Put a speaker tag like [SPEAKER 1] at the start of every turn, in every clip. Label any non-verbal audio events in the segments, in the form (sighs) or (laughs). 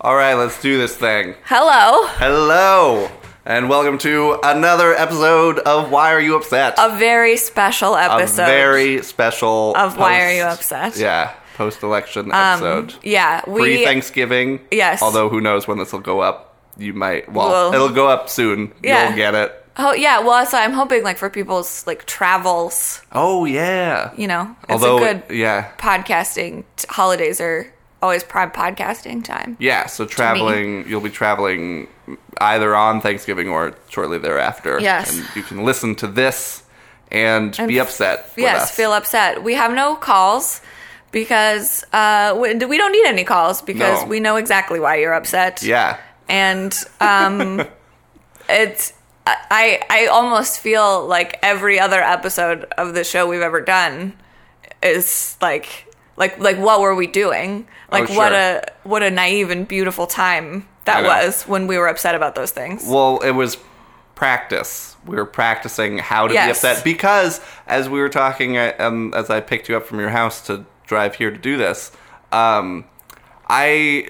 [SPEAKER 1] All right, let's do this thing.
[SPEAKER 2] Hello.
[SPEAKER 1] Hello, and welcome to another episode of Why Are You Upset?
[SPEAKER 2] A very special
[SPEAKER 1] A
[SPEAKER 2] episode.
[SPEAKER 1] very special
[SPEAKER 2] Of Why Are You Upset?
[SPEAKER 1] Yeah, post-election
[SPEAKER 2] Um,
[SPEAKER 1] episode.
[SPEAKER 2] Yeah. We.
[SPEAKER 1] Pre Thanksgiving.
[SPEAKER 2] Yes.
[SPEAKER 1] Although who knows when this will go up? You might. Well,
[SPEAKER 2] Well-
[SPEAKER 1] it'll go up soon.
[SPEAKER 2] Yeah.
[SPEAKER 1] You'll get it.
[SPEAKER 2] Oh yeah. Well, so I'm hoping like for people's like travels.
[SPEAKER 1] Oh yeah.
[SPEAKER 2] You know, it's
[SPEAKER 1] Although
[SPEAKER 2] a good
[SPEAKER 1] yeah,
[SPEAKER 2] podcasting. T- holidays are always prime podcasting time.
[SPEAKER 1] yeah. So traveling, you'll be traveling either on Thanksgiving or shortly thereafter.
[SPEAKER 2] Yes.
[SPEAKER 1] And you can listen to this and,
[SPEAKER 2] And
[SPEAKER 1] be upset. with
[SPEAKER 2] yes.
[SPEAKER 1] us.
[SPEAKER 2] Feel upset. We have no calls. Because uh, we we don't need any calls because
[SPEAKER 1] No.
[SPEAKER 2] we know exactly why you're upset.
[SPEAKER 1] Yeah.
[SPEAKER 2] and um,
[SPEAKER 1] (laughs)
[SPEAKER 2] it's I I almost feel like every other episode of the show we've ever done is like like like what were we doing? Like
[SPEAKER 1] Oh,
[SPEAKER 2] what
[SPEAKER 1] sure.
[SPEAKER 2] a what a naive and beautiful time
[SPEAKER 1] I
[SPEAKER 2] that
[SPEAKER 1] know.
[SPEAKER 2] was when we were upset about those things.
[SPEAKER 1] Well, it was practice. We were practicing how to be
[SPEAKER 2] Yes.
[SPEAKER 1] upset because, as we were talking, uh, um, as I picked you up from your house to drive here to do this, um, I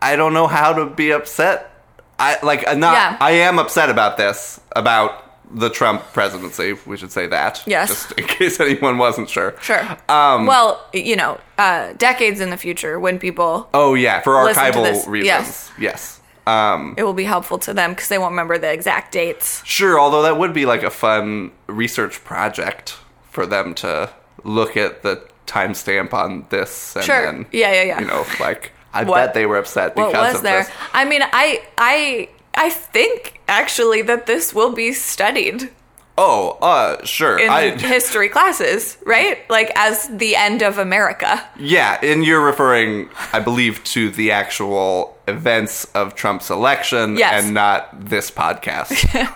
[SPEAKER 1] I don't know how to be upset. I like uh, not.
[SPEAKER 2] Yeah.
[SPEAKER 1] I am upset about this about the Trump presidency. We should say that.
[SPEAKER 2] Yes.
[SPEAKER 1] Just in (laughs) case anyone wasn't sure.
[SPEAKER 2] sure. Um, well, you know, uh, decades in the future when people
[SPEAKER 1] Oh yeah, for
[SPEAKER 2] Listen to
[SPEAKER 1] archival
[SPEAKER 2] this.
[SPEAKER 1] reasons.
[SPEAKER 2] Yes.
[SPEAKER 1] yes. Um,
[SPEAKER 2] it will be helpful to them because they won't remember the exact dates.
[SPEAKER 1] Sure, although that would be like a fun research project for them to look at the timestamp on this and
[SPEAKER 2] Sure.
[SPEAKER 1] then
[SPEAKER 2] Yeah, yeah, yeah.
[SPEAKER 1] you know, like I
[SPEAKER 2] What-
[SPEAKER 1] bet they were upset because
[SPEAKER 2] what was
[SPEAKER 1] of
[SPEAKER 2] there?
[SPEAKER 1] this.
[SPEAKER 2] I mean, I I I think actually that this will be studied
[SPEAKER 1] Oh, uh sure.
[SPEAKER 2] in
[SPEAKER 1] I
[SPEAKER 2] history classes, right? Like as the end of America.
[SPEAKER 1] (laughs) yeah, and you're referring I believe to the actual events of Trump's election
[SPEAKER 2] Yes.
[SPEAKER 1] and not this podcast.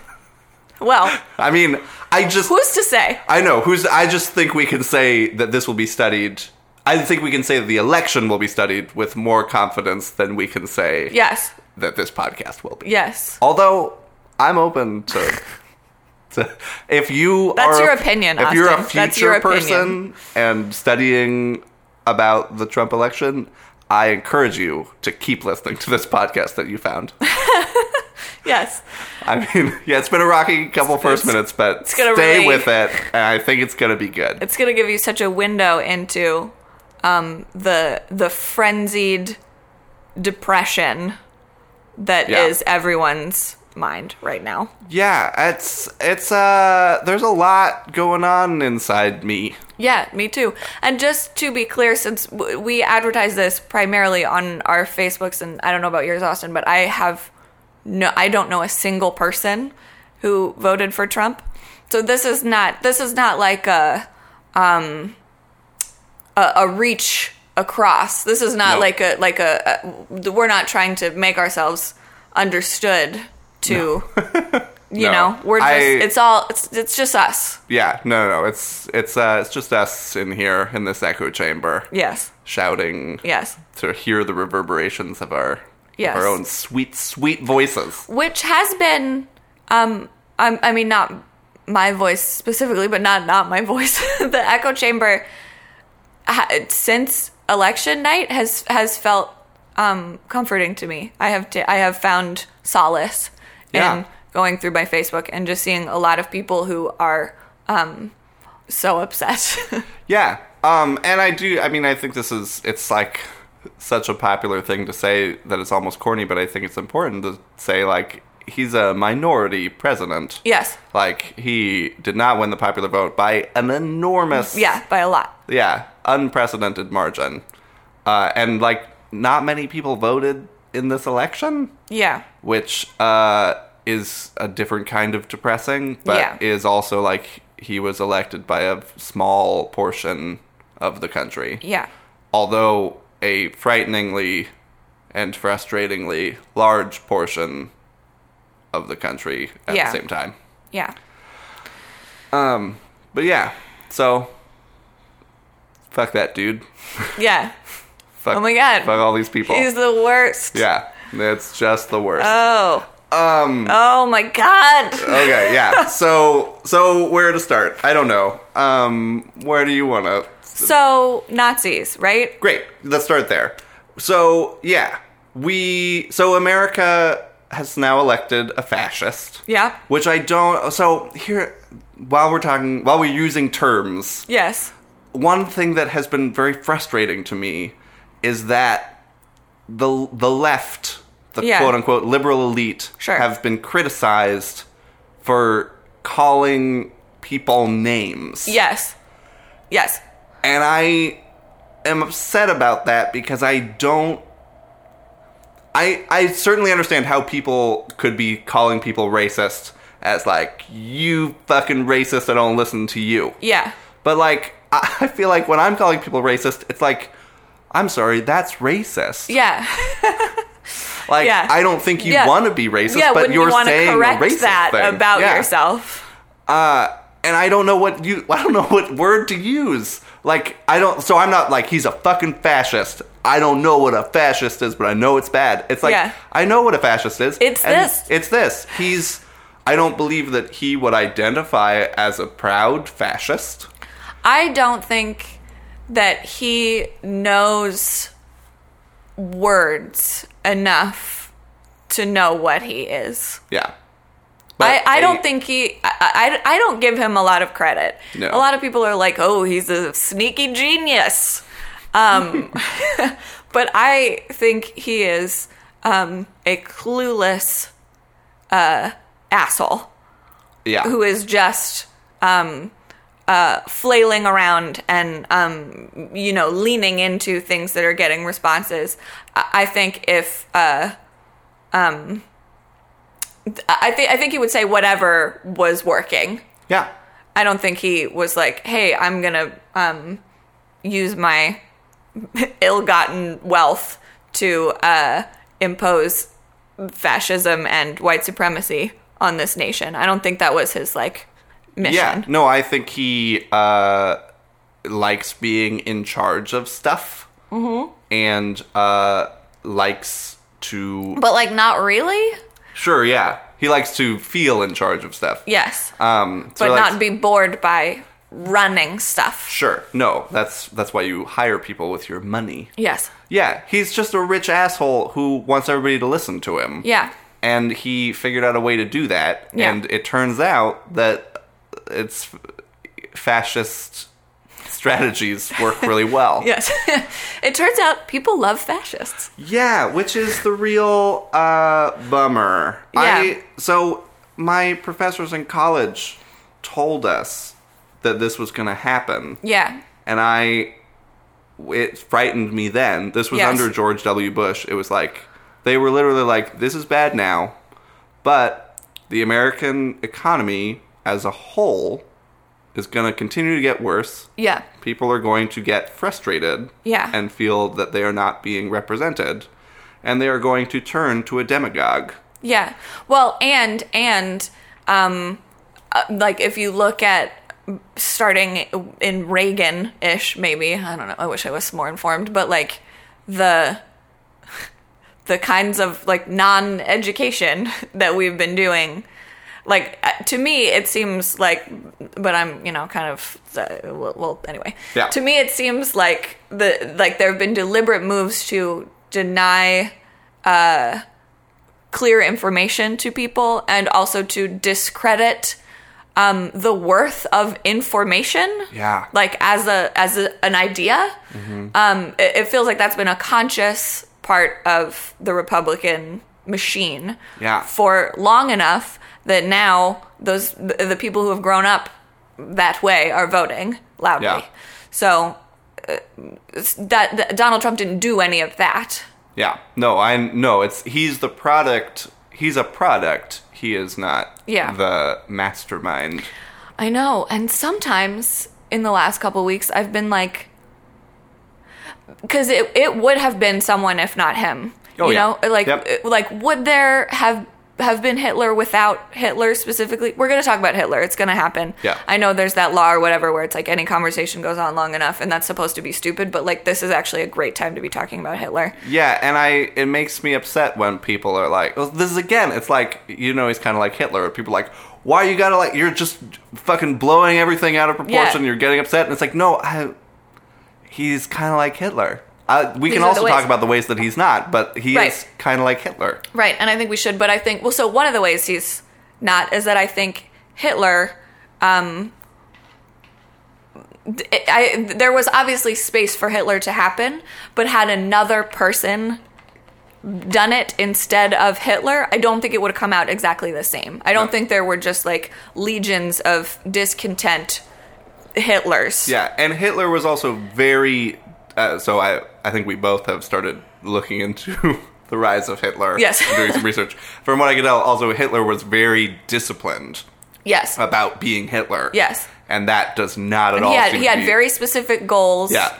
[SPEAKER 2] Well,
[SPEAKER 1] I mean, I just
[SPEAKER 2] who's to say?
[SPEAKER 1] I know who's. I just think we can say that this will be studied. I think we can say that the election will be studied with more confidence than we can say
[SPEAKER 2] Yes,
[SPEAKER 1] that this podcast will be.
[SPEAKER 2] yes.
[SPEAKER 1] Although I'm open to, to if you
[SPEAKER 2] That's
[SPEAKER 1] are a-
[SPEAKER 2] your opinion,
[SPEAKER 1] If you're a
[SPEAKER 2] Austin.
[SPEAKER 1] future
[SPEAKER 2] That's your
[SPEAKER 1] person and studying about the Trump election, I encourage you to keep listening to this podcast that you
[SPEAKER 2] (laughs)
[SPEAKER 1] found.
[SPEAKER 2] Yes.
[SPEAKER 1] I mean, yeah, it's been a rocky couple first minutes, but
[SPEAKER 2] gonna
[SPEAKER 1] stay
[SPEAKER 2] really-
[SPEAKER 1] with it, and I think it's gonna be good.
[SPEAKER 2] It's going to give you such a window into um the the frenzied depression that is
[SPEAKER 1] Yeah.
[SPEAKER 2] everyone's mind right now.
[SPEAKER 1] Yeah, it's it's uh there's a lot going on inside me.
[SPEAKER 2] Yeah, me too. And just to be clear, since w- we advertise this primarily on our Facebooks, and I don't know about yours, Austin, but I have no, I don't know a single person who voted for Trump. So this is not this is not like a um a, a reach across. This is not
[SPEAKER 1] No.
[SPEAKER 2] like a like a, a we're not trying to make ourselves understood to
[SPEAKER 1] (laughs)
[SPEAKER 2] you
[SPEAKER 1] No.
[SPEAKER 2] know we're just
[SPEAKER 1] I-
[SPEAKER 2] it's all it's it's just us.
[SPEAKER 1] Yeah, no, no, it's it's uh it's just us in here in this echo chamber
[SPEAKER 2] Yes.
[SPEAKER 1] shouting
[SPEAKER 2] Yes.
[SPEAKER 1] to hear the reverberations of our
[SPEAKER 2] Yes.
[SPEAKER 1] of our own sweet sweet voices.
[SPEAKER 2] which has been um I, I mean not my voice specifically but not not my (laughs) voice the echo chamber ha- since election night has has felt um comforting to me i have ta- I have found solace
[SPEAKER 1] Yeah.
[SPEAKER 2] in going through my facebook and just seeing a lot of people who are um so upset (laughs)
[SPEAKER 1] Yeah. Um and I do I mean I think this is it's like such a popular thing to say that it's almost corny, but I think it's important to say like he's a minority president.
[SPEAKER 2] yes
[SPEAKER 1] Like he did not win the popular vote by an enormous
[SPEAKER 2] yeah by a lot
[SPEAKER 1] yeah, unprecedented margin. Uh, and like, not many people voted in this election,
[SPEAKER 2] yeah
[SPEAKER 1] which uh, is a different kind of depressing, but
[SPEAKER 2] Yeah.
[SPEAKER 1] is also like he was elected by a small portion of the country.
[SPEAKER 2] yeah
[SPEAKER 1] Although a frighteningly and frustratingly large portion of the country at
[SPEAKER 2] Yeah.
[SPEAKER 1] the same time.
[SPEAKER 2] yeah
[SPEAKER 1] Um, but yeah, so fuck that dude.
[SPEAKER 2] yeah
[SPEAKER 1] Fuck,
[SPEAKER 2] Oh my God.
[SPEAKER 1] Fuck all these people.
[SPEAKER 2] he's the
[SPEAKER 1] (laughs)
[SPEAKER 2] worst
[SPEAKER 1] yeah, it's just the worst.
[SPEAKER 2] oh
[SPEAKER 1] um.
[SPEAKER 2] oh my god
[SPEAKER 1] Okay. Yeah. So so where to start? I don't know. Um. Where do you want to?
[SPEAKER 2] So Nazis, right?
[SPEAKER 1] Great. Let's start there. So yeah, we so America has now elected a fascist.
[SPEAKER 2] Yeah.
[SPEAKER 1] Which I don't. So here, while we're talking, while we're using terms,
[SPEAKER 2] Yes.
[SPEAKER 1] one thing that has been very frustrating to me is that the the left, the
[SPEAKER 2] Yeah.
[SPEAKER 1] quote unquote liberal elite,
[SPEAKER 2] Sure.
[SPEAKER 1] have been criticized for calling people names.
[SPEAKER 2] Yes. Yes.
[SPEAKER 1] And I am upset about that because I don't. I I certainly understand how people could be calling people racist as like you fucking racist. I don't listen to you.
[SPEAKER 2] Yeah.
[SPEAKER 1] But like I (laughs) I feel like when I'm calling people racist, it's like I'm sorry, that's racist.
[SPEAKER 2] Yeah.
[SPEAKER 1] like
[SPEAKER 2] yeah.
[SPEAKER 1] I don't think you
[SPEAKER 2] Yeah.
[SPEAKER 1] want to be racist,
[SPEAKER 2] yeah.
[SPEAKER 1] but
[SPEAKER 2] Wouldn't
[SPEAKER 1] you're
[SPEAKER 2] you want to
[SPEAKER 1] saying a
[SPEAKER 2] correct
[SPEAKER 1] racist
[SPEAKER 2] that
[SPEAKER 1] thing.
[SPEAKER 2] about
[SPEAKER 1] Yeah.
[SPEAKER 2] yourself?
[SPEAKER 1] Uh, and I don't know what you (laughs) I don't know what word to use. Like I don't so I'm not like he's a fucking fascist. I don't know what a fascist is, but I know it's bad. It's like
[SPEAKER 2] Yeah.
[SPEAKER 1] I know what a fascist is.
[SPEAKER 2] It's
[SPEAKER 1] and
[SPEAKER 2] this.
[SPEAKER 1] It's this. He's I don't believe that he would identify as a proud fascist.
[SPEAKER 2] I don't think that he knows words enough to know what he is.
[SPEAKER 1] Yeah.
[SPEAKER 2] I, I
[SPEAKER 1] they-
[SPEAKER 2] don't think he I, I, I don't give him a lot of credit.
[SPEAKER 1] No.
[SPEAKER 2] A lot of people are like, oh, he's a sneaky genius. Um,
[SPEAKER 1] (laughs)
[SPEAKER 2] but I think he is um, a clueless uh, asshole
[SPEAKER 1] yeah.
[SPEAKER 2] who is just um, uh, flailing around and um, you know leaning into things that are getting responses. I, I think if uh, um, th- I think I think he would say whatever was working.
[SPEAKER 1] Yeah.
[SPEAKER 2] I don't think he was like, "Hey, I'm gonna um, use my (laughs) ill-gotten wealth to uh, impose fascism and white supremacy on this nation." I don't think that was his like mission.
[SPEAKER 1] Yeah. No, I think he uh, likes being in charge of stuff
[SPEAKER 2] Mm-hmm.
[SPEAKER 1] and uh, likes to.
[SPEAKER 2] But like, not really.
[SPEAKER 1] Sure, yeah. He likes to feel in charge of stuff.
[SPEAKER 2] Yes,
[SPEAKER 1] Um, so
[SPEAKER 2] but
[SPEAKER 1] he likes-
[SPEAKER 2] not be bored by running stuff.
[SPEAKER 1] Sure. No, that's that's why you hire people with your money.
[SPEAKER 2] Yes.
[SPEAKER 1] Yeah, he's just a rich asshole who wants everybody to listen to him.
[SPEAKER 2] Yeah.
[SPEAKER 1] And he figured out a way to do that,
[SPEAKER 2] Yeah.
[SPEAKER 1] and it turns out that it's fascist strategies work
[SPEAKER 2] (laughs)
[SPEAKER 1] really well.
[SPEAKER 2] Yes. it turns out people love fascists.
[SPEAKER 1] Yeah, which is the real uh, bummer.
[SPEAKER 2] Yeah.
[SPEAKER 1] I so my professors in college told us that this was going to happen,
[SPEAKER 2] Yeah.
[SPEAKER 1] and I it frightened me then. This was
[SPEAKER 2] Yes.
[SPEAKER 1] under George W. Bush. It was like they were literally like, "This is bad now," but the American economy as a whole is going to continue to get worse
[SPEAKER 2] Yeah.
[SPEAKER 1] people are going to get frustrated
[SPEAKER 2] Yeah.
[SPEAKER 1] and feel that they are not being represented and they are going to turn to a demagogue
[SPEAKER 2] Yeah. Well, and and um, uh, like if you look at starting in Reagan ish, maybe I don't know. I wish I was more informed, but like the (laughs) the kinds of like non education (laughs) that we've been doing. Like uh, to me, it seems like, but I'm you know kind of uh, well, well anyway.
[SPEAKER 1] Yeah.
[SPEAKER 2] To me, it seems like the like there have been deliberate moves to deny clear information to people and also to discredit um, the worth of information
[SPEAKER 1] Yeah. Mm-hmm.
[SPEAKER 2] like as a as a, an idea um, it, it feels like that's been a conscious part of the republican machine
[SPEAKER 1] Yeah.
[SPEAKER 2] for long enough that now those the, the people who have grown up that way are voting loudly
[SPEAKER 1] Yeah.
[SPEAKER 2] so uh, it's- that, that donald trump didn't do any of that
[SPEAKER 1] yeah no i no it's he's the product he's a product he is not
[SPEAKER 2] Yeah.
[SPEAKER 1] the mastermind
[SPEAKER 2] I know. And sometimes in the last couple weeks, I've been like, because it, it would have been someone if not him.
[SPEAKER 1] Oh,
[SPEAKER 2] you
[SPEAKER 1] yeah.
[SPEAKER 2] know, like
[SPEAKER 1] Yep.
[SPEAKER 2] it- like would there have have been Hitler without Hitler specifically? We're gonna talk about Hitler. It's gonna happen.
[SPEAKER 1] Yeah.
[SPEAKER 2] I know there's that law or whatever where it's like any conversation goes on long enough, and that's supposed to be stupid. But like this is actually a great time to be talking about Hitler.
[SPEAKER 1] yeah and i it makes me upset when people are like oh, this is again it's like you know he's kind of like hitler people are like why you gotta like you're just fucking blowing everything out of proportion you're getting upset and it's like no I, he's kind of like hitler Uh, we
[SPEAKER 2] These
[SPEAKER 1] can
[SPEAKER 2] are the
[SPEAKER 1] also talk
[SPEAKER 2] ways.
[SPEAKER 1] about the ways that he's not, but he
[SPEAKER 2] Right.
[SPEAKER 1] is kind of like Hitler.
[SPEAKER 2] Right, and I think we should, but I think well, so one of the ways he's not is that I think Hitler, um, th- I there was obviously space for Hitler to happen, but had another person done it instead of Hitler, I don't think it would have come out exactly the same. I don't
[SPEAKER 1] No.
[SPEAKER 2] think there were just like legions of discontent Hitlers.
[SPEAKER 1] Yeah, and Hitler was also very. Uh, so I, I think we both have started looking into (laughs) the rise of Hitler.
[SPEAKER 2] Yes.
[SPEAKER 1] and doing some research. From what I could tell, also Hitler was very disciplined
[SPEAKER 2] Yes.
[SPEAKER 1] about being Hitler.
[SPEAKER 2] Yes.
[SPEAKER 1] and that does not at all.
[SPEAKER 2] he had
[SPEAKER 1] seem
[SPEAKER 2] he
[SPEAKER 1] to
[SPEAKER 2] had
[SPEAKER 1] be-
[SPEAKER 2] very specific goals.
[SPEAKER 1] Yeah,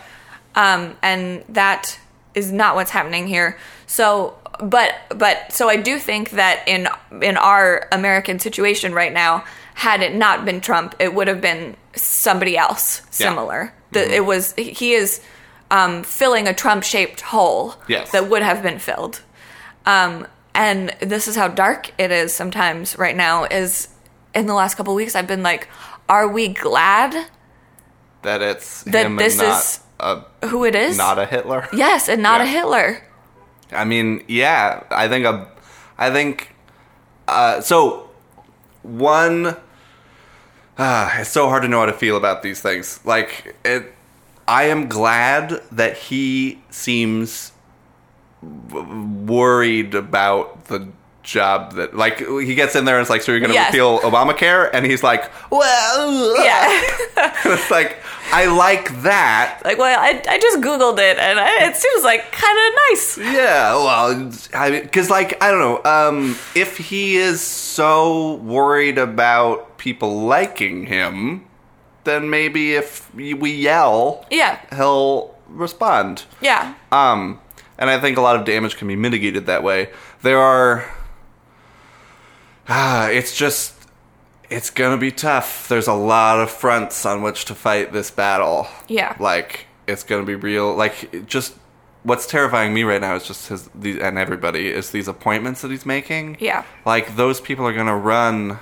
[SPEAKER 2] um, and that is not what's happening here. So, but but so I do think that in in our American situation right now, had it not been Trump, it would have been somebody else
[SPEAKER 1] Yeah. Mm-hmm.
[SPEAKER 2] similar. The, It was he is um, filling a Trump shaped hole
[SPEAKER 1] Yes.
[SPEAKER 2] that would have been filled. Um, and this is how dark it is sometimes right now. Is in the last couple weeks I've been like, are we glad
[SPEAKER 1] that it's
[SPEAKER 2] That
[SPEAKER 1] him
[SPEAKER 2] this
[SPEAKER 1] and not
[SPEAKER 2] is-
[SPEAKER 1] a
[SPEAKER 2] who it is?
[SPEAKER 1] not a Hitler.
[SPEAKER 2] yes, and not a
[SPEAKER 1] Yeah. (laughs)
[SPEAKER 2] Hitler.
[SPEAKER 1] I mean, yeah, I think a, I think, uh, so one. Uh, it's so hard to know how to feel about these things. Like it, I am glad that he seems w- worried about the job that like he gets in there and it's like so you're gonna
[SPEAKER 2] Yes.
[SPEAKER 1] repeal obamacare and he's like well ugh."
[SPEAKER 2] Yeah.
[SPEAKER 1] (laughs) it's like i like that
[SPEAKER 2] Like, well, I, I just Googled it and I, it seems like kind of nice.
[SPEAKER 1] Yeah, well, it's- I mean, because like I don't know, um, if he is so worried about people liking him, then maybe if we yell,
[SPEAKER 2] Yeah.
[SPEAKER 1] he'll respond.
[SPEAKER 2] Yeah.
[SPEAKER 1] Um, and I think a lot of damage can be mitigated that way. There are, (sighs) ah, it's just, it's gonna be tough. There's a lot of fronts on which to fight this battle.
[SPEAKER 2] Yeah.
[SPEAKER 1] like it's gonna be real. Like it just what's terrifying me right now is just his these, and everybody is these appointments that he's making.
[SPEAKER 2] Yeah.
[SPEAKER 1] like those people are gonna run.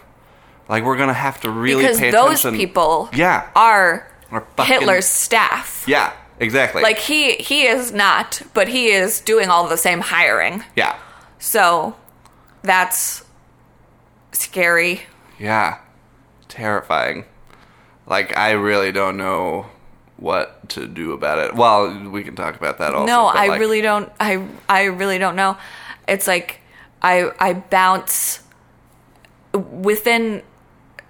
[SPEAKER 1] Like we're gonna have to really
[SPEAKER 2] because
[SPEAKER 1] pay
[SPEAKER 2] those
[SPEAKER 1] attention.
[SPEAKER 2] people
[SPEAKER 1] yeah,
[SPEAKER 2] are
[SPEAKER 1] Are fucking-
[SPEAKER 2] Hitler's staff.
[SPEAKER 1] yeah, exactly.
[SPEAKER 2] Like, he, he is not, but he is doing all the same hiring.
[SPEAKER 1] yeah,
[SPEAKER 2] So that's scary.
[SPEAKER 1] Yeah. Terrifying. Like I really don't know what to do about it. Well, we can talk about that also.
[SPEAKER 2] no,
[SPEAKER 1] but,
[SPEAKER 2] I
[SPEAKER 1] like,
[SPEAKER 2] really don't. I, I really don't know. It's like I, I bounce within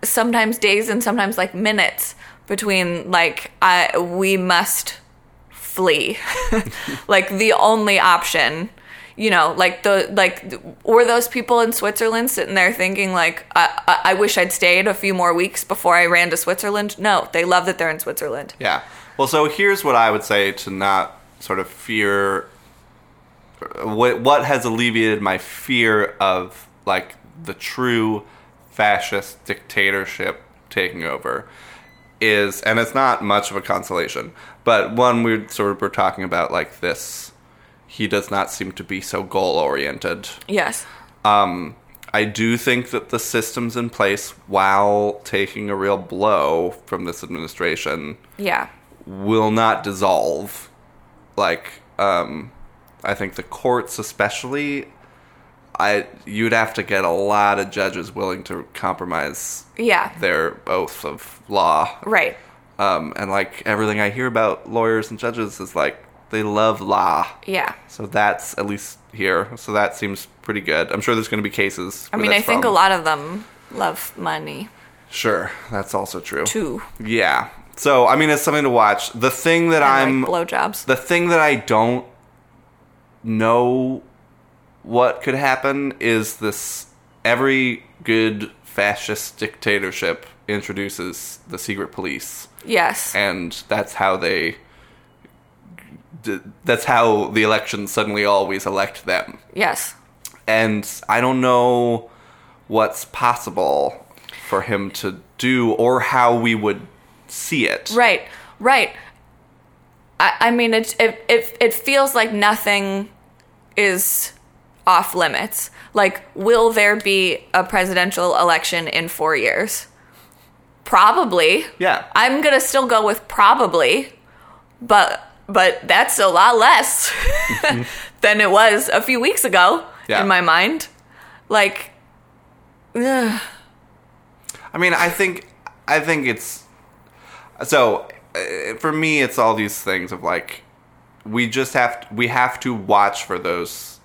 [SPEAKER 2] sometimes days and sometimes like minutes between like I we must flee. (laughs) like the only option, you know, like the like were those people in Switzerland sitting there thinking like I, I, I wish I'd stayed a few more weeks before I ran to Switzerland. No, they love that they're in Switzerland.
[SPEAKER 1] Yeah. Well, so here's what I would say to not sort of fear what what has alleviated my fear of like the true fascist dictatorship taking over is and it's not much of a consolation, but one we sort of were talking about like this he does not seem to be so goal oriented.
[SPEAKER 2] Yes.
[SPEAKER 1] Um, I do think that the systems in place, while taking a real blow from this administration,
[SPEAKER 2] Yeah.
[SPEAKER 1] will not dissolve. Like, um, I think the courts, especially, I you'd have to get a lot of judges willing to compromise
[SPEAKER 2] Yeah.
[SPEAKER 1] their oath of law.
[SPEAKER 2] Right.
[SPEAKER 1] Um, and like everything I hear about lawyers and judges is like they love law.
[SPEAKER 2] Yeah.
[SPEAKER 1] So that's at least here. So that seems pretty good. I'm sure there's going to be cases.
[SPEAKER 2] I
[SPEAKER 1] where
[SPEAKER 2] mean, I
[SPEAKER 1] that's
[SPEAKER 2] think a
[SPEAKER 1] from.
[SPEAKER 2] lot of them love money
[SPEAKER 1] Sure, that's also true.
[SPEAKER 2] too.
[SPEAKER 1] Yeah. So I mean, it's something to watch. The thing that I'm,
[SPEAKER 2] And like blowjobs.
[SPEAKER 1] the thing that I don't know what could happen is this. Every good fascist dictatorship introduces the secret police,
[SPEAKER 2] yes.
[SPEAKER 1] and that's how they. d- That's how the elections suddenly always elect them.
[SPEAKER 2] yes.
[SPEAKER 1] and I don't know what's possible for him to do or how we would see it.
[SPEAKER 2] Right. Right. I, I mean, it, it it it feels like nothing is off limits. Like, will there be a presidential election in four years? Probably.
[SPEAKER 1] Yeah.
[SPEAKER 2] I'm gonna still go with probably, but but that's a lot less (laughs) than it was a few weeks ago
[SPEAKER 1] Yeah.
[SPEAKER 2] in my mind. Like, ugh.
[SPEAKER 1] I mean, I think I think it's so uh, for me it's all these things of like we just have we have to watch for those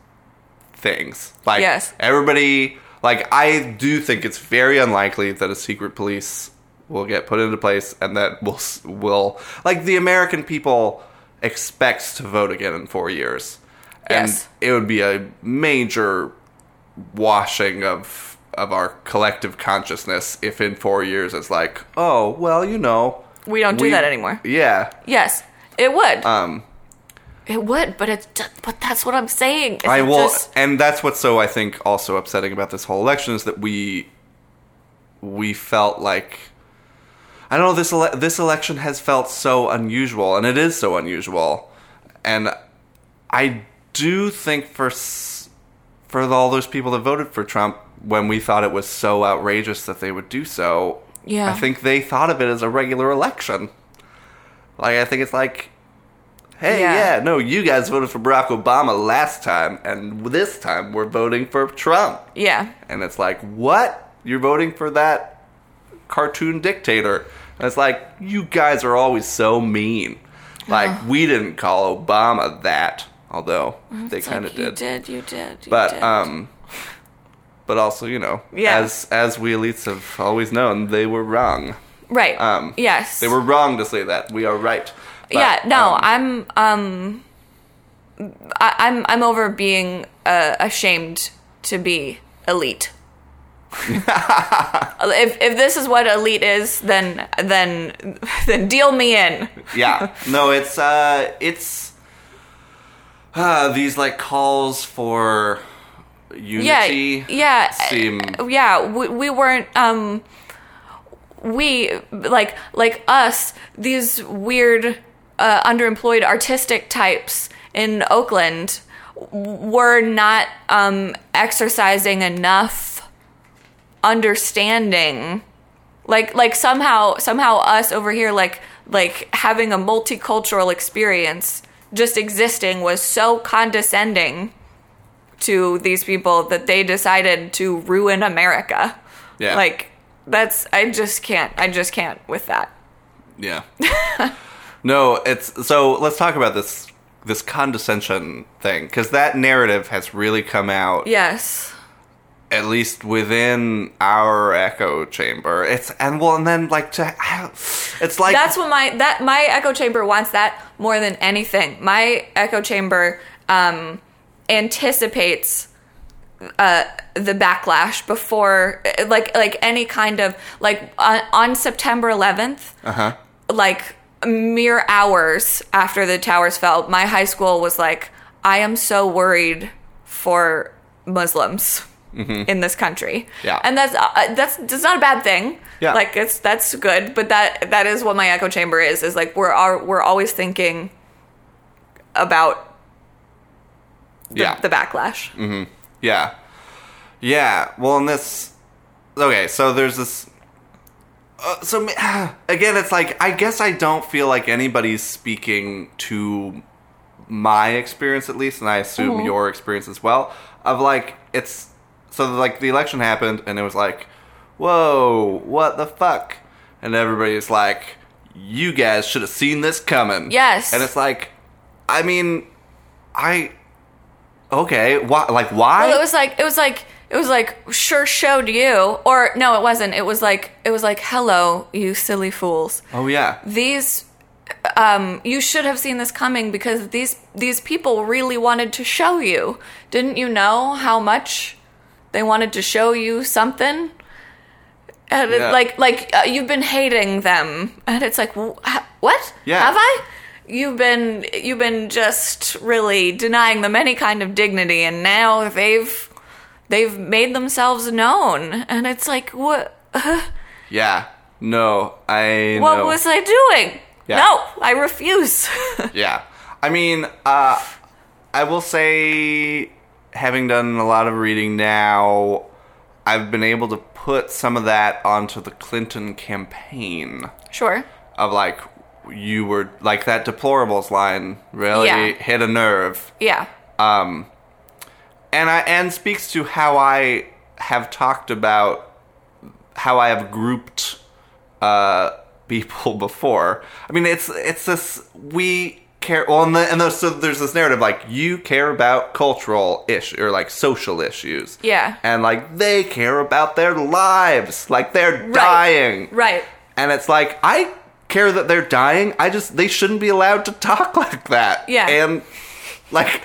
[SPEAKER 1] things. Like
[SPEAKER 2] Yes.
[SPEAKER 1] everybody like I do think it's very unlikely that a secret police will get put into place and that will s- will like the American people expects to vote again in 4 years. And
[SPEAKER 2] Yes.
[SPEAKER 1] it would be a major washing of of our collective consciousness if in four years it's like oh well you know
[SPEAKER 2] We don't do that anymore.
[SPEAKER 1] yeah
[SPEAKER 2] yes, it would.
[SPEAKER 1] um
[SPEAKER 2] it would, but it's just, but that's what I'm saying. is
[SPEAKER 1] i
[SPEAKER 2] it
[SPEAKER 1] will
[SPEAKER 2] just-
[SPEAKER 1] and that's what's so i think also upsetting about this whole election is that we we felt like i don't know this ele- this election has felt so unusual and it is so unusual and i do think for s- for all those people that voted for trump when we thought it was so outrageous that they would do so
[SPEAKER 2] Yeah.
[SPEAKER 1] i think they thought of it as a regular election like i think it's like hey
[SPEAKER 2] Yeah.
[SPEAKER 1] yeah no you guys voted for barack obama last time and this time we're voting for trump
[SPEAKER 2] yeah,
[SPEAKER 1] and it's like, what? You're voting for that cartoon dictator. And it's like, you guys are always so mean. Like, we didn't call Obama that, although they
[SPEAKER 2] It's
[SPEAKER 1] kind of
[SPEAKER 2] like, you
[SPEAKER 1] did.
[SPEAKER 2] did. You did. You
[SPEAKER 1] But,
[SPEAKER 2] did.
[SPEAKER 1] um, but also, you know,
[SPEAKER 2] Yeah.
[SPEAKER 1] as as we elites have always known, they were wrong.
[SPEAKER 2] right.
[SPEAKER 1] um,
[SPEAKER 2] yes,
[SPEAKER 1] They were wrong to say that. We are right. But,
[SPEAKER 2] yeah no
[SPEAKER 1] um,
[SPEAKER 2] i'm um I, i'm i'm over being uh, ashamed to be
[SPEAKER 1] (laughs)
[SPEAKER 2] elite if if this is what elite is then then (laughs) then deal me in
[SPEAKER 1] yeah no it's uh it's uh these like calls for unity
[SPEAKER 2] yeah yeah
[SPEAKER 1] seem
[SPEAKER 2] yeah we, we weren't um we like like us these weird uh, underemployed artistic types in oakland w- were not um exercising enough understanding like like somehow somehow us over here like like having a multicultural experience just existing was so condescending to these people that they decided to ruin America.
[SPEAKER 1] yeah
[SPEAKER 2] Like that's I just can't. I just can't with that. (laughs)
[SPEAKER 1] yeah no it's so let's talk about this this condescension thing because that narrative has really come out
[SPEAKER 2] Yes.
[SPEAKER 1] at least within our echo chamber it's and well and then like to it's like
[SPEAKER 2] That's what my that my echo chamber wants that more than anything. My echo chamber um anticipates uh the backlash before like like any kind of like on, on September 11th
[SPEAKER 1] uh-huh
[SPEAKER 2] like mere hours after the towers fell, my high school was like, I am so worried for Muslims in this country.
[SPEAKER 1] Mm-hmm. Yeah.
[SPEAKER 2] and that's uh, that's that's not a bad thing.
[SPEAKER 1] Yeah.
[SPEAKER 2] like it's that's good, but that that is what my echo chamber is. Is like we're are, we're always thinking about the,
[SPEAKER 1] yeah Mm-hmm.
[SPEAKER 2] the backlash.
[SPEAKER 1] Yeah. Yeah. Well, in this. Okay, so there's this. Uh, so ma- (sighs) again, it's like I guess I don't feel like anybody's speaking to my experience at least, and I assume
[SPEAKER 2] Mm-hmm.
[SPEAKER 1] your experience as well. Of like it's so like the election happened, and it was like, whoa, what the fuck, and everybody's like, you guys should have seen this coming.
[SPEAKER 2] Yes.
[SPEAKER 1] and it's like, I mean, I okay, why? Like why?
[SPEAKER 2] Well, it was like it was like it was like sure showed you, or no, it wasn't. It was like it was like hello, you silly fools.
[SPEAKER 1] Oh yeah,
[SPEAKER 2] these um, you should have seen this coming because these these people really wanted to show you. Didn't you know how much they wanted to show you something? And it-
[SPEAKER 1] Yeah.
[SPEAKER 2] like like uh, you've been hating them, and it's like wh- ha- what?
[SPEAKER 1] Yeah.
[SPEAKER 2] Have I? You've been you've been just really denying them any kind of dignity, and now they've they've made themselves known, and it's like what
[SPEAKER 1] yeah. No, I.
[SPEAKER 2] what
[SPEAKER 1] know.
[SPEAKER 2] was I doing?
[SPEAKER 1] Yeah.
[SPEAKER 2] No, I refuse. (laughs)
[SPEAKER 1] Yeah, I mean, uh, I will say, having done a lot of reading now, I've been able to put some of that onto the Clinton campaign
[SPEAKER 2] sure.
[SPEAKER 1] of like you were like that deplorables line really
[SPEAKER 2] Yeah.
[SPEAKER 1] hit a nerve
[SPEAKER 2] Yeah.
[SPEAKER 1] and I and speaks to how I have talked about how I have grouped uh, people (laughs) before. I mean, it's it's this we care. Well, and, the, and the, so there's this narrative like you care about cultural ish or like social issues.
[SPEAKER 2] Yeah.
[SPEAKER 1] and like they care about their lives, like they're dying.
[SPEAKER 2] Right.
[SPEAKER 1] And it's like I care that they're dying. I just they shouldn't be allowed to talk (laughs) like that.
[SPEAKER 2] Yeah.
[SPEAKER 1] And like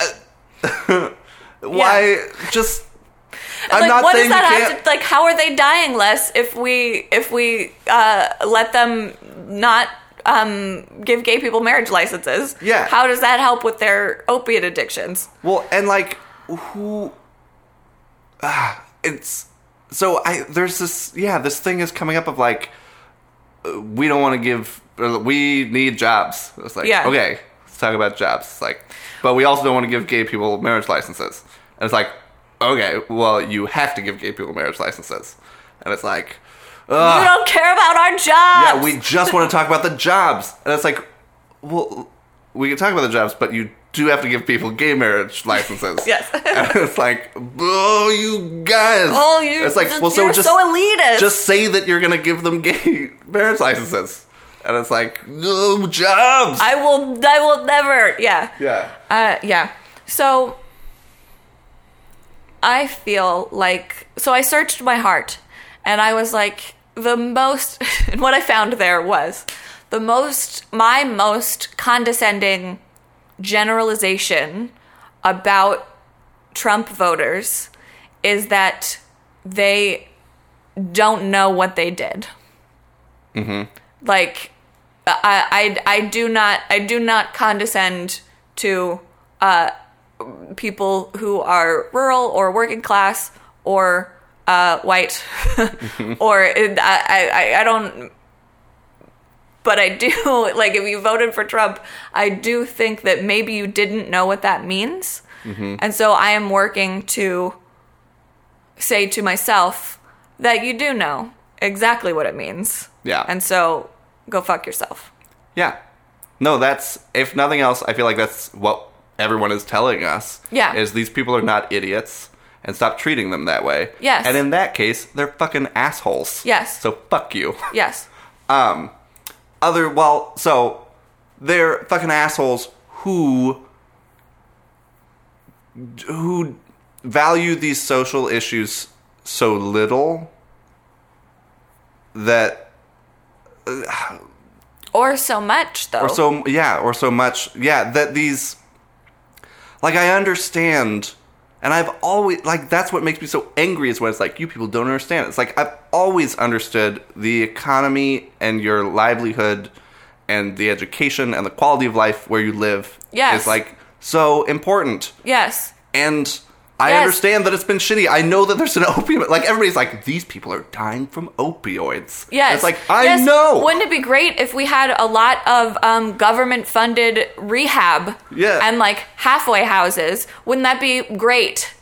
[SPEAKER 1] uh, (laughs) why just I'm
[SPEAKER 2] like,
[SPEAKER 1] not
[SPEAKER 2] what
[SPEAKER 1] saying
[SPEAKER 2] does that
[SPEAKER 1] you
[SPEAKER 2] have
[SPEAKER 1] can't-
[SPEAKER 2] to like? How are they dying less if we if we uh, let them not um, give gay people marriage licenses?
[SPEAKER 1] Yeah.
[SPEAKER 2] How does that help with their opiate addictions?
[SPEAKER 1] Well, and like who ah, it's so I there's this yeah, this thing is coming up of like uh, we don't want to give or we need jobs. It's like
[SPEAKER 2] Yeah.
[SPEAKER 1] okay, let's talk about jobs. It's like but we also don't want to give gay people marriage licenses. And it's like okay, well you have to give gay people marriage licenses. And it's like
[SPEAKER 2] you
[SPEAKER 1] ugh,
[SPEAKER 2] don't care about our jobs.
[SPEAKER 1] Uh. yeah, we just want to talk
[SPEAKER 2] (laughs)
[SPEAKER 1] about the jobs. And it's like well we can talk about the jobs, but you do have to give people gay marriage licenses.
[SPEAKER 2] (laughs) Yes.
[SPEAKER 1] And it's like, oh, you guys.
[SPEAKER 2] Oh, you.
[SPEAKER 1] It's like, well, so
[SPEAKER 2] you're
[SPEAKER 1] just
[SPEAKER 2] so elitist.
[SPEAKER 1] just say that you're gonna give them gay (laughs) marriage licenses, and it's like, no jobs.
[SPEAKER 2] I will. I will never. Yeah.
[SPEAKER 1] yeah.
[SPEAKER 2] Uh, yeah. So I feel like so I searched my heart and I was like the most (laughs) and what I found there was the most my most condescending generalization about Trump voters is that they don't know what they did. Like I, I, I do not I do not condescend to uh, people who are rural or working class or uh, white (laughs) or I, I, I don't but I do (laughs) like if you voted for Trump I do think that maybe you didn't know what that means and so I am working to say to myself that you do know exactly what it means
[SPEAKER 1] Yeah.
[SPEAKER 2] and so go fuck yourself
[SPEAKER 1] Yeah. No, that's if nothing else, I feel like that's what everyone is telling us.
[SPEAKER 2] Yeah.
[SPEAKER 1] Is these people are not idiots and stop treating them that way.
[SPEAKER 2] Yes.
[SPEAKER 1] And in that case, they're fucking assholes.
[SPEAKER 2] Yes.
[SPEAKER 1] So fuck you.
[SPEAKER 2] yes
[SPEAKER 1] Um, other well, so they're fucking assholes who who value these social issues so little that
[SPEAKER 2] or so much though
[SPEAKER 1] or so yeah or so much yeah that these like i understand and i've always like that's what makes me so angry is when it's like you people don't understand it's like i've always understood the economy and your livelihood and the education and the quality of life where you live
[SPEAKER 2] Yes.
[SPEAKER 1] is like so important
[SPEAKER 2] yes
[SPEAKER 1] and I
[SPEAKER 2] Yes.
[SPEAKER 1] understand that it's been shitty. I know that there's an (laughs) opioid. Like everybody's like, these people are dying from opioids.
[SPEAKER 2] yes
[SPEAKER 1] It's like I
[SPEAKER 2] Yes.
[SPEAKER 1] know.
[SPEAKER 2] wouldn't it be great if we had a lot of um, government funded rehab
[SPEAKER 1] Yeah.
[SPEAKER 2] and like halfway houses wouldn't that be great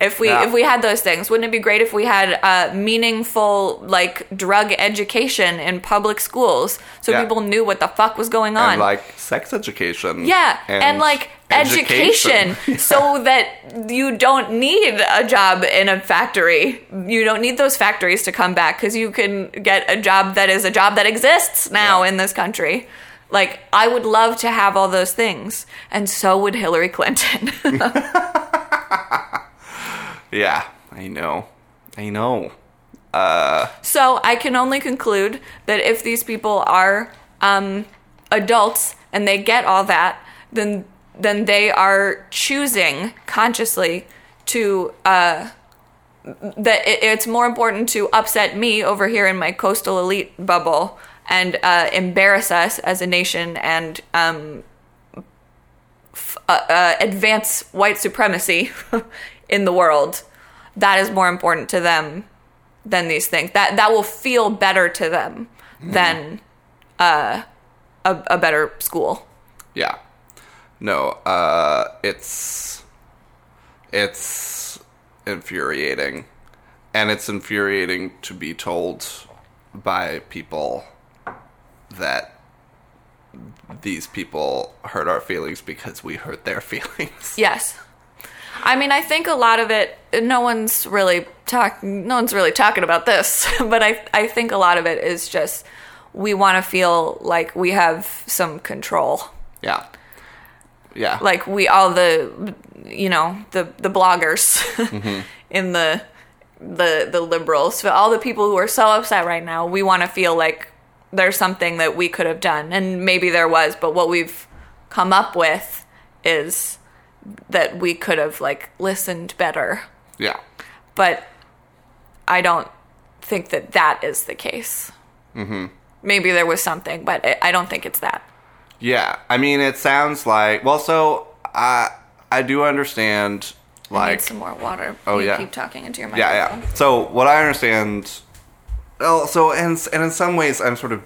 [SPEAKER 2] if we
[SPEAKER 1] Yeah.
[SPEAKER 2] if we had those things wouldn't it be great if we had uh, meaningful like drug education in public schools so
[SPEAKER 1] Yeah.
[SPEAKER 2] people knew what the fuck was going on
[SPEAKER 1] and like sex education.
[SPEAKER 2] Yeah, and, like education, (laughs) so that you don't need a job in a factory. You don't need those factories to come back because you can get a job that is a job that exists now
[SPEAKER 1] Yeah.
[SPEAKER 2] in this country. Like, I would love to have all those things, and so would Hillary Clinton. (laughs)
[SPEAKER 1] Yeah, I know. I know.
[SPEAKER 2] So I can only conclude that if these people are um, adults and they get all that, then then they are choosing consciously to uh, that it, it's more important to upset me over here in my coastal elite bubble and uh, embarrass us as a nation and um, f- uh, uh, advance white supremacy (laughs) in the world. That is more important to them than these things. That that will feel better to them than uh, a, a better school.
[SPEAKER 1] Yeah. No, uh it's it's infuriating. And it's infuriating to be told by people that these people hurt our feelings because we hurt their (laughs) feelings.
[SPEAKER 2] Yes. I mean, I think a lot of it. No one's really talking. No one's really talking about this, (laughs) but I I think a lot of it is just we want to feel like we have some control.
[SPEAKER 1] Yeah. Yeah.
[SPEAKER 2] Like we all the you know the the bloggers
[SPEAKER 1] Mm-hmm.
[SPEAKER 2] (laughs) in the the the liberals, so all the people who are so upset right now. We want to feel like there's something that we could have done, and maybe there was, but what we've come up with is that we could have like listened better
[SPEAKER 1] yeah.
[SPEAKER 2] but i don't think that that is the case mm-hmm. maybe there was something but I- i don't think it's that
[SPEAKER 1] Yeah. I mean, it sounds like well, so I I do understand
[SPEAKER 2] I
[SPEAKER 1] like
[SPEAKER 2] need some more water
[SPEAKER 1] Oh,
[SPEAKER 2] You
[SPEAKER 1] yeah.
[SPEAKER 2] keep talking into your microphone
[SPEAKER 1] yeah, yeah. So what I understand, oh, so and and in some ways, I'm sort of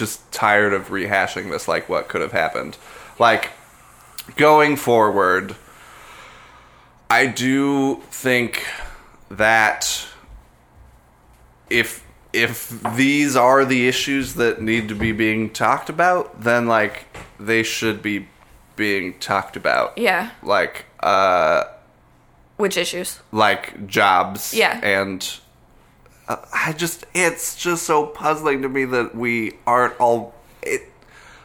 [SPEAKER 1] just tired of rehashing this, like what could have happened, like going forward. I do think that if if these are the issues that need to be being talked about, then like they should be being talked about.
[SPEAKER 2] Yeah.
[SPEAKER 1] Like uh
[SPEAKER 2] which issues
[SPEAKER 1] like jobs.
[SPEAKER 2] Yeah.
[SPEAKER 1] And uh, I just, it's just so puzzling to me that we aren't all. It,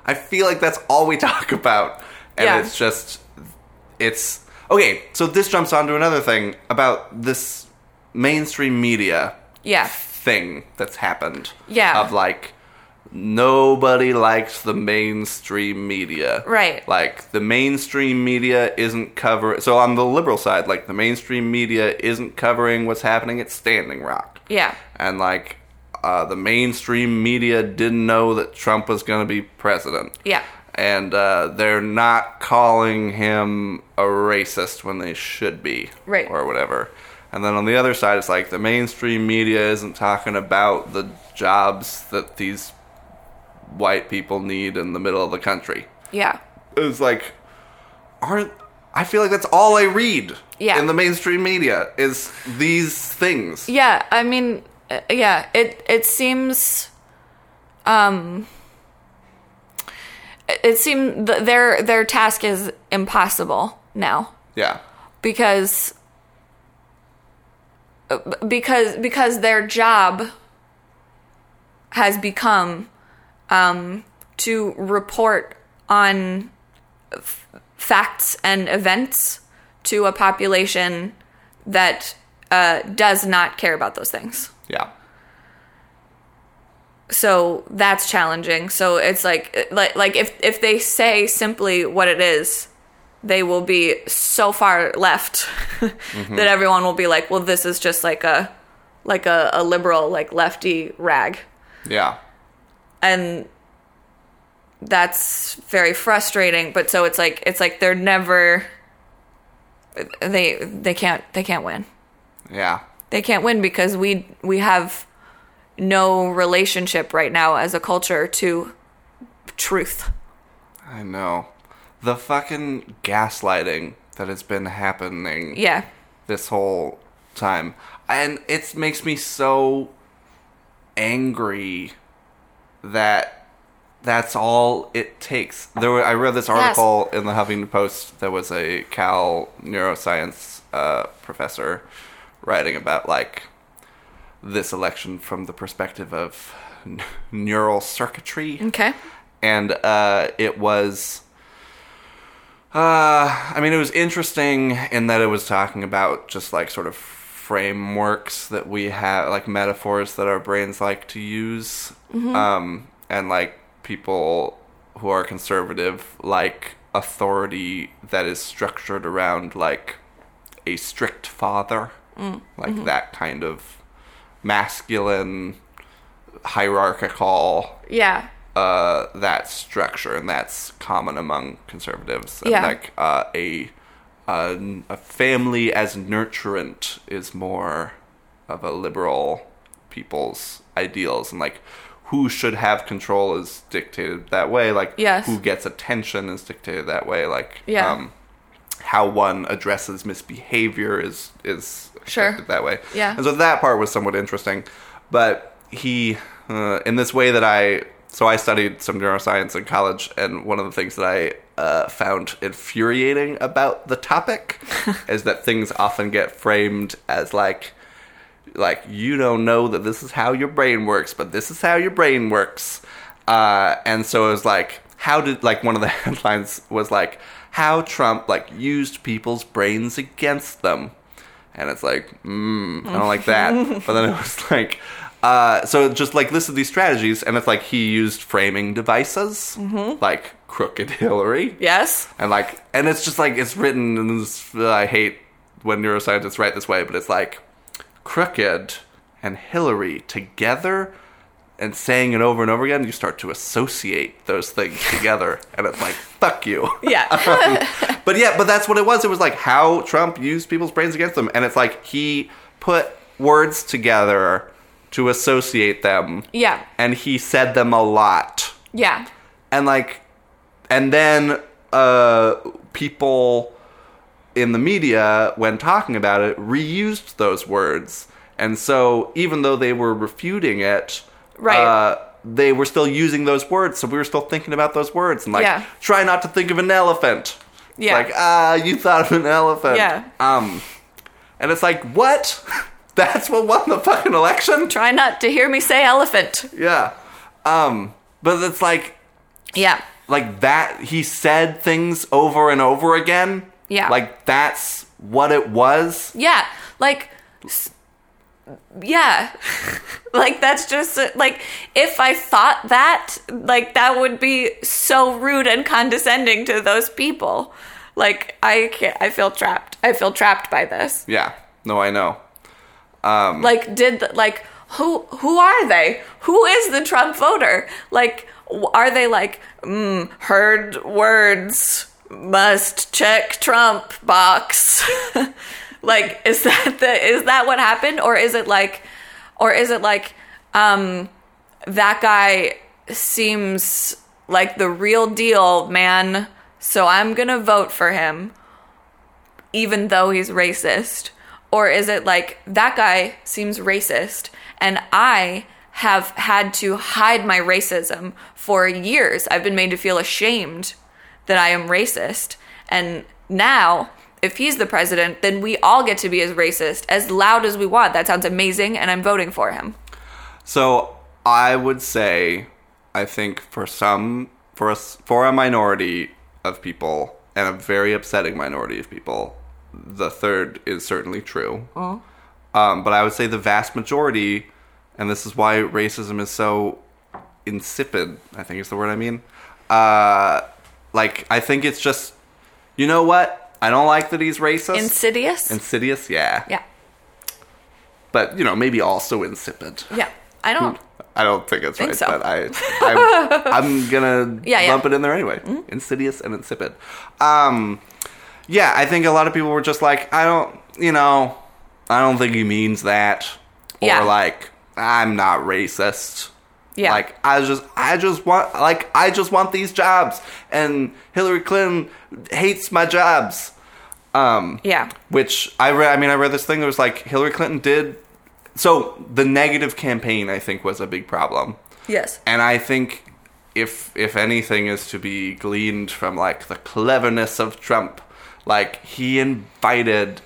[SPEAKER 1] I feel like that's all we (laughs) talk about, and
[SPEAKER 2] Yeah.
[SPEAKER 1] it's just, it's okay. So this jumps onto another thing about this mainstream media
[SPEAKER 2] yeah
[SPEAKER 1] thing that's happened.
[SPEAKER 2] Yeah.
[SPEAKER 1] Of like nobody likes the mainstream media.
[SPEAKER 2] Right.
[SPEAKER 1] Like the mainstream media isn't covering so on the liberal side, like the mainstream media isn't covering what's happening at Standing Rock.
[SPEAKER 2] yeah
[SPEAKER 1] And like uh, the mainstream media didn't know that Trump was going to be president.
[SPEAKER 2] Yeah.
[SPEAKER 1] And uh, they're not calling him a racist when they should be.
[SPEAKER 2] Right.
[SPEAKER 1] Or whatever. And then on the other side, it's like the mainstream media isn't talking about the jobs that these white people need in the middle of the country.
[SPEAKER 2] yeah
[SPEAKER 1] It's like, aren't. I feel like that's all I read
[SPEAKER 2] Yeah.
[SPEAKER 1] in the mainstream media is these things.
[SPEAKER 2] yeah i mean uh, yeah it it seems um it- it seems th- their their task is impossible now
[SPEAKER 1] Yeah.
[SPEAKER 2] because because because their job has become um, to report on f- facts and events to a population that uh, does not care about those things.
[SPEAKER 1] Yeah.
[SPEAKER 2] So that's challenging. So it's like like like if if they say simply what it is, they will be so far left (laughs) that everyone will be like, well, this is just like a like a, a liberal like lefty rag,
[SPEAKER 1] Yeah.
[SPEAKER 2] and that's very frustrating. But so it's like it's like they're never they they can't they can't win
[SPEAKER 1] Yeah.
[SPEAKER 2] they can't win because we we have no relationship right now as a culture to truth.
[SPEAKER 1] I know. The fucking gaslighting that has been happening
[SPEAKER 2] Yeah.
[SPEAKER 1] this whole time. And it makes me so angry that that's all it takes. There were, I read this article in the Huffington Post that was a Cal neuroscience uh, professor writing about like this election from the perspective of n- neural circuitry
[SPEAKER 2] Okay.
[SPEAKER 1] and uh, it was uh, i mean it was interesting in that it was talking about just like sort of frameworks that we have like metaphors that our brains like to use um, and like people who are conservative like authority that is structured around like a strict father like that kind of masculine hierarchical
[SPEAKER 2] Yeah.
[SPEAKER 1] uh, that structure, and that's common among conservatives. And
[SPEAKER 2] Yeah.
[SPEAKER 1] like uh, a, a n- a family as nurturant is more of a liberal people's ideals, and like who should have control is dictated that way. Like
[SPEAKER 2] Yes.
[SPEAKER 1] who gets attention is dictated that way. Like um,
[SPEAKER 2] Yeah.
[SPEAKER 1] how one addresses misbehavior is is
[SPEAKER 2] Sure.
[SPEAKER 1] affected that way.
[SPEAKER 2] Yeah.
[SPEAKER 1] And so that part was somewhat interesting, but he, uh, in this way that I So I studied some neuroscience in college, and one of the things that I uh, found infuriating about the topic is that things often get framed as like, like you don't know that this is how your brain works, but this is how your brain works. Uh, and so it was like, how did like one of the (laughs) headlines was like how Trump like used people's brains against them, and it's like, mm, I don't like that. but then it was like. Uh, so just like listed these strategies, and it's like he used framing devices, like crooked Hillary,
[SPEAKER 2] Yes.
[SPEAKER 1] and like and it's just like it's written and this, i hate when neuroscientists write this way but it's like crooked and hillary together and saying it over and over again you start to associate those things together and it's like fuck you
[SPEAKER 2] (laughs) Yeah.
[SPEAKER 1] but yeah, but that's what it was. It was like how Trump used people's brains against them, and it's like he put words together to associate them.
[SPEAKER 2] Yeah.
[SPEAKER 1] and he said them a lot,
[SPEAKER 2] yeah.
[SPEAKER 1] and like, and then uh, people in the media, when talking about it, reused those words, and so even though they were refuting it,
[SPEAKER 2] Right.
[SPEAKER 1] Uh, they were still using those words, so we were still thinking about those words and like
[SPEAKER 2] Yeah.
[SPEAKER 1] try not to think of an elephant.
[SPEAKER 2] Yeah.
[SPEAKER 1] Like, ah, you thought of an elephant.
[SPEAKER 2] Yeah.
[SPEAKER 1] Um, and it's like, what? (laughs) That's what won the fucking election?
[SPEAKER 2] Try not to hear me say elephant.
[SPEAKER 1] Yeah. Um, but it's like,
[SPEAKER 2] Yeah.
[SPEAKER 1] like that, he said things over and over again.
[SPEAKER 2] Yeah.
[SPEAKER 1] Like, that's what it was.
[SPEAKER 2] Yeah. Like, s- yeah. (laughs) like, that's just uh, like, if I thought that, like, that would be so rude and condescending to those people. Like, I can't, I feel trapped. I feel trapped by this.
[SPEAKER 1] Yeah. No, I know.
[SPEAKER 2] like did the, like who who are they who is the trump voter like w- are they like mm, heard words must check trump box (laughs) like is that the is that what happened or is it like or is it like um that guy seems like the real deal man so i'm gonna vote for him even though he's racist? Or is it like that guy seems racist and I have had to hide my racism for years? I've been made to feel ashamed that I am racist. And now, if he's the president, then we all get to be as racist, as loud as we want. That sounds amazing, and I'm voting for him.
[SPEAKER 1] So I would say, I think for some, for us, for a minority of people, and a very upsetting minority of people, the third is certainly true. Um, but I would say the vast majority, and this is why racism is so insipid. I think is the word I mean. Uh, like I think it's just, you know what? I don't like that he's racist.
[SPEAKER 2] Insidious?
[SPEAKER 1] Insidious, yeah.
[SPEAKER 2] yeah.
[SPEAKER 1] But you know, maybe also insipid.
[SPEAKER 2] Yeah. I don't.
[SPEAKER 1] I don't think it's
[SPEAKER 2] Think
[SPEAKER 1] right,
[SPEAKER 2] so.
[SPEAKER 1] but I,
[SPEAKER 2] (laughs)
[SPEAKER 1] I I'm gonna
[SPEAKER 2] Yeah, Mm-hmm. yeah.
[SPEAKER 1] lump it in there anyway. Insidious and insipid. Um, yeah, I think a lot of people were just like, I don't, you know, I don't think he means that, or
[SPEAKER 2] Yeah.
[SPEAKER 1] like, I'm not racist.
[SPEAKER 2] Yeah.
[SPEAKER 1] Like I just I just want like I just want these jobs, and Hillary Clinton hates my jobs. Um,
[SPEAKER 2] Yeah.
[SPEAKER 1] which I read. I mean, I read this thing that was like Hillary Clinton did. So the negative campaign, I think, was a big problem,
[SPEAKER 2] Yes.
[SPEAKER 1] and I think if if anything is to be gleaned from like the cleverness of Trump, like he invited,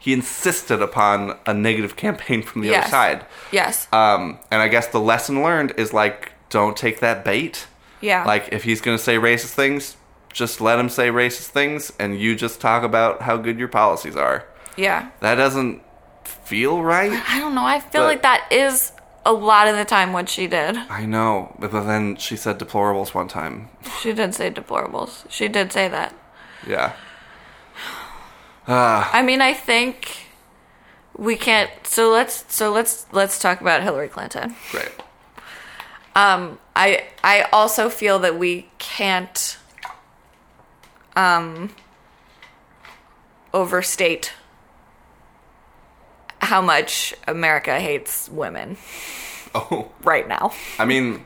[SPEAKER 1] he insisted upon a negative campaign from the
[SPEAKER 2] Yes.
[SPEAKER 1] other side.
[SPEAKER 2] Yes.
[SPEAKER 1] Um, and I guess the lesson learned is like don't take that bait.
[SPEAKER 2] Yeah.
[SPEAKER 1] Like if he's gonna say racist things, just let him say racist things, and you just talk about how good your policies are
[SPEAKER 2] yeah.
[SPEAKER 1] that doesn't feel
[SPEAKER 2] (sighs)
[SPEAKER 1] right.
[SPEAKER 2] I don't know. I feel
[SPEAKER 1] But-
[SPEAKER 2] like that is a lot of the time what she did.
[SPEAKER 1] I know, but then she said deplorables one time.
[SPEAKER 2] She did say deplorables. She did say that.
[SPEAKER 1] Yeah.
[SPEAKER 2] I mean, I think we can't. So let's so let's let's talk about Hillary Clinton.
[SPEAKER 1] Great.
[SPEAKER 2] Um, I I also feel that we can't um overstate how much America hates women
[SPEAKER 1] (laughs) Oh,
[SPEAKER 2] right now.
[SPEAKER 1] I mean,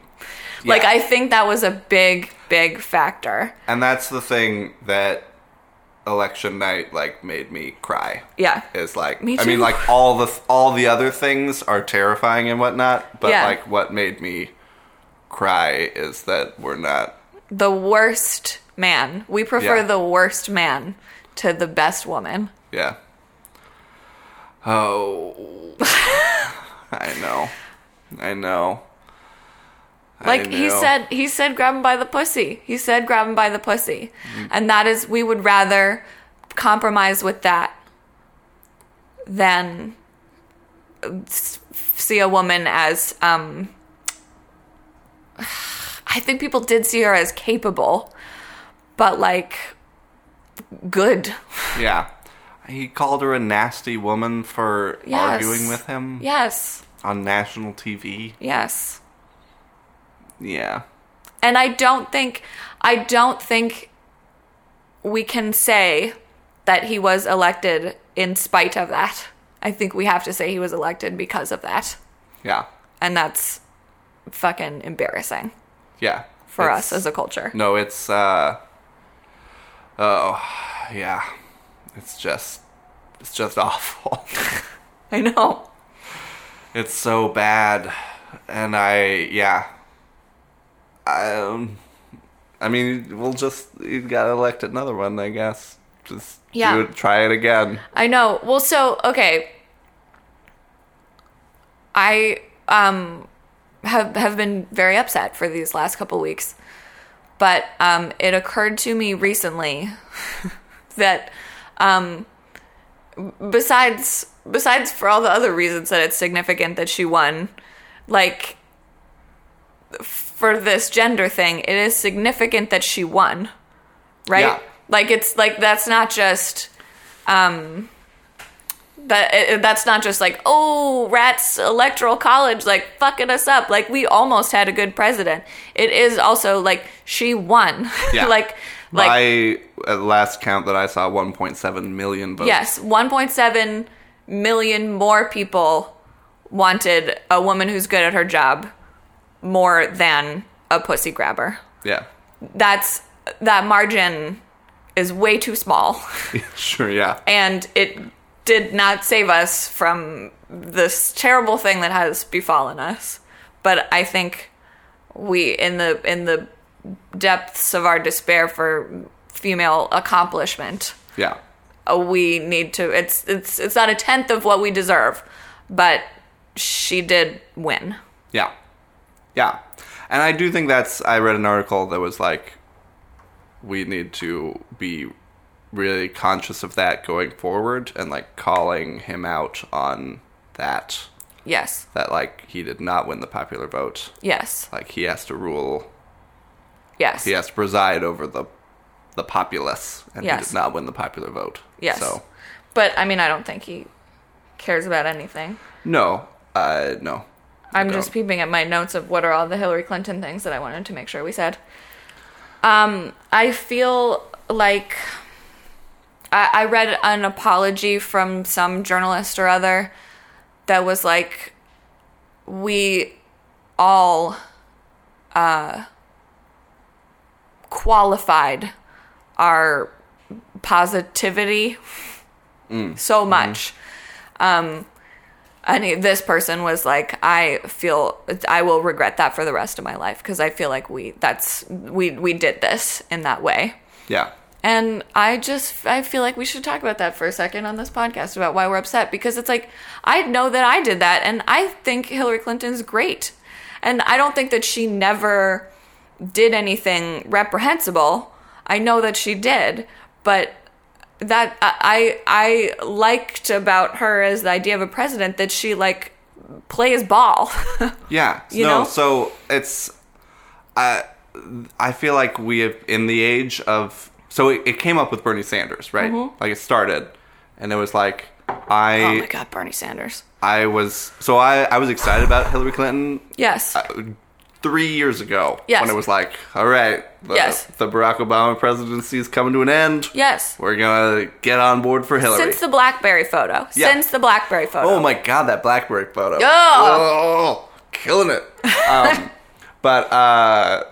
[SPEAKER 2] Like
[SPEAKER 1] yeah.
[SPEAKER 2] I think that was a big big factor.
[SPEAKER 1] and that's the thing that election night like made me cry.
[SPEAKER 2] Yeah.
[SPEAKER 1] Is like
[SPEAKER 2] Me
[SPEAKER 1] I mean
[SPEAKER 2] too.
[SPEAKER 1] like all the all the other things are terrifying and whatnot, but
[SPEAKER 2] Yeah.
[SPEAKER 1] like what made me cry is that we're not
[SPEAKER 2] The worst man. We prefer
[SPEAKER 1] Yeah.
[SPEAKER 2] the worst man to the best woman.
[SPEAKER 1] Yeah.
[SPEAKER 2] (laughs)
[SPEAKER 1] Oh. I know. I know. I
[SPEAKER 2] Like he
[SPEAKER 1] know.
[SPEAKER 2] said, he said, grab him by the pussy. He said, grab him by the pussy.
[SPEAKER 1] Mm.
[SPEAKER 2] And that is, we would rather compromise with that than s- see a woman as, um, (sighs) I think people did see her as capable, but like good.
[SPEAKER 1] Yeah. He called her a nasty woman for
[SPEAKER 2] Yes.
[SPEAKER 1] arguing with him
[SPEAKER 2] Yes.
[SPEAKER 1] on national TV.
[SPEAKER 2] Yes.
[SPEAKER 1] Yeah.
[SPEAKER 2] And I don't think I don't think we can say that he was elected in spite of that. I think we have to say he was elected because of that.
[SPEAKER 1] Yeah.
[SPEAKER 2] And that's fucking embarrassing
[SPEAKER 1] Yeah.
[SPEAKER 2] for
[SPEAKER 1] It's-
[SPEAKER 2] us as a culture.
[SPEAKER 1] No, it's uh Oh, yeah. It's just it's just (laughs) awful.
[SPEAKER 2] I know.
[SPEAKER 1] It's so bad, and I yeah. I um, I mean, we'll just you gotta elect another one, I guess. Just
[SPEAKER 2] Yeah.
[SPEAKER 1] do it, try it again.
[SPEAKER 2] I know. Well, so okay. I um have have been very upset for these last couple weeks, but um, it occurred to me recently (laughs) that um, besides besides for all the other reasons that it's significant that she won, like for this gender thing, it is significant that she won, right?
[SPEAKER 1] Yeah.
[SPEAKER 2] Like it's like that's not just that it, it- that's not just like oh rats electoral college like fucking us up like we almost had a good president it is also like she won
[SPEAKER 1] Yeah.
[SPEAKER 2] (laughs) like like
[SPEAKER 1] By at last count that I saw, 1.7 million votes.
[SPEAKER 2] yes 1.7 million more people wanted a woman who's good at her job more than a pussy grabber
[SPEAKER 1] Yeah. (laughs)
[SPEAKER 2] that's that margin is way too small
[SPEAKER 1] sure. Yeah.
[SPEAKER 2] and it did not save us from this terrible thing that has befallen us. But I think we, in the in the depths of our despair for female accomplishment,
[SPEAKER 1] Yeah.
[SPEAKER 2] uh, we need to. It's it's it's not a tenth of what we deserve, but she did win.
[SPEAKER 1] Yeah. Yeah. And I do think that's. I read an article that was like, we need to be really conscious of that going forward and like calling him out on that.
[SPEAKER 2] Yes,
[SPEAKER 1] That like he did not win the popular vote.
[SPEAKER 2] yes,
[SPEAKER 1] Like he has to rule.
[SPEAKER 2] yes,
[SPEAKER 1] He has to preside over the the populace, and he
[SPEAKER 2] Yes.
[SPEAKER 1] did not win the popular vote.
[SPEAKER 2] yes.
[SPEAKER 1] So
[SPEAKER 2] But I mean, I don't think he cares about anything.
[SPEAKER 1] no, uh, no. I
[SPEAKER 2] I'm just
[SPEAKER 1] don't.
[SPEAKER 2] peeping at my notes of what are all the Hillary Clinton things that I wanted to make sure we said. Um, I feel like I, I read an apology from some journalist or other that was like, we all uh, qualified our positivity so much and he- this person was like i feel i will regret that for the rest of my life because i feel like we that's we we did this in that way
[SPEAKER 1] yeah,
[SPEAKER 2] and i just i feel like we should talk about that for a second on this podcast about why we're upset because it's like i know that i did that and i think hillary clinton's great and i don't think that she never did anything reprehensible i know that she did but that I I I liked about her as the idea of a president that she like plays ball. (laughs)
[SPEAKER 1] yeah.
[SPEAKER 2] You
[SPEAKER 1] no,
[SPEAKER 2] know?
[SPEAKER 1] so it's I I feel like we have in the age of so it, it came up with Bernie Sanders, right? Like it started, and it was like I
[SPEAKER 2] Mm-hmm. oh my god, Bernie Sanders.
[SPEAKER 1] I was so I I was excited about Hillary Clinton
[SPEAKER 2] Yes.
[SPEAKER 1] Uh, three years ago
[SPEAKER 2] Yes.
[SPEAKER 1] when it was like, all right, the,
[SPEAKER 2] Yes.
[SPEAKER 1] the Barack Obama presidency is coming to an end.
[SPEAKER 2] yes.
[SPEAKER 1] We're gonna get on board for Hillary.
[SPEAKER 2] Since the BlackBerry photo.
[SPEAKER 1] Yeah.
[SPEAKER 2] Since the BlackBerry photo.
[SPEAKER 1] oh my God, that BlackBerry photo.
[SPEAKER 2] Oh.
[SPEAKER 1] Oh, killing it. Um,
[SPEAKER 2] (laughs)
[SPEAKER 1] but uh,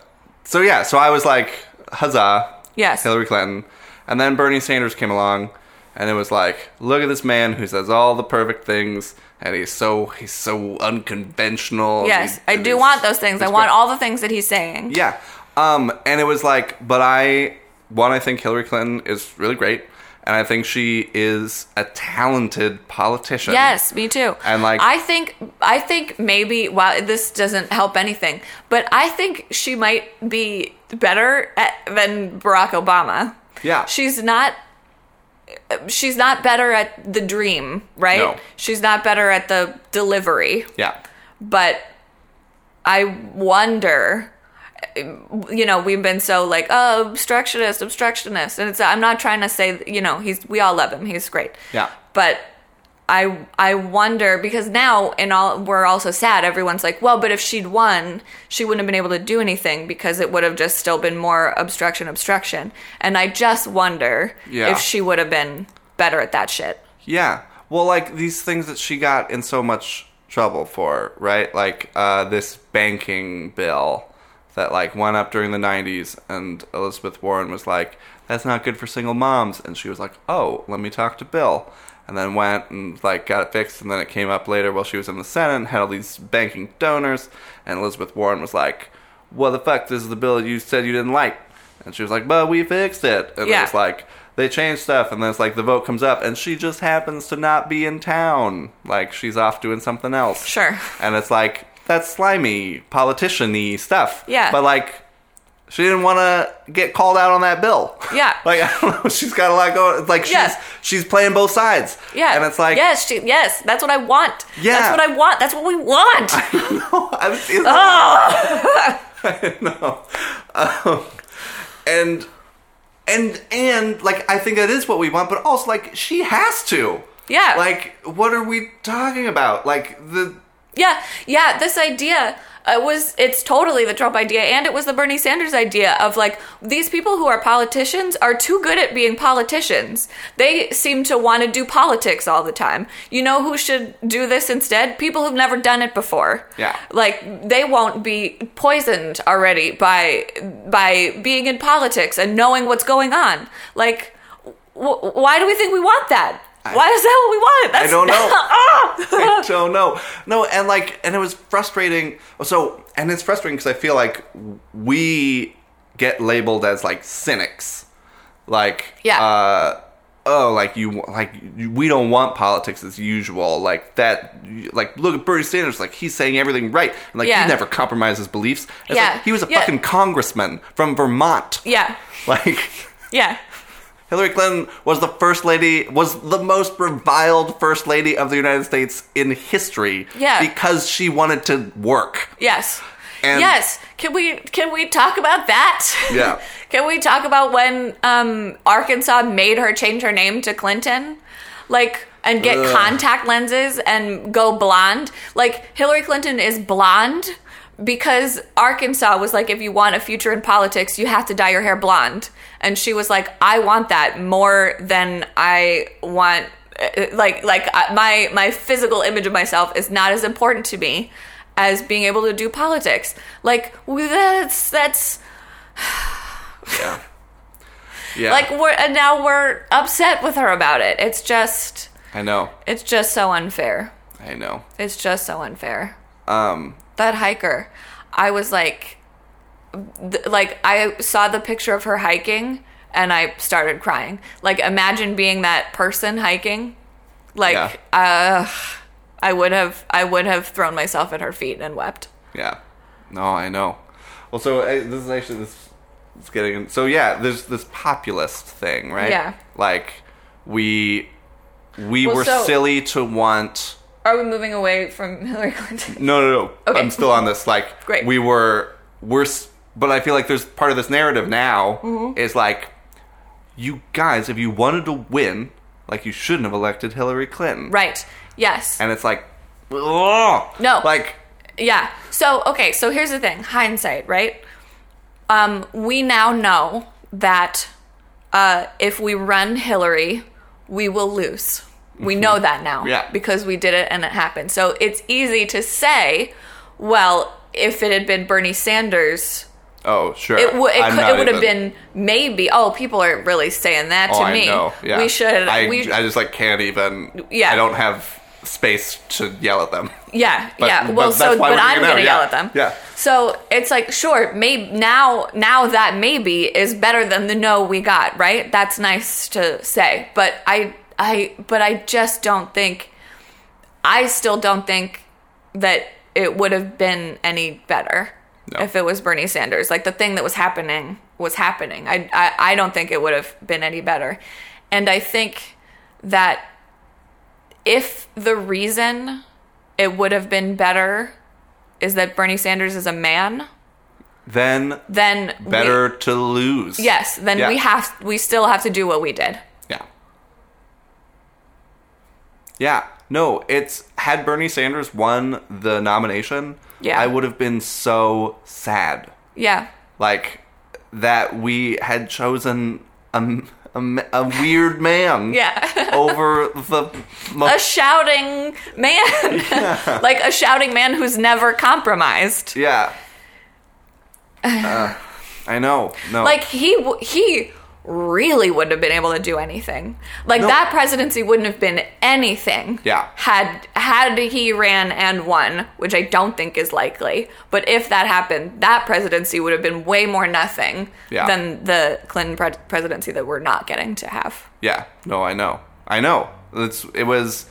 [SPEAKER 1] so yeah, so I was like, huzzah,
[SPEAKER 2] Yes.
[SPEAKER 1] Hillary Clinton, and then Bernie Sanders came along, and it was like, look at this man who says all the perfect things, and he's so he's so unconventional. and
[SPEAKER 2] Yes,
[SPEAKER 1] he-
[SPEAKER 2] I
[SPEAKER 1] and
[SPEAKER 2] do
[SPEAKER 1] he's-
[SPEAKER 2] want those things. I
[SPEAKER 1] he's
[SPEAKER 2] want
[SPEAKER 1] great."
[SPEAKER 2] all the things that he's saying.
[SPEAKER 1] Yeah. Um, and it was like, but I, one, I think Hillary Clinton is really great, and I think she is a talented politician.
[SPEAKER 2] Yes, me too.
[SPEAKER 1] And, like-
[SPEAKER 2] I think, I think maybe. Wow, this doesn't help anything. But I think she might be better at, than Barack Obama.
[SPEAKER 1] Yeah.
[SPEAKER 2] she's not. She's not better at the dream, right?
[SPEAKER 1] No.
[SPEAKER 2] She's not better at the delivery,
[SPEAKER 1] Yeah.
[SPEAKER 2] but I wonder. You know, we've been so like, oh, obstructionist, obstructionist, and it's. I'm not trying to say, you know, he's. We all love him. He's great
[SPEAKER 1] Yeah.
[SPEAKER 2] but I I wonder because now in all we're also sad. Everyone's like, well, but if she'd won, she wouldn't have been able to do anything because it would have just still been more obstruction, obstruction. And I just wonder
[SPEAKER 1] Yeah.
[SPEAKER 2] if she would have been better at that shit.
[SPEAKER 1] Yeah. Well, like these things that she got in so much trouble for, right? Like uh, this banking bill that like went up during the 90s and Elizabeth Warren was like, that's not good for single moms. And she was like, oh, let me talk to Bill. And then went and like got it fixed. And then it came up later while she was in the Senate and had all these banking donors. And Elizabeth Warren was like, what the fuck? This is the bill you said you didn't like. And she was like, but we fixed it. And it
[SPEAKER 2] Yeah.
[SPEAKER 1] was like, like they change stuff and then it's like the vote comes up and she just happens to not be in town like she's off doing something else
[SPEAKER 2] Sure.
[SPEAKER 1] and it's like that's slimy politician-y stuff
[SPEAKER 2] Yeah.
[SPEAKER 1] but like she didn't want to get called out on that bill
[SPEAKER 2] Yeah.
[SPEAKER 1] (laughs) like i don't know she's got a lot going it's like she's
[SPEAKER 2] Yes.
[SPEAKER 1] she's playing both sides
[SPEAKER 2] Yeah,
[SPEAKER 1] and it's like
[SPEAKER 2] yes, she, yes, that's what I want.
[SPEAKER 1] Yeah.
[SPEAKER 2] that's what I want. That's what
[SPEAKER 1] (laughs)
[SPEAKER 2] we want.
[SPEAKER 1] I was- it's- (laughs) I know. Um, and and and like I think that is what we want, but also like she has to.
[SPEAKER 2] Yeah.
[SPEAKER 1] Like what are we talking about? Like the
[SPEAKER 2] Yeah, yeah, this idea it was it's totally the Trump idea and it was the Bernie Sanders idea of like these people who are politicians are too good at being politicians. They seem to want to do politics all the time. You know who should do this instead? People who've never done it before.
[SPEAKER 1] Yeah.
[SPEAKER 2] Like they won't be poisoned already by by being in politics and knowing what's going on. Like wh- why do we think we want that? why is that what we want? That's,
[SPEAKER 1] don't know.
[SPEAKER 2] (laughs) Ah!
[SPEAKER 1] I don't know. No, and like, and it was frustrating. So, and it's frustrating because I feel like we get labeled as like cynics, like
[SPEAKER 2] Yeah.
[SPEAKER 1] uh, oh, like you, like you, we don't want politics as usual. Like that, like look at Bernie Sanders, like he's saying everything right, and like
[SPEAKER 2] Yeah.
[SPEAKER 1] he never compromised his beliefs. It's
[SPEAKER 2] Yeah.
[SPEAKER 1] like, he was a
[SPEAKER 2] Yeah.
[SPEAKER 1] fucking congressman from Vermont.
[SPEAKER 2] yeah.
[SPEAKER 1] (laughs) Like
[SPEAKER 2] Yeah.
[SPEAKER 1] Hillary Clinton was the first lady, was the most reviled first lady of the United States in history.
[SPEAKER 2] Yeah.
[SPEAKER 1] Because she wanted to work.
[SPEAKER 2] Yes.
[SPEAKER 1] And-
[SPEAKER 2] yes. Can we can we talk about that? (laughs)
[SPEAKER 1] Yeah.
[SPEAKER 2] can we talk about when um, Arkansas made her change her name to Clinton, like and get
[SPEAKER 1] Ugh.
[SPEAKER 2] contact lenses and go blonde? Like Hillary Clinton is blonde because Arkansas was like, if you want a future in politics, you have to dye your hair blonde, and she was like, I want that more than I want. uh, Like like uh, my my physical image of myself is not as important to me as being able to do politics. Like that's that's
[SPEAKER 1] Yeah. (laughs) Yeah.
[SPEAKER 2] (laughs) like we're and now we're upset with her about it. It's just
[SPEAKER 1] I know.
[SPEAKER 2] it's just so unfair.
[SPEAKER 1] I know.
[SPEAKER 2] It's just so unfair.
[SPEAKER 1] Um,
[SPEAKER 2] That hiker, I was like th- like I saw the picture of her hiking and I started crying. Like imagine being that person hiking. Like uh I would have I would have thrown myself at her feet and wept.
[SPEAKER 1] yeah. No, I know. Well, so I, this is actually this. It's getting in- so yeah. There's this populist thing, right?
[SPEAKER 2] Yeah.
[SPEAKER 1] Like we we
[SPEAKER 2] Well,
[SPEAKER 1] were
[SPEAKER 2] so-
[SPEAKER 1] silly to want.
[SPEAKER 2] Are we moving away from Hillary Clinton?
[SPEAKER 1] No, no, no.
[SPEAKER 2] Okay.
[SPEAKER 1] I'm still on this. Like,
[SPEAKER 2] Great.
[SPEAKER 1] We were, we're, s- but I feel like there's part of this narrative now
[SPEAKER 2] Mm-hmm.
[SPEAKER 1] is like, you guys, if you wanted to win, like, you shouldn't have elected Hillary Clinton.
[SPEAKER 2] Right. Yes.
[SPEAKER 1] And it's like, ugh.
[SPEAKER 2] No.
[SPEAKER 1] Like,
[SPEAKER 2] yeah. So, okay, so here's the thing, hindsight, right? Um we now know that uh if we run Hillary, we will lose. We know that now
[SPEAKER 1] Mhm. Yeah.
[SPEAKER 2] because we did it and it happened. So, it's easy to say, well, if it had been Bernie Sanders,
[SPEAKER 1] Oh, sure.
[SPEAKER 2] It, w- it,
[SPEAKER 1] I'm
[SPEAKER 2] could,
[SPEAKER 1] not
[SPEAKER 2] it would have
[SPEAKER 1] even-
[SPEAKER 2] been maybe. Oh, people are really saying that
[SPEAKER 1] Oh,
[SPEAKER 2] to
[SPEAKER 1] I
[SPEAKER 2] me.
[SPEAKER 1] know. Yeah.
[SPEAKER 2] We should.
[SPEAKER 1] I,
[SPEAKER 2] we,
[SPEAKER 1] I just like can't even.
[SPEAKER 2] Yeah.
[SPEAKER 1] I don't have space to yell at them.
[SPEAKER 2] yeah,
[SPEAKER 1] But-
[SPEAKER 2] yeah.
[SPEAKER 1] but
[SPEAKER 2] Well,
[SPEAKER 1] that's
[SPEAKER 2] so
[SPEAKER 1] why we're
[SPEAKER 2] but I'm
[SPEAKER 1] hanging out,
[SPEAKER 2] gonna yell
[SPEAKER 1] yeah,
[SPEAKER 2] at them.
[SPEAKER 1] yeah.
[SPEAKER 2] So it's like sure, maybe now now that maybe is better than the no we got. Right. That's nice to say, but I I but I just don't think. I still don't think that it would have been any better
[SPEAKER 1] No.
[SPEAKER 2] if it was Bernie Sanders. Like the thing that was happening was happening. I, I I don't think it would have been any better, and I think that if the reason it would have been better is that Bernie Sanders is a man,
[SPEAKER 1] Then
[SPEAKER 2] then we-
[SPEAKER 1] better to lose.
[SPEAKER 2] yes, then
[SPEAKER 1] Yeah.
[SPEAKER 2] we have we still have to do what we did.
[SPEAKER 1] Yeah. Yeah. No, it's had Bernie Sanders won the nomination,
[SPEAKER 2] Yeah.
[SPEAKER 1] I would have been so sad.
[SPEAKER 2] Yeah.
[SPEAKER 1] Like that we had chosen a, a, ma- a weird man
[SPEAKER 2] (laughs) Yeah.
[SPEAKER 1] (laughs) over the most
[SPEAKER 2] a shouting man. (laughs) like a shouting man who's never compromised. (sighs)
[SPEAKER 1] Yeah. Uh, I know. No.
[SPEAKER 2] Like he w- he really wouldn't have been able to do anything. Like
[SPEAKER 1] No.
[SPEAKER 2] that presidency wouldn't have been anything.
[SPEAKER 1] Yeah.
[SPEAKER 2] Had had he ran and won, which I don't think is likely, but if that happened, that presidency would have been way more nothing
[SPEAKER 1] Yeah.
[SPEAKER 2] than the Clinton pre- presidency that we're not getting to have.
[SPEAKER 1] yeah. No, I know. I know. It's it was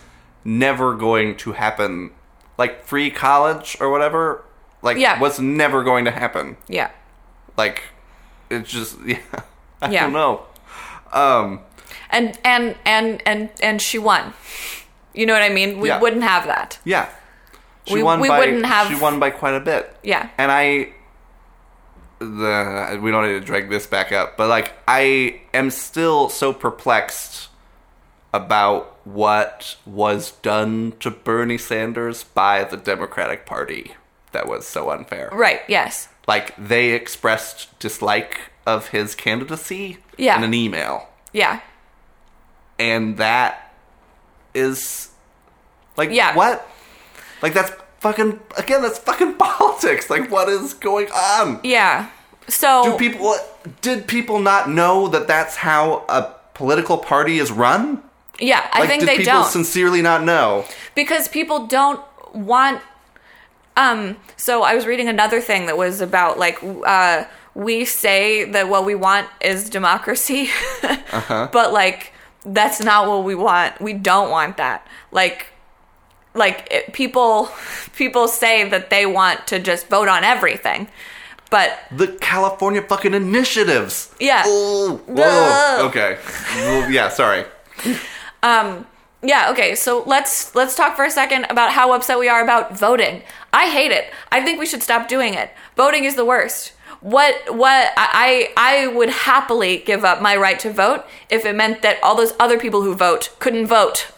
[SPEAKER 1] never going to happen. Like free college or whatever. Like
[SPEAKER 2] Yeah.
[SPEAKER 1] was never going to happen.
[SPEAKER 2] Yeah.
[SPEAKER 1] Like it's just (laughs) yeah. I
[SPEAKER 2] Yeah.
[SPEAKER 1] don't know. Um
[SPEAKER 2] And and and and and she won. You know what I mean? We
[SPEAKER 1] Yeah.
[SPEAKER 2] wouldn't have that.
[SPEAKER 1] yeah. She
[SPEAKER 2] We-
[SPEAKER 1] won
[SPEAKER 2] we
[SPEAKER 1] by
[SPEAKER 2] wouldn't have-
[SPEAKER 1] she won by quite a bit.
[SPEAKER 2] Yeah.
[SPEAKER 1] And I the we don't need to drag this back up, but like I am still so perplexed about what was done to Bernie Sanders by the Democratic Party that was so unfair.
[SPEAKER 2] Right. Yes.
[SPEAKER 1] Like they expressed dislike of his candidacy
[SPEAKER 2] Yeah.
[SPEAKER 1] in an email.
[SPEAKER 2] Yeah.
[SPEAKER 1] And that is like
[SPEAKER 2] Yeah.
[SPEAKER 1] what? Like that's fucking again, that's fucking (laughs) politics. Like what is going on?
[SPEAKER 2] Yeah. So
[SPEAKER 1] Do people did people not know that that's how a political party is run?
[SPEAKER 2] Yeah, I
[SPEAKER 1] Like,
[SPEAKER 2] think
[SPEAKER 1] did
[SPEAKER 2] they
[SPEAKER 1] people
[SPEAKER 2] don't
[SPEAKER 1] sincerely not know?
[SPEAKER 2] because people don't want. Um. So I was reading another thing that was about like uh, we say that what we want is democracy, (laughs)
[SPEAKER 1] Uh-huh.
[SPEAKER 2] but like that's not what we want. We don't want that. Like. Like it, people, (laughs) people say that they want to just vote on everything, but
[SPEAKER 1] The California fucking initiatives.
[SPEAKER 2] Yeah.
[SPEAKER 1] Oh,
[SPEAKER 2] Ugh.
[SPEAKER 1] whoa. Okay. Well, yeah. Sorry.
[SPEAKER 2] Yeah, okay. So let's let's talk for a second about how upset we are about voting. I hate it. I think we should stop doing it. Voting is the worst. What what I I I would happily give up my right to vote if it meant that all those other people who vote couldn't vote.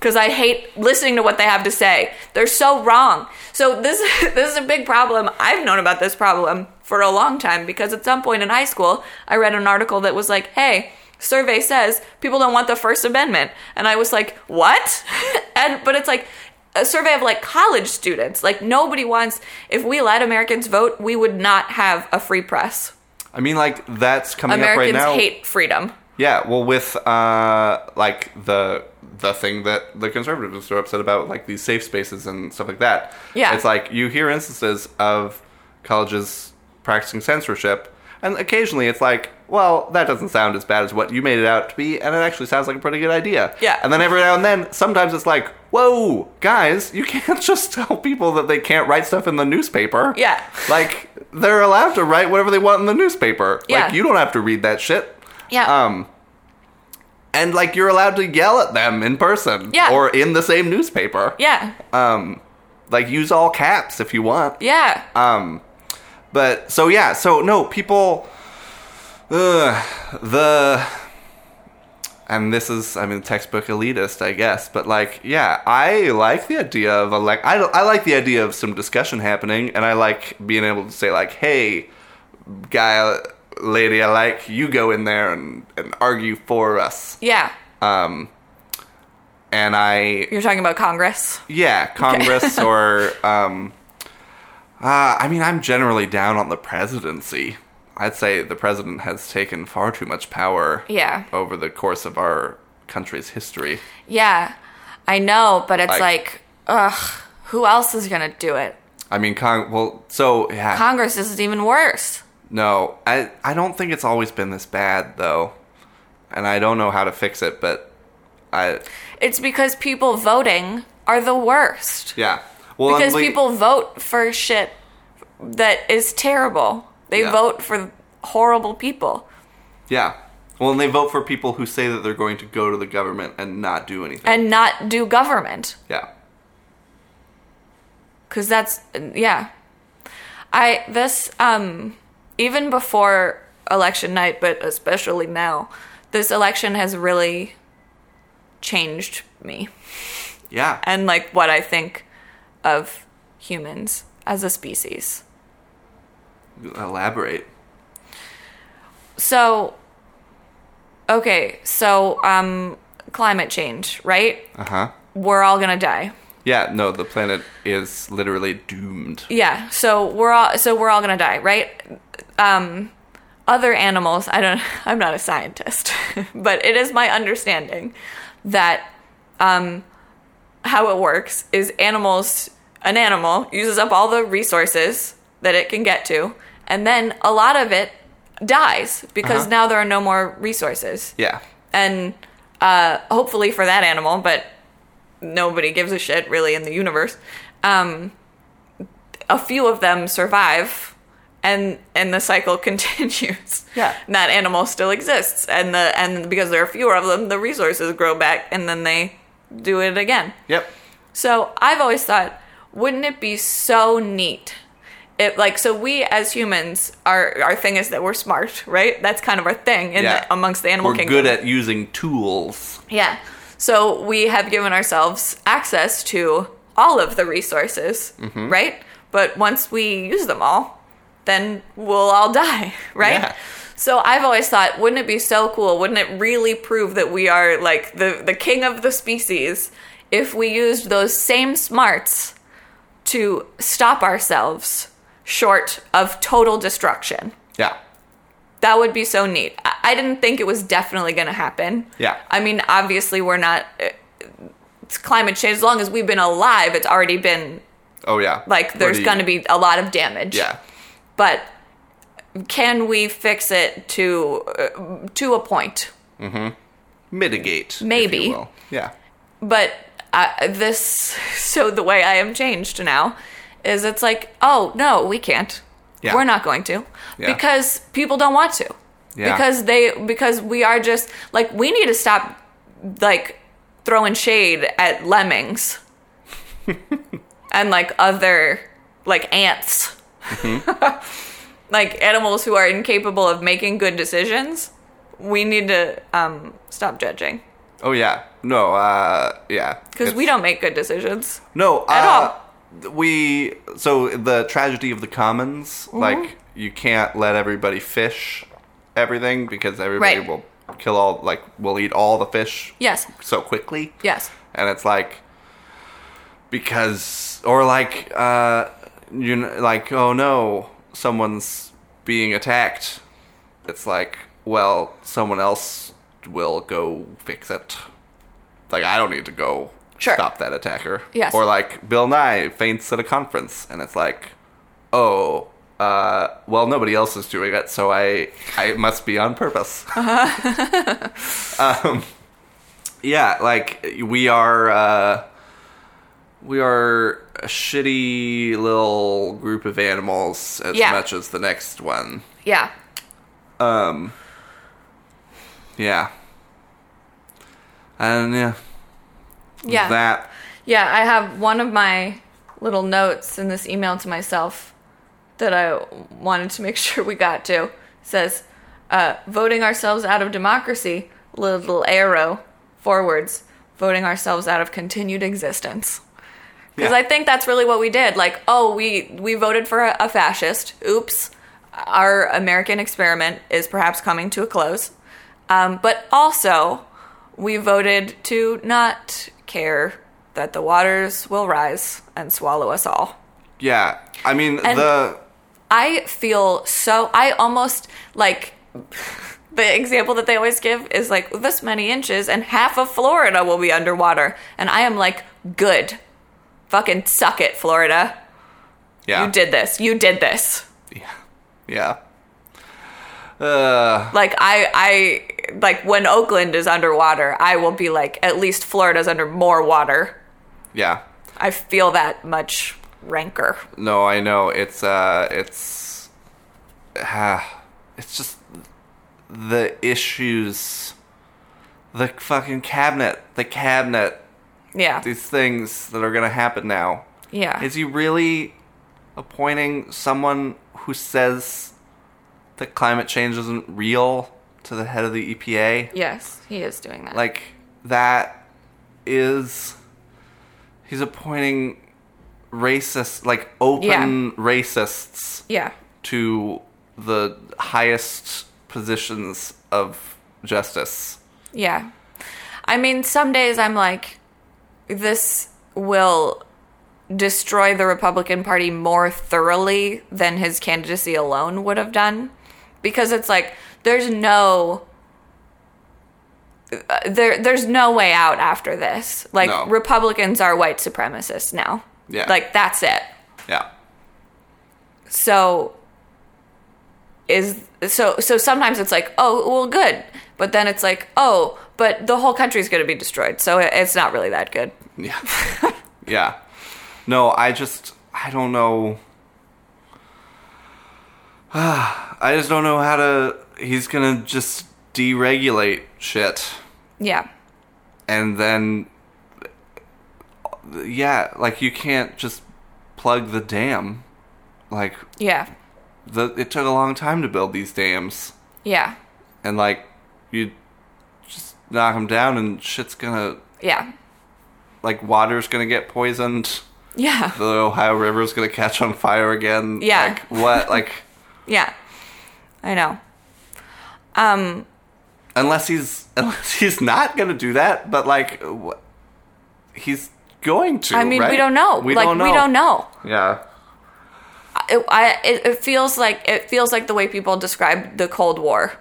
[SPEAKER 2] Cuz I hate listening to what they have to say. They're so wrong. So this (laughs) this is a big problem. I've known about this problem for a long time because at some point in high school, I read an article that was like, "Hey, survey says people don't want the first amendment and i was like what (laughs) and but it's like a survey of like college students like nobody wants if we let americans vote we would not have a free press
[SPEAKER 1] I mean, like that's coming
[SPEAKER 2] americans
[SPEAKER 1] up right now.
[SPEAKER 2] hate freedom
[SPEAKER 1] Yeah. Well, with uh, like the the thing that the conservatives are so upset about, like these safe spaces and stuff like that.
[SPEAKER 2] Yeah.
[SPEAKER 1] It's like you hear instances of colleges practicing censorship, and occasionally it's like, well, that doesn't sound as bad as what you made it out to be, and it actually sounds like a pretty good idea.
[SPEAKER 2] Yeah.
[SPEAKER 1] And then every now and then, sometimes it's like, whoa, guys, you (laughs) can't just tell people that they can't write stuff in the newspaper.
[SPEAKER 2] Yeah.
[SPEAKER 1] Like they're allowed to write whatever they want in the newspaper.
[SPEAKER 2] Yeah.
[SPEAKER 1] Like you don't have to read that shit.
[SPEAKER 2] yeah
[SPEAKER 1] Um, and like you're allowed to yell at them in person,
[SPEAKER 2] Yeah.
[SPEAKER 1] or in the same newspaper.
[SPEAKER 2] yeah
[SPEAKER 1] Um, like use all caps if you want.
[SPEAKER 2] yeah
[SPEAKER 1] Um, but so yeah, so no people. Ugh, the and this is I mean textbook elitist I guess, but like yeah, I like the idea of a like I I like the idea of some discussion happening, and I like being able to say like, hey, guy, lady, I like you go in there and and argue for us,
[SPEAKER 2] yeah
[SPEAKER 1] and I
[SPEAKER 2] you're talking about congress (laughs)
[SPEAKER 1] yeah, Congress or um, Uh, I mean, I'm generally down on the presidency. I'd say the president has taken far too much power
[SPEAKER 2] Yeah.
[SPEAKER 1] over the course of our country's history.
[SPEAKER 2] Yeah, I know, but it's
[SPEAKER 1] Like-
[SPEAKER 2] like, ugh, who else is gonna do it?
[SPEAKER 1] I mean, Cong- well, so yeah,
[SPEAKER 2] Congress is even worse.
[SPEAKER 1] no, I I don't think it's always been this bad though, and I don't know how to fix it, but I
[SPEAKER 2] It's because people voting are the worst.
[SPEAKER 1] yeah, well,
[SPEAKER 2] Because
[SPEAKER 1] unle-
[SPEAKER 2] people vote for shit that is terrible. They
[SPEAKER 1] Yeah.
[SPEAKER 2] vote for horrible people
[SPEAKER 1] yeah, well, and they vote for people who say that they're going to go to the government and not do anything.
[SPEAKER 2] and not do government.
[SPEAKER 1] yeah,
[SPEAKER 2] because that's yeah i this um even before election night but especially now this election has really changed me
[SPEAKER 1] yeah,
[SPEAKER 2] and like what i think of humans as a species
[SPEAKER 1] elaborate.
[SPEAKER 2] so okay so um climate change right
[SPEAKER 1] Uh huh.
[SPEAKER 2] we're all gonna die
[SPEAKER 1] Yeah, no, the planet is literally doomed.
[SPEAKER 2] Yeah, so we're all so we're all gonna die, right? Um, other animals, I don't. (laughs) I'm not a scientist, (laughs) but it is my understanding that um, how it works is animals. An animal uses up all the resources that it can get to, and then a lot of it dies because
[SPEAKER 1] Uh-huh.
[SPEAKER 2] now there are no more resources
[SPEAKER 1] Yeah.
[SPEAKER 2] and uh, hopefully for that animal, but nobody gives a shit really in the universe. Um, a few of them survive, and and the cycle (laughs) continues.
[SPEAKER 1] Yeah.
[SPEAKER 2] and that animal still exists, and the and because there are fewer of them, the resources grow back, and then they do it again.
[SPEAKER 1] Yep.
[SPEAKER 2] So I've always thought, wouldn't it be so neat? It, like so we as humans our our thing is that we're smart right that's kind of our thing in
[SPEAKER 1] Yeah.
[SPEAKER 2] the, amongst the animal
[SPEAKER 1] We're
[SPEAKER 2] kingdom
[SPEAKER 1] good at using tools.
[SPEAKER 2] yeah. So we have given ourselves access to all of the resources, right? But once we use them all, then we'll all (laughs) die, right?
[SPEAKER 1] Yeah.
[SPEAKER 2] So I've always thought, wouldn't it be so cool? Wouldn't it really prove that we are like the, the king of the species if we used those same smarts to stop ourselves short of total destruction?
[SPEAKER 1] Yeah.
[SPEAKER 2] That would be so neat. I, I didn't think it was definitely going to happen.
[SPEAKER 1] Yeah.
[SPEAKER 2] I mean, obviously, we're not. uh, It's climate change. As long as we've been alive, it's already been
[SPEAKER 1] Oh yeah.
[SPEAKER 2] like there's
[SPEAKER 1] Pretty-
[SPEAKER 2] going to be a lot of damage.
[SPEAKER 1] Yeah.
[SPEAKER 2] But can we fix it to uh, to a point?
[SPEAKER 1] Mitigate. if you
[SPEAKER 2] Maybe.
[SPEAKER 1] will. Yeah.
[SPEAKER 2] But uh, this, (laughs) so the way I am changed now is it's like, oh no, we can't.
[SPEAKER 1] Yeah.
[SPEAKER 2] We're not going to
[SPEAKER 1] Yeah.
[SPEAKER 2] because people don't want to.
[SPEAKER 1] Yeah.
[SPEAKER 2] Because they because we are just like we need to stop like throwing shade at
[SPEAKER 1] (laughs)
[SPEAKER 2] lemmings and like other like ants.
[SPEAKER 1] Mm-hmm.
[SPEAKER 2] (laughs) like animals who are incapable of making good decisions. We need to um, stop judging
[SPEAKER 1] Oh yeah. No. Uh. Yeah.
[SPEAKER 2] because
[SPEAKER 1] It's-
[SPEAKER 2] we don't make good decisions.
[SPEAKER 1] No.
[SPEAKER 2] at
[SPEAKER 1] uh, We. So the tragedy of the commons.
[SPEAKER 2] Mm-hmm.
[SPEAKER 1] Like you can't let everybody fish everything because everybody
[SPEAKER 2] Right.
[SPEAKER 1] will kill all. Like will eat all the fish.
[SPEAKER 2] Yes.
[SPEAKER 1] So quickly.
[SPEAKER 2] Yes.
[SPEAKER 1] and it's like because or like uh you know like oh no someone's being attacked it's like well someone else will go fix it like i don't need to go
[SPEAKER 2] Sure.
[SPEAKER 1] stop that attacker
[SPEAKER 2] Yes.
[SPEAKER 1] or like bill nye faints at a conference and it's like oh uh, well, nobody else is doing it, so I I must be on purpose. yeah like we are uh we are a shitty little group of animals as
[SPEAKER 2] Yeah.
[SPEAKER 1] much as the next one
[SPEAKER 2] Yeah.
[SPEAKER 1] yeah and yeah
[SPEAKER 2] Yeah.
[SPEAKER 1] that
[SPEAKER 2] Yeah, I have one of my little notes in this email to myself that I wanted to make (laughs) sure we got to. It says, uh, voting ourselves out of democracy, little arrow forwards, voting ourselves out of continued existence. Because
[SPEAKER 1] Yeah.
[SPEAKER 2] I think that's really what we did. Like, oh, we, we voted for a, a fascist. Oops. Our American experiment is perhaps coming to a close. Um, but also, we voted to not care that the waters will rise and swallow us all.
[SPEAKER 1] yeah. I mean,
[SPEAKER 2] And-
[SPEAKER 1] the
[SPEAKER 2] I feel so. I almost like (laughs) the example that they always give is like this many inches and half of Florida will be underwater. And I am like, good. Fucking suck it, Florida.
[SPEAKER 1] yeah,
[SPEAKER 2] You did this. You did this.
[SPEAKER 1] yeah. Uh,
[SPEAKER 2] Like I I like when Oakland is underwater, I will be like at least Florida's under more water.
[SPEAKER 1] yeah.
[SPEAKER 2] I feel that much rancor.
[SPEAKER 1] No, I know it's uh, it's, ah, it's just the issues, the fucking cabinet, the cabinet,
[SPEAKER 2] Yeah.
[SPEAKER 1] these things that are gonna happen now.
[SPEAKER 2] Yeah.
[SPEAKER 1] Is he really appointing someone who says that climate change isn't real to the head of the EPA?
[SPEAKER 2] yes, he is doing that.
[SPEAKER 1] like that is he's appointing racists like open
[SPEAKER 2] Yeah.
[SPEAKER 1] racists
[SPEAKER 2] yeah.
[SPEAKER 1] to the highest positions of justice
[SPEAKER 2] Yeah. I mean, some days I'm like, this will destroy the Republican Party more thoroughly than his candidacy alone would have done. Because it's like, there's no. uh, There, there's no way out after this. Like
[SPEAKER 1] No.
[SPEAKER 2] Republicans are white supremacists now.
[SPEAKER 1] Yeah.
[SPEAKER 2] Like that's it.
[SPEAKER 1] yeah
[SPEAKER 2] So is so so sometimes it's like, "Oh, well good." But then it's like, "Oh, but the whole country's going to be destroyed." So it- it's not really that good.
[SPEAKER 1] yeah yeah no i just i don't know (sighs) i just don't know how to he's gonna just deregulate shit
[SPEAKER 2] Yeah.
[SPEAKER 1] and then yeah like you can't just plug the dam like
[SPEAKER 2] Yeah.
[SPEAKER 1] the it took a long time to build these dams
[SPEAKER 2] Yeah.
[SPEAKER 1] and like you just knock them down and shit's gonna
[SPEAKER 2] Yeah.
[SPEAKER 1] like water's gonna get poisoned
[SPEAKER 2] Yeah.
[SPEAKER 1] the ohio river's gonna catch on fire again
[SPEAKER 2] Yeah.
[SPEAKER 1] like what like
[SPEAKER 2] (laughs) (laughs) Yeah. I know. Um,
[SPEAKER 1] unless he's unless he's not gonna do that but like wh- he's going to
[SPEAKER 2] I mean, we
[SPEAKER 1] right?
[SPEAKER 2] don't know.
[SPEAKER 1] we
[SPEAKER 2] like
[SPEAKER 1] don't know
[SPEAKER 2] we don't know.
[SPEAKER 1] yeah
[SPEAKER 2] It, I, it, it feels like it feels like the way people describe the Cold War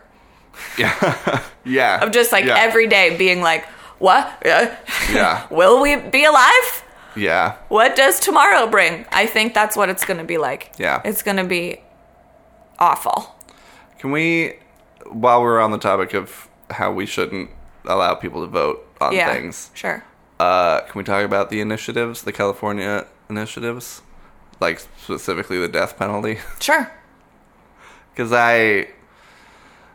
[SPEAKER 1] Yeah. yeah. (laughs)
[SPEAKER 2] (laughs) of just like
[SPEAKER 1] yeah.
[SPEAKER 2] every day being like, "What? (laughs) Uh,
[SPEAKER 1] Yeah.
[SPEAKER 2] Will we be alive?"
[SPEAKER 1] Yeah.
[SPEAKER 2] what does tomorrow bring? I think that's what it's going to be like.
[SPEAKER 1] Yeah.
[SPEAKER 2] It's going to be awful.
[SPEAKER 1] Can we, while we're on the topic of how we shouldn't allow people to vote on
[SPEAKER 2] yeah.
[SPEAKER 1] things,
[SPEAKER 2] Sure.
[SPEAKER 1] uh, can we talk about the initiatives, the California initiatives? Like, specifically the death penalty? (laughs)
[SPEAKER 2] Sure.
[SPEAKER 1] Because I.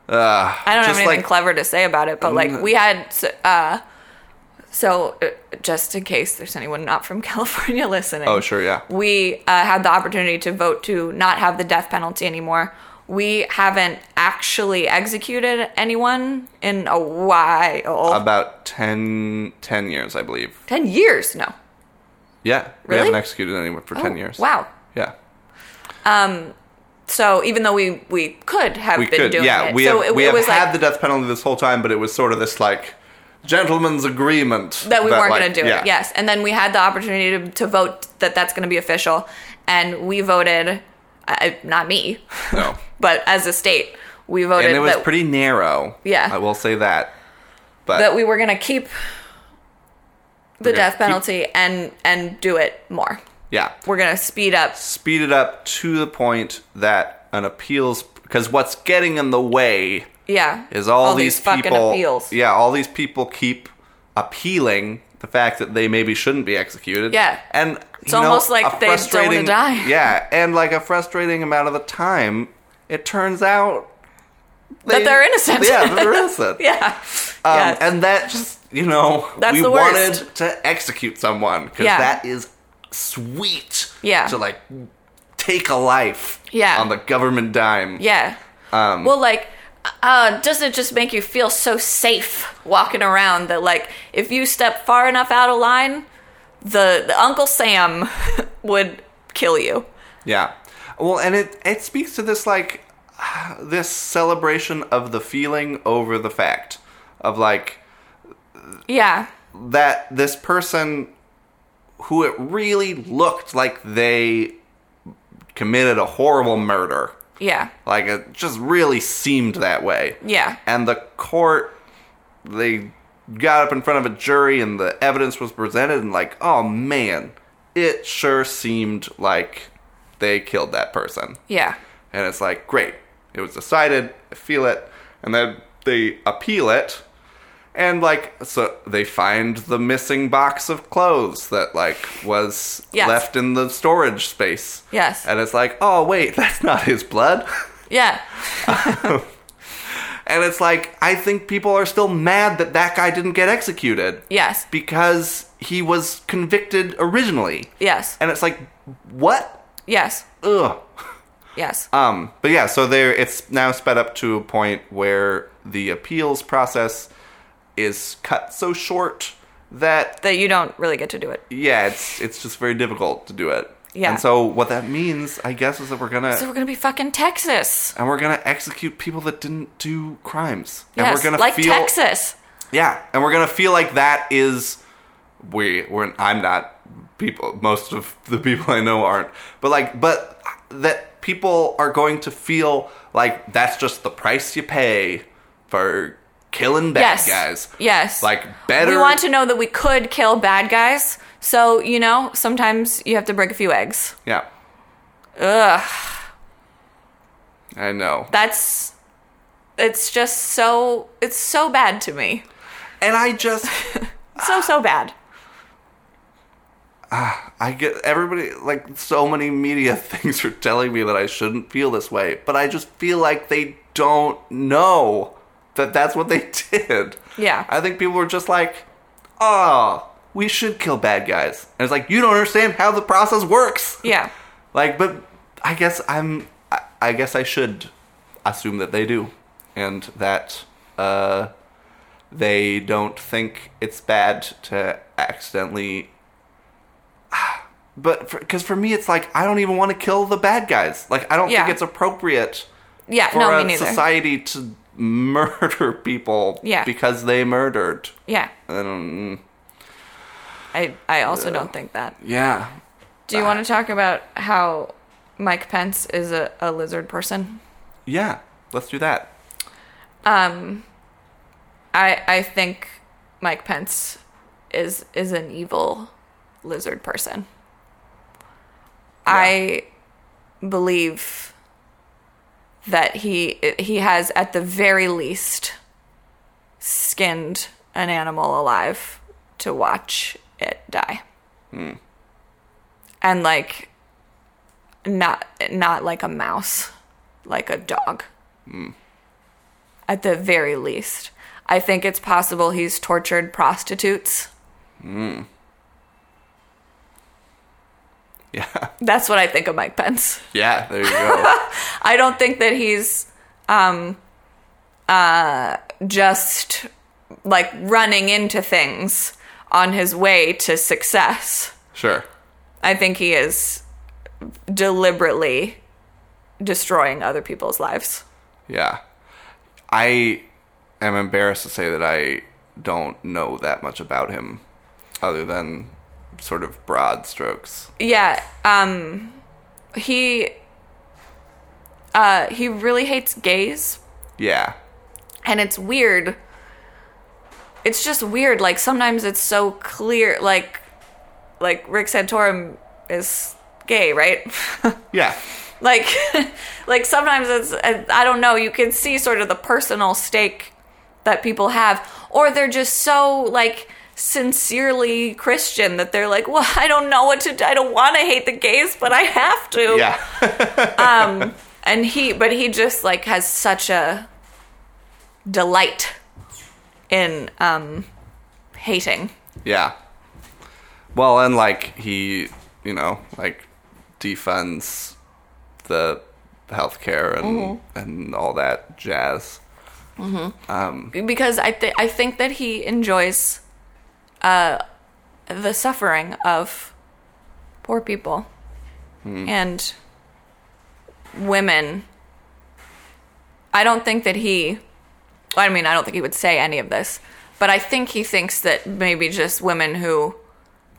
[SPEAKER 1] Uh,
[SPEAKER 2] I don't have
[SPEAKER 1] just
[SPEAKER 2] anything
[SPEAKER 1] like,
[SPEAKER 2] clever to say about it, but like
[SPEAKER 1] Mm.
[SPEAKER 2] we had uh so uh, just in case there's anyone not from (laughs) California listening.
[SPEAKER 1] Oh, sure, yeah.
[SPEAKER 2] we uh, had the opportunity to vote to not have the death penalty anymore. We haven't actually executed anyone in a while.
[SPEAKER 1] About 10, 10 years, I believe.
[SPEAKER 2] 10 years? No.
[SPEAKER 1] Yeah. We
[SPEAKER 2] Really?
[SPEAKER 1] haven't executed anyone for 10
[SPEAKER 2] Oh,
[SPEAKER 1] years.
[SPEAKER 2] Wow.
[SPEAKER 1] Yeah.
[SPEAKER 2] So even though we we could have
[SPEAKER 1] we
[SPEAKER 2] been
[SPEAKER 1] could
[SPEAKER 2] doing
[SPEAKER 1] yeah
[SPEAKER 2] it,
[SPEAKER 1] we
[SPEAKER 2] so
[SPEAKER 1] have,
[SPEAKER 2] it,
[SPEAKER 1] we
[SPEAKER 2] it
[SPEAKER 1] have
[SPEAKER 2] was
[SPEAKER 1] had
[SPEAKER 2] like
[SPEAKER 1] the death penalty this whole time but it was sort of this like gentleman's agreement
[SPEAKER 2] that we weren't going
[SPEAKER 1] like,
[SPEAKER 2] to do
[SPEAKER 1] yeah.
[SPEAKER 2] it. Yes, and then we had the opportunity to, to vote that that's going to be official, and we voted, I, not me,
[SPEAKER 1] no
[SPEAKER 2] but as a state, we voted
[SPEAKER 1] and it was
[SPEAKER 2] that,
[SPEAKER 1] pretty narrow
[SPEAKER 2] Yeah.
[SPEAKER 1] i will say that but
[SPEAKER 2] that we were going to keep the
[SPEAKER 1] We're gonna
[SPEAKER 2] death
[SPEAKER 1] keep-
[SPEAKER 2] penalty and and do it more.
[SPEAKER 1] yeah
[SPEAKER 2] We're going to speed up.
[SPEAKER 1] speed it up to the point that an appeals because what's getting in the way
[SPEAKER 2] Yeah,
[SPEAKER 1] is all, these,
[SPEAKER 2] fucking
[SPEAKER 1] people
[SPEAKER 2] appeals.
[SPEAKER 1] yeah all these people keep appealing the fact that they maybe shouldn't be executed
[SPEAKER 2] Yeah.
[SPEAKER 1] and
[SPEAKER 2] It's
[SPEAKER 1] you know,
[SPEAKER 2] almost like
[SPEAKER 1] a
[SPEAKER 2] they don't wanna
[SPEAKER 1] frustrating-
[SPEAKER 2] die. (laughs)
[SPEAKER 1] yeah and like a frustrating amount of the time it turns out
[SPEAKER 2] That
[SPEAKER 1] they-
[SPEAKER 2] they're innocent.
[SPEAKER 1] yeah that they're innocent
[SPEAKER 2] (laughs) yeah.
[SPEAKER 1] um,
[SPEAKER 2] Yes.
[SPEAKER 1] and that just you know
[SPEAKER 2] That's
[SPEAKER 1] we
[SPEAKER 2] the worst.
[SPEAKER 1] wanted to execute someone because
[SPEAKER 2] Yeah.
[SPEAKER 1] that is sweet
[SPEAKER 2] Yeah.
[SPEAKER 1] to like take a life
[SPEAKER 2] Yeah.
[SPEAKER 1] on the government dime
[SPEAKER 2] Yeah.
[SPEAKER 1] Um,
[SPEAKER 2] well, like, uh, doesn't it just make you feel so safe walking around that, like, if you step far enough out of line, the, the Uncle Sam (laughs) would kill you.
[SPEAKER 1] Yeah. Well, and it it speaks to this like this celebration of the feeling over the fact of like
[SPEAKER 2] Yeah.
[SPEAKER 1] that this person who it really looked like they committed a horrible murder.
[SPEAKER 2] Yeah.
[SPEAKER 1] Like it just really seemed that way.
[SPEAKER 2] Yeah.
[SPEAKER 1] And the court, they got up in front of a jury and the evidence was presented and like, oh man, it sure seemed like they killed that person.
[SPEAKER 2] Yeah.
[SPEAKER 1] And it's like, great, it was decided, I feel it. And then they appeal it. And like, so they find the missing box of clothes that like was
[SPEAKER 2] Yes.
[SPEAKER 1] left in the storage space.
[SPEAKER 2] Yes.
[SPEAKER 1] And it's like, oh, wait, (laughs) that's not his blood.
[SPEAKER 2] Yeah.
[SPEAKER 1] And it's like, I think people are still mad that that guy didn't get executed.
[SPEAKER 2] Yes.
[SPEAKER 1] Because he was convicted originally.
[SPEAKER 2] Yes.
[SPEAKER 1] And it's like, what?
[SPEAKER 2] Yes.
[SPEAKER 1] Ugh.
[SPEAKER 2] Yes.
[SPEAKER 1] Um, but yeah, so there it's now sped up to a point where the appeals process is cut so short that
[SPEAKER 2] That you don't really get to do it.
[SPEAKER 1] yeah, it's it's just very difficult to do it.
[SPEAKER 2] Yeah.
[SPEAKER 1] And so what that means, I guess, is that we're gonna
[SPEAKER 2] So we're gonna be fucking Texas.
[SPEAKER 1] and we're gonna execute people that didn't do crimes.
[SPEAKER 2] Yes.
[SPEAKER 1] and we're gonna
[SPEAKER 2] like
[SPEAKER 1] feel
[SPEAKER 2] Texas.
[SPEAKER 1] Yeah, and we're gonna feel like that is we we're I'm not people most of the people I know aren't. But like but that people are going to feel like that's just the price you pay for killing bad
[SPEAKER 2] yes.
[SPEAKER 1] guys.
[SPEAKER 2] Yes.
[SPEAKER 1] Like better
[SPEAKER 2] We want to know that we could kill bad guys. So you know, sometimes you have to break a few eggs.
[SPEAKER 1] Yeah.
[SPEAKER 2] Ugh.
[SPEAKER 1] I know.
[SPEAKER 2] That's. It's just so. It's so bad to me.
[SPEAKER 1] And I just
[SPEAKER 2] So so bad.
[SPEAKER 1] I get everybody like so many media (laughs) things are telling me that I shouldn't feel this way, but I just feel like they don't know that that's what they (laughs) did.
[SPEAKER 2] Yeah.
[SPEAKER 1] I think people were just like, "Oh, we should kill bad guys," and it's like you don't understand how the process works.
[SPEAKER 2] Yeah.
[SPEAKER 1] Like, but I guess I'm. I, I guess I should assume that they do, and that uh, they don't think it's bad to accidentally. (sighs) But because for, me, it's like I don't even want to kill the bad guys. Like I don't
[SPEAKER 2] Yeah.
[SPEAKER 1] think it's appropriate
[SPEAKER 2] Yeah.
[SPEAKER 1] for
[SPEAKER 2] no,
[SPEAKER 1] a
[SPEAKER 2] me neither.
[SPEAKER 1] society to murder (laughs) people
[SPEAKER 2] Yeah.
[SPEAKER 1] because they murdered. mm,
[SPEAKER 2] Yeah.
[SPEAKER 1] I don't.
[SPEAKER 2] I I also don't think that.
[SPEAKER 1] Yeah.
[SPEAKER 2] Do you want to talk about how Mike Pence is a, a lizard person?
[SPEAKER 1] Yeah. Let's do that. (laughs)
[SPEAKER 2] Um, I I think Mike Pence is is an evil lizard person. I believe that he he has at the very least skinned an animal alive to watch it die. And like not not like a mouse, like a dog at the very least. I think it's possible he's tortured prostitutes.
[SPEAKER 1] Yeah.
[SPEAKER 2] That's what I think of Mike Pence.
[SPEAKER 1] Yeah. There you go. (laughs)
[SPEAKER 2] I don't think that he's um, uh, just like running into things on his way to success.
[SPEAKER 1] Sure.
[SPEAKER 2] I think he is deliberately destroying other people's lives.
[SPEAKER 1] Yeah. I am embarrassed to say that I don't know that much about him other than sort of broad strokes.
[SPEAKER 2] Yeah, um he uh he really hates gays
[SPEAKER 1] Yeah.
[SPEAKER 2] and it's weird it's just weird like sometimes it's so clear like like rick santorum is gay right (laughs)
[SPEAKER 1] Yeah.
[SPEAKER 2] like (laughs) like sometimes it's i don't know you can see sort of the personal stake that people have or they're just so like sincerely christian that they're like well i don't know what to do i don't want to hate the gays but i have to
[SPEAKER 1] Yeah. (laughs)
[SPEAKER 2] and he but he just like has such a delight in um hating
[SPEAKER 1] yeah. Well, and like he, you know, like defunds the healthcare and and all that jazz.
[SPEAKER 2] because i th- i think that he enjoys uh the suffering of poor people and women i don't think that he i mean i don't think he would say any of this but i think he thinks that maybe just women who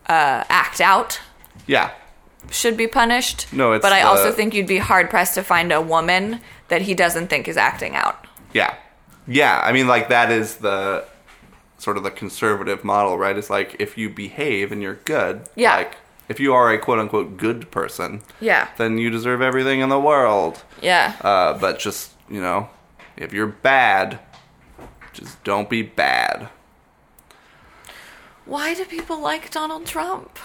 [SPEAKER 2] uh act out
[SPEAKER 1] Yeah.
[SPEAKER 2] should be punished.
[SPEAKER 1] No, it's
[SPEAKER 2] but I
[SPEAKER 1] the-
[SPEAKER 2] also think you'd be hard pressed to find a woman that he doesn't think is acting out.
[SPEAKER 1] Yeah. Yeah. I mean, like, that is the sort of the conservative model, right? It's like if you behave and you're good,
[SPEAKER 2] Yeah.
[SPEAKER 1] like, if you are a quote unquote good person,
[SPEAKER 2] Yeah.
[SPEAKER 1] then you deserve everything in the world.
[SPEAKER 2] Yeah.
[SPEAKER 1] Uh, but just, you know, if you're bad, just don't be bad.
[SPEAKER 2] Why do people like Donald Trump?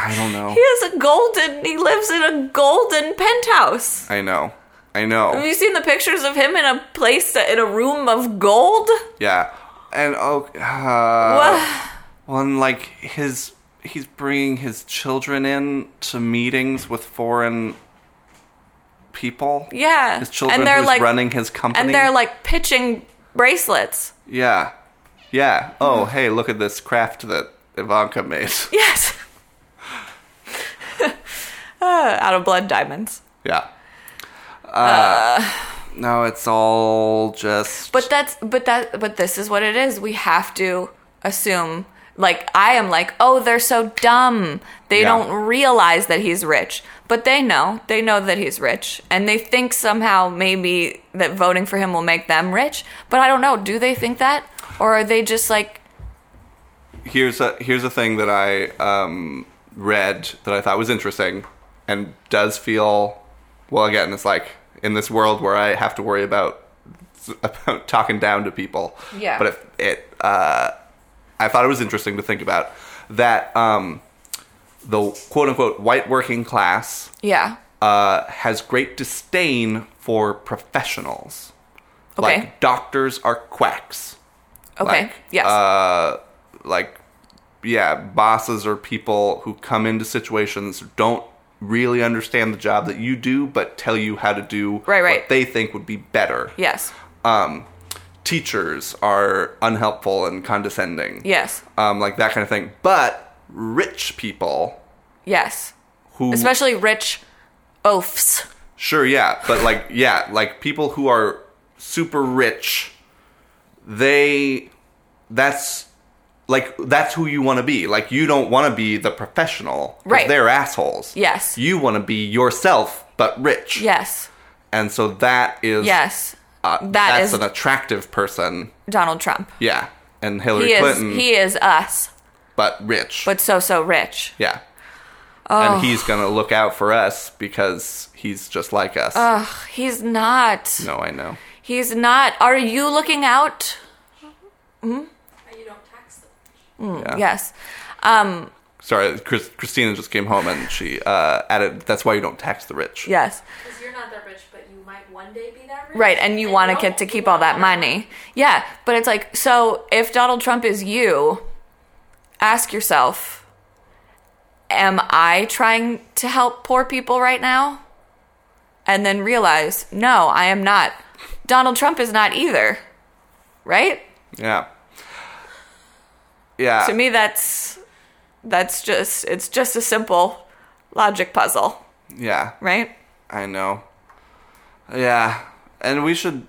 [SPEAKER 1] I don't (laughs) know.
[SPEAKER 2] He has a golden. He lives in a golden penthouse.
[SPEAKER 1] I know. I know.
[SPEAKER 2] Have you seen the pictures of him in a place that- in a room of gold?
[SPEAKER 1] Yeah, and oh,
[SPEAKER 2] Wha-
[SPEAKER 1] uh, well, and like his, he's bringing his children in to meetings with foreign people.
[SPEAKER 2] yeah.
[SPEAKER 1] his children
[SPEAKER 2] and they're
[SPEAKER 1] who's
[SPEAKER 2] like
[SPEAKER 1] running his company.
[SPEAKER 2] and they're like pitching bracelets. (laughs)
[SPEAKER 1] yeah, yeah. Oh,
[SPEAKER 2] Mm-hmm.
[SPEAKER 1] hey, look at this craft that Ivanka made. (laughs)
[SPEAKER 2] Yes. (laughs) Uh, out of blood diamonds.
[SPEAKER 1] yeah. Uh, no, it's all just.
[SPEAKER 2] But that's but that but this is what it is. We have to assume like I am like, "Oh, they're so dumb. They
[SPEAKER 1] Yeah.
[SPEAKER 2] don't realize that he's rich." But they know. They know that he's rich and they think somehow maybe that voting for him will make them rich. But I don't know. Do they think that or are they just like
[SPEAKER 1] here's a here's a thing that I um, read that I thought was interesting and does feel well again it's like in this world where I have to worry about (laughs) about talking down to people
[SPEAKER 2] Yeah.
[SPEAKER 1] but it, it uh, I thought it was interesting to think about that um, the quote unquote white working class
[SPEAKER 2] yeah.
[SPEAKER 1] uh, has great disdain for professionals
[SPEAKER 2] Okay.
[SPEAKER 1] like doctors are quacks
[SPEAKER 2] okay.
[SPEAKER 1] like,
[SPEAKER 2] yes.
[SPEAKER 1] Uh, like, yeah, bosses are people who come into situations don't really understand the job that you do, but tell you how to do
[SPEAKER 2] Right, right.
[SPEAKER 1] what they think would be better.
[SPEAKER 2] yes.
[SPEAKER 1] Um, teachers are unhelpful and condescending.
[SPEAKER 2] Yes.
[SPEAKER 1] Um, like that kind of thing. But rich people
[SPEAKER 2] Yes.
[SPEAKER 1] who
[SPEAKER 2] Especially rich oafs.
[SPEAKER 1] Sure, yeah, but like, yeah, like people who are super rich, they, that's, like, that's who you want to be. Like, you don't want to be the professional, 'cause
[SPEAKER 2] Right.
[SPEAKER 1] They're assholes.
[SPEAKER 2] Yes.
[SPEAKER 1] You want to be yourself, but rich.
[SPEAKER 2] Yes.
[SPEAKER 1] And so that is.
[SPEAKER 2] Yes.
[SPEAKER 1] Uh,
[SPEAKER 2] That
[SPEAKER 1] that's
[SPEAKER 2] is-
[SPEAKER 1] an attractive person.
[SPEAKER 2] Donald Trump.
[SPEAKER 1] Yeah, and Hillary
[SPEAKER 2] He is
[SPEAKER 1] Clinton,
[SPEAKER 2] he is us,
[SPEAKER 1] but rich.
[SPEAKER 2] but so so rich.
[SPEAKER 1] yeah.
[SPEAKER 2] Oh.
[SPEAKER 1] And he's gonna look out for us because he's just like us.
[SPEAKER 2] Ugh, he's not.
[SPEAKER 1] no, I know.
[SPEAKER 2] He's not. Are you looking out? Hmm?
[SPEAKER 3] But you don't tax them.
[SPEAKER 1] Yeah.
[SPEAKER 2] Yes. Um,
[SPEAKER 1] Sorry, Chris, Christina just came home and she uh, added, "That's why you don't tax the rich."
[SPEAKER 2] yes.
[SPEAKER 3] Because you're not that rich, but you might one day be that rich.
[SPEAKER 2] Right, and you want to get to
[SPEAKER 3] don't.
[SPEAKER 2] keep all that money. Yeah, but it's like so if Donald Trump is you, ask yourself, am I trying to help poor people right now? And then realize, no, I am not. Donald Trump is not either. Right?
[SPEAKER 1] Yeah. Yeah.
[SPEAKER 2] to me that's that's just it's just a simple logic puzzle
[SPEAKER 1] yeah,
[SPEAKER 2] right
[SPEAKER 1] I know. Yeah, and we should.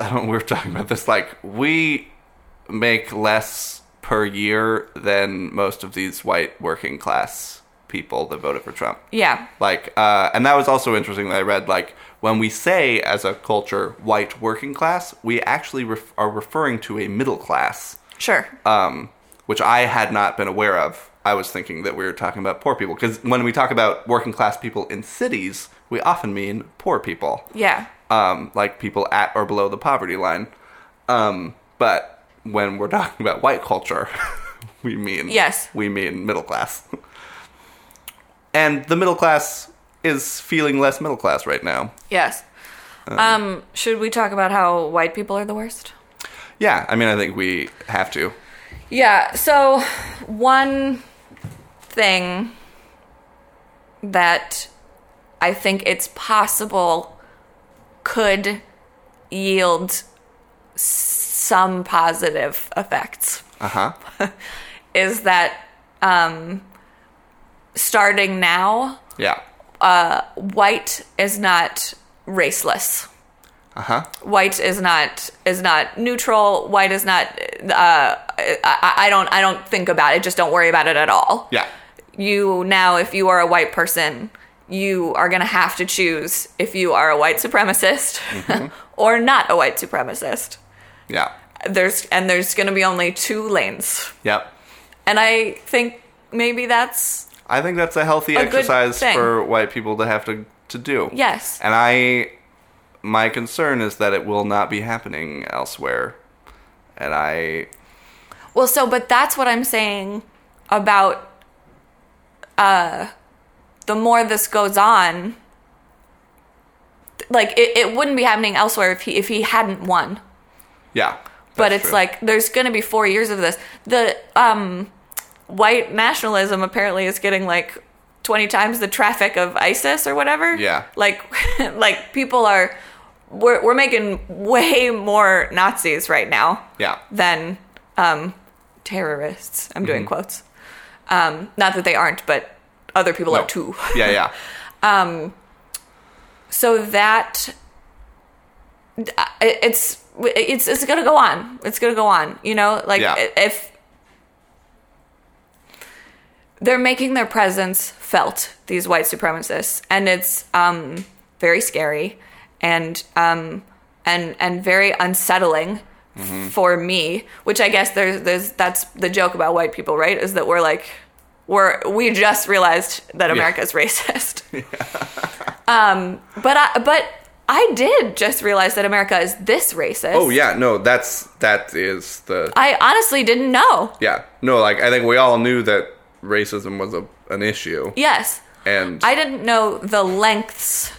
[SPEAKER 1] I don't. We were talking about this. Like, we make less per year than most of these white working class people that voted for Trump.
[SPEAKER 2] yeah
[SPEAKER 1] Like, uh, and that was also interesting that I read. Like, when we say as a culture white working class, we actually ref- are referring to a middle class.
[SPEAKER 2] sure
[SPEAKER 1] um, which I had not been aware of. I was thinking that we were talking about poor people because when we talk about working class people in cities, we often mean poor people,
[SPEAKER 2] yeah
[SPEAKER 1] um, like people at or below the poverty line. Um, but when we're talking about white culture, (laughs) we mean
[SPEAKER 2] Yes.
[SPEAKER 1] we mean middle class, and the middle class is feeling less middle class right now.
[SPEAKER 2] yes um should we talk about how white people are the worst
[SPEAKER 1] Yeah, I mean, I think we have to.
[SPEAKER 2] yeah so one thing that i think it's possible could yield some positive effects
[SPEAKER 1] Uh huh.
[SPEAKER 2] is that um, starting now,
[SPEAKER 1] Yeah.
[SPEAKER 2] white is not raceless.
[SPEAKER 1] Uh huh.
[SPEAKER 2] White is not is not neutral. White is not. Uh, I, I I don't. I don't think about it. Just don't worry about it at all.
[SPEAKER 1] Yeah.
[SPEAKER 2] you now, if you are a white person, you are going to have to choose if you are a white supremacist (laughs) or not a white supremacist.
[SPEAKER 1] Yeah.
[SPEAKER 2] There's and there's going to be only two lanes.
[SPEAKER 1] Yep.
[SPEAKER 2] And I think maybe that's
[SPEAKER 1] I think that's a healthy
[SPEAKER 2] A good
[SPEAKER 1] exercise
[SPEAKER 2] thing.
[SPEAKER 1] for white people to have to, to do.
[SPEAKER 2] yes.
[SPEAKER 1] And I, my concern is that it will not be happening elsewhere. And I,
[SPEAKER 2] Well, so but that's what I'm saying about uh the more this goes on th- like it, it wouldn't be happening elsewhere if he if he hadn't won.
[SPEAKER 1] yeah.
[SPEAKER 2] but
[SPEAKER 1] that's
[SPEAKER 2] it's
[SPEAKER 1] true.
[SPEAKER 2] like there's going to be 4 years of this. The um white nationalism apparently is getting like 20 times the traffic of ISIS or whatever.
[SPEAKER 1] Yeah.
[SPEAKER 2] Like (laughs) like people are we're we're making way more Nazis right now
[SPEAKER 1] yeah.
[SPEAKER 2] than um, terrorists. I'm doing quotes. Um, not that they aren't, but other people
[SPEAKER 1] No.
[SPEAKER 2] are too.
[SPEAKER 1] (laughs)
[SPEAKER 2] (laughs)
[SPEAKER 1] Yeah, yeah.
[SPEAKER 2] So that I- it's it's it's gonna go on. It's gonna go on. You know, like
[SPEAKER 1] Yeah.
[SPEAKER 2] i- if they're making their presence felt, these white supremacists, and it's um, very scary and um, and and very unsettling for me. Which I guess there's there's that's the joke about white people, right? Is that we're like we're we just realized that America's (laughs) racist. um, but I but I did just realize that America is this racist.
[SPEAKER 1] Oh, yeah. No, that's, that is the,
[SPEAKER 2] I honestly didn't know.
[SPEAKER 1] yeah. No, like, I think we all knew that racism was a, an issue.
[SPEAKER 2] Yes.
[SPEAKER 1] And,
[SPEAKER 2] I didn't know the lengths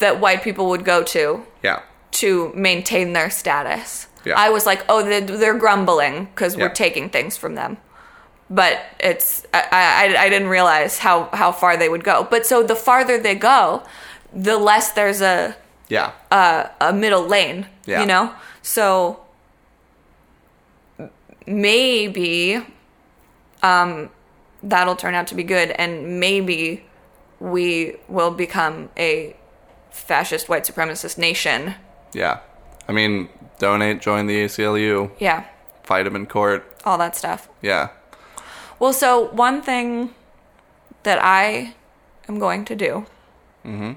[SPEAKER 2] that white people would go to
[SPEAKER 1] yeah.
[SPEAKER 2] to maintain their status.
[SPEAKER 1] Yeah.
[SPEAKER 2] I was like, oh, they're, they're grumbling because
[SPEAKER 1] Yeah.
[SPEAKER 2] we're taking things from them. But it's I, I, I didn't realize how, how far they would go. But so the farther they go, the less there's a
[SPEAKER 1] Yeah.
[SPEAKER 2] Uh, a middle lane.
[SPEAKER 1] Yeah.
[SPEAKER 2] You know? So m- maybe um that'll turn out to be good and maybe we will become a fascist white supremacist nation.
[SPEAKER 1] yeah. I mean, donate, join the ACLU,
[SPEAKER 2] Yeah.
[SPEAKER 1] fight them in court.
[SPEAKER 2] All that stuff.
[SPEAKER 1] Yeah.
[SPEAKER 2] Well, so one thing that I am going to do. Mm-hmm.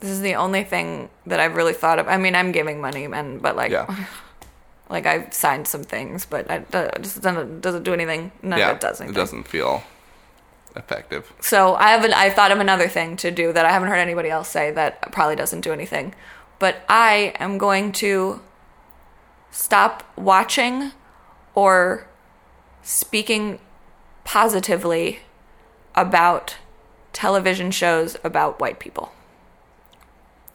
[SPEAKER 2] This is the only thing that I've really thought of. I mean, I'm giving money, and but like,
[SPEAKER 1] Yeah.
[SPEAKER 2] like I've signed some things, but I, it just doesn't, doesn't do anything. None
[SPEAKER 1] yeah.
[SPEAKER 2] of it does
[SPEAKER 1] It
[SPEAKER 2] anything.
[SPEAKER 1] doesn't feel effective.
[SPEAKER 2] So I haven't. I thought of another thing to do that I haven't heard anybody else say that probably doesn't do anything. But I am going to stop watching or speaking positively about television shows about white people.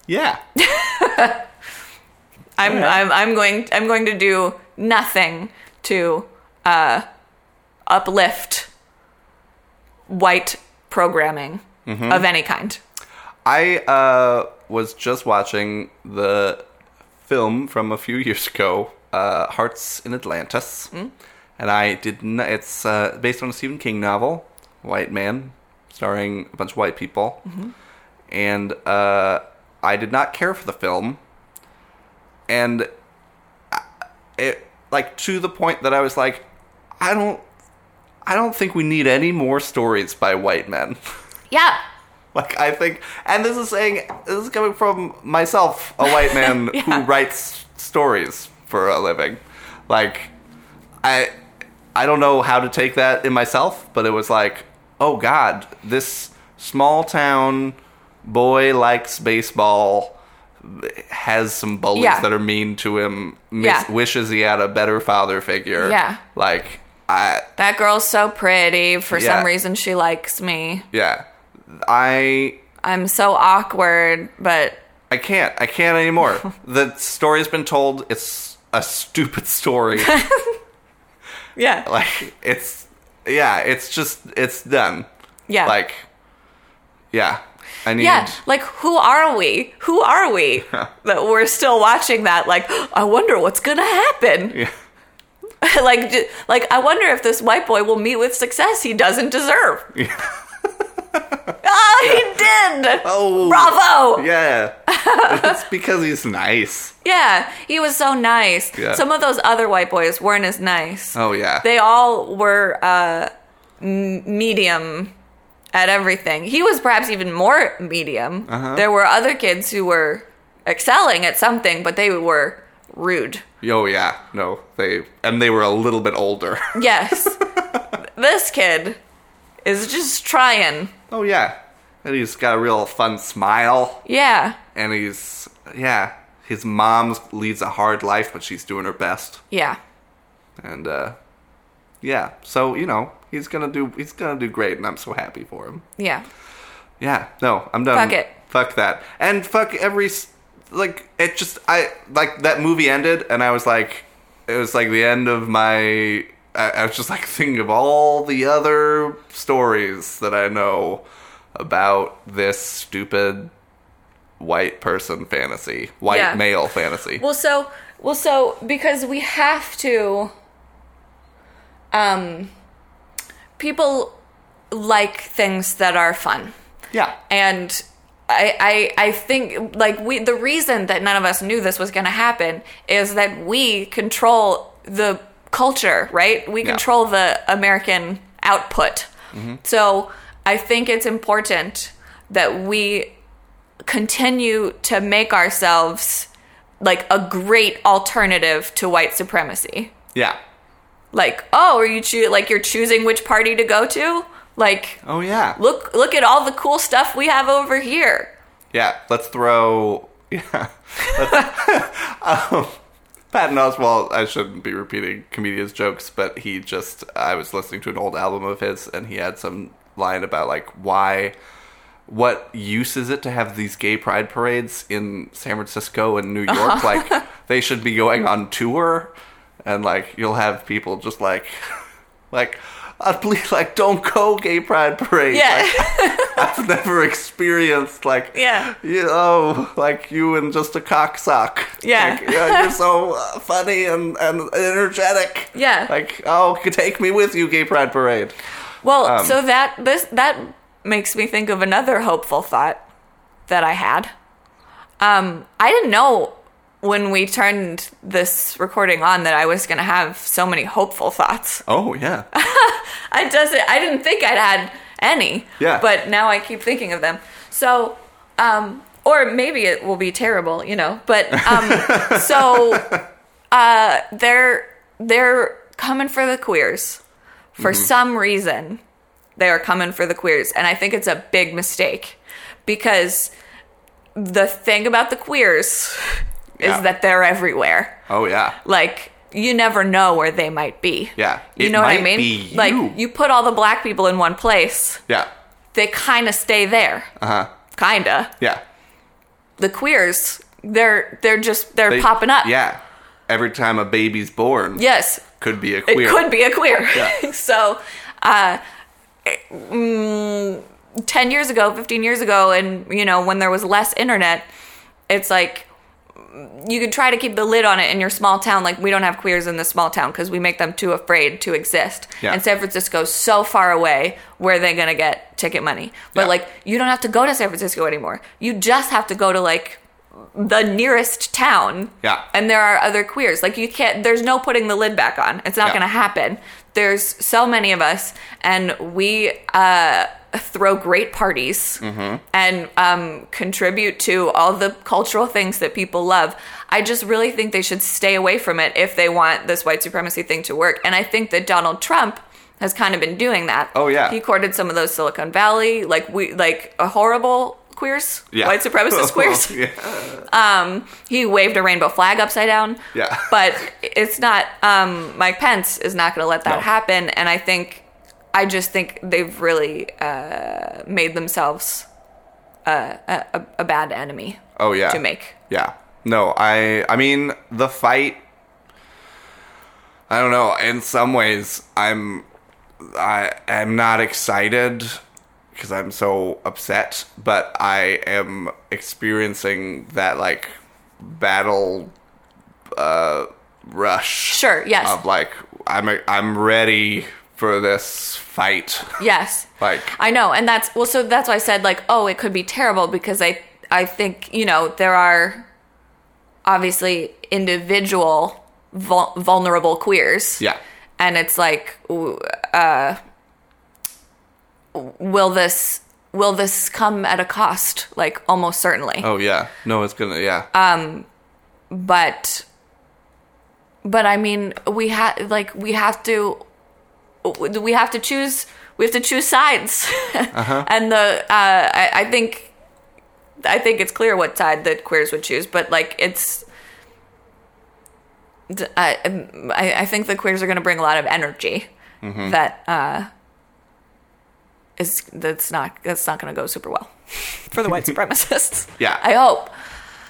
[SPEAKER 1] Yeah.
[SPEAKER 2] I'm,
[SPEAKER 1] Yeah.
[SPEAKER 2] I'm, I'm going I'm going to do nothing to uh, uplift white programming
[SPEAKER 1] Mm-hmm.
[SPEAKER 2] of any kind.
[SPEAKER 1] I uh, was just watching the film from a few years ago, uh, Hearts in Atlantis, and I did. Not, it's uh, based on a Stephen King novel, White Man, starring a bunch of white people, and uh, I did not care for the film, and I- it like to the point that I was like, I don't, I don't think we need any more stories by white men. (laughs)
[SPEAKER 2] Yeah.
[SPEAKER 1] Like I think, and this is saying this is coming from myself, a white
[SPEAKER 2] (laughs)
[SPEAKER 1] man who
[SPEAKER 2] Yeah.
[SPEAKER 1] writes stories for a living. Like, I, I don't know how to take that in myself, but it was like, oh God, this small town boy likes baseball, has some bullies
[SPEAKER 2] Yeah.
[SPEAKER 1] that are mean to him, miss,
[SPEAKER 2] Yeah.
[SPEAKER 1] wishes he had a better father figure.
[SPEAKER 2] Yeah.
[SPEAKER 1] like I,
[SPEAKER 2] That girl's so pretty. For
[SPEAKER 1] Yeah.
[SPEAKER 2] some reason, she likes me.
[SPEAKER 1] yeah, I
[SPEAKER 2] I'm so awkward, but
[SPEAKER 1] I can't. I can't
[SPEAKER 2] (laughs)
[SPEAKER 1] anymore. the story's been told. It's a stupid
[SPEAKER 2] (laughs)
[SPEAKER 1] story.
[SPEAKER 2] yeah,
[SPEAKER 1] like it's yeah. It's just it's done.
[SPEAKER 2] yeah,
[SPEAKER 1] Like yeah. I need.
[SPEAKER 2] yeah. Like, who are we? Who are we
[SPEAKER 1] (laughs)
[SPEAKER 2] that we're still watching that? Like, I wonder what's gonna happen. (laughs)
[SPEAKER 1] Yeah.
[SPEAKER 2] like, j- like I wonder if this white boy will meet with success he doesn't
[SPEAKER 1] (laughs)
[SPEAKER 2] deserve. oh, he did!
[SPEAKER 1] Oh.
[SPEAKER 2] bravo!
[SPEAKER 1] Yeah.
[SPEAKER 2] (laughs)
[SPEAKER 1] it's because he's nice.
[SPEAKER 2] Yeah, he was so nice.
[SPEAKER 1] Yeah.
[SPEAKER 2] Some of those other white boys weren't as nice.
[SPEAKER 1] Oh yeah.
[SPEAKER 2] They all were uh, m- medium at everything. He was perhaps even more medium.
[SPEAKER 1] Uh-huh.
[SPEAKER 2] There were other kids who were excelling at something, but they were rude.
[SPEAKER 1] Oh yeah, no, they and they were a little bit older. (laughs)
[SPEAKER 2] Yes. this kid is just trying.
[SPEAKER 1] oh yeah, and he's got a real fun smile,
[SPEAKER 2] Yeah.
[SPEAKER 1] and he's yeah, his mom leads a hard life, but she's doing her best,
[SPEAKER 2] Yeah.
[SPEAKER 1] and uh, yeah, so you know he's gonna do he's gonna do great, and I'm so happy for him.
[SPEAKER 2] Yeah.
[SPEAKER 1] Yeah, no, I'm done.
[SPEAKER 2] Fuck it.
[SPEAKER 1] Fuck that, and fuck every s- like it just I like that movie ended, and I was like, it was like the end of my. I, I was just like (laughs) thinking of all the other stories that I know about this stupid white person fantasy, white
[SPEAKER 2] Yeah.
[SPEAKER 1] male fantasy.
[SPEAKER 2] Well, so well, so because we have to. Um, people like things that are fun,
[SPEAKER 1] yeah,
[SPEAKER 2] and I I I think like we the reason that none of us knew this was going to happen is that we control the culture, right? We
[SPEAKER 1] Yeah.
[SPEAKER 2] control the American output. So I think it's important that we continue to make ourselves like a great alternative to white supremacy.
[SPEAKER 1] yeah.
[SPEAKER 2] Like, oh, are you choo- like you're choosing which party to go to? Like,
[SPEAKER 1] Oh yeah,
[SPEAKER 2] look look at all the cool stuff we have over here.
[SPEAKER 1] yeah. Let's throw. (laughs) Yeah, Let's- (laughs) um, Patton Oswald, I shouldn't be repeating comedians' jokes, but he just, I was listening to an old album of his and he had some line about like why, what use is it to have these gay pride parades in San Francisco and New York? Like they should be going on tour and like you'll have people just like, (laughs) like, uh, please, like, don't go gay pride parade.
[SPEAKER 2] Yeah.
[SPEAKER 1] Like, (laughs) I've never experienced like,
[SPEAKER 2] Yeah.
[SPEAKER 1] you know, like you and just a cocksock.
[SPEAKER 2] Yeah.
[SPEAKER 1] Like, yeah, you're so uh, funny and, and energetic.
[SPEAKER 2] Yeah.
[SPEAKER 1] Like, oh, c- take me with you, Gay Pride Parade.
[SPEAKER 2] Well,
[SPEAKER 1] Um,
[SPEAKER 2] so that this that makes me think of another hopeful thought that I had. Um, I didn't know when we turned this recording on that I was going to have so many hopeful thoughts.
[SPEAKER 1] Oh,
[SPEAKER 2] (laughs)
[SPEAKER 1] yeah.
[SPEAKER 2] I doesn't. I didn't think I'd had any.
[SPEAKER 1] Yeah.
[SPEAKER 2] But now I keep thinking of them. So, um, or maybe it will be terrible, you know. But
[SPEAKER 1] (laughs)
[SPEAKER 2] um, so, uh, they're they're coming for the queers for
[SPEAKER 1] Mm-hmm.
[SPEAKER 2] some reason. They are coming for the queers, and I think it's a big mistake because the thing about the queers
[SPEAKER 1] Yeah.
[SPEAKER 2] is that they're everywhere.
[SPEAKER 1] oh, yeah.
[SPEAKER 2] Like you never know where they might be.
[SPEAKER 1] Yeah.
[SPEAKER 2] You
[SPEAKER 1] It
[SPEAKER 2] know what I
[SPEAKER 1] might
[SPEAKER 2] mean?
[SPEAKER 1] be you.
[SPEAKER 2] Like you put all the black people in one place,
[SPEAKER 1] Yeah.
[SPEAKER 2] they kind of stay there.
[SPEAKER 1] Uh huh.
[SPEAKER 2] Kinda.
[SPEAKER 1] Yeah.
[SPEAKER 2] The queers, they're they're just they're
[SPEAKER 1] They-
[SPEAKER 2] popping up.
[SPEAKER 1] Yeah. Every time a baby's born,
[SPEAKER 2] Yes.
[SPEAKER 1] could be a
[SPEAKER 2] It
[SPEAKER 1] queer.
[SPEAKER 2] could be a queer.
[SPEAKER 1] Yeah.
[SPEAKER 2] (laughs) so, uh, mm, 10 years ago, 15 years ago, and, you know, when there was less internet, it's like mm, you could try to keep the lid on it in your small town. Like, we don't have queers in this small town because we make them too afraid to exist.
[SPEAKER 1] Yeah.
[SPEAKER 2] And San Francisco's so far away, where are they going to get ticket money? But,
[SPEAKER 1] Yeah.
[SPEAKER 2] like, you don't have to go to San Francisco anymore. You just have to go to, like, the nearest town
[SPEAKER 1] Yeah.
[SPEAKER 2] and there are other queers like you can't there's no putting the lid back on it's not
[SPEAKER 1] Yeah.
[SPEAKER 2] going to happen there's so many of us and we uh, throw great parties
[SPEAKER 1] Mm-hmm.
[SPEAKER 2] and um, contribute to all the cultural things that people love i just really think they should stay away from it if they want this white supremacy thing to work and i think that donald trump has kind of been doing that
[SPEAKER 1] Oh, yeah.
[SPEAKER 2] he courted some of those silicon valley like we like a horrible queers
[SPEAKER 1] Yeah. Oh,
[SPEAKER 2] white
[SPEAKER 1] (laughs)
[SPEAKER 2] supremacist queers
[SPEAKER 1] yeah.
[SPEAKER 2] um, he waved a rainbow flag upside down.
[SPEAKER 1] Yeah.
[SPEAKER 2] (laughs) But it's not, um, Mike Pence is not going to let that
[SPEAKER 1] No.
[SPEAKER 2] happen. And I think, I just think they've really uh, made themselves uh, a, a, a bad enemy
[SPEAKER 1] Oh, yeah.
[SPEAKER 2] to make.
[SPEAKER 1] Yeah. No, I I mean the fight I don't know, in some ways I'm I am not excited cuz I'm so upset, but I am experiencing that like battle uh rush.
[SPEAKER 2] Sure, yes.
[SPEAKER 1] Of like I'm I'm ready for this fight. (laughs)
[SPEAKER 2] Yes.
[SPEAKER 1] Like
[SPEAKER 2] I know, and that's well. So that's why I said like, oh, it could be terrible because I I think you know there are obviously individual vul- vulnerable queers.
[SPEAKER 1] Yeah.
[SPEAKER 2] and it's like ooh, uh, will this will this come at a cost? Like almost certainly.
[SPEAKER 1] Oh yeah. No, it's gonna yeah.
[SPEAKER 2] Uh, but but i mean we have like we have to we have to choose we have to choose sides (laughs) and the uh I, I think i think it's clear what side that queers would choose but like it's d- I, I I think the queers are going to bring a lot of energy that uh, is that's not that's not going to go super well for the white supremacists.
[SPEAKER 1] Yeah.
[SPEAKER 2] I hope.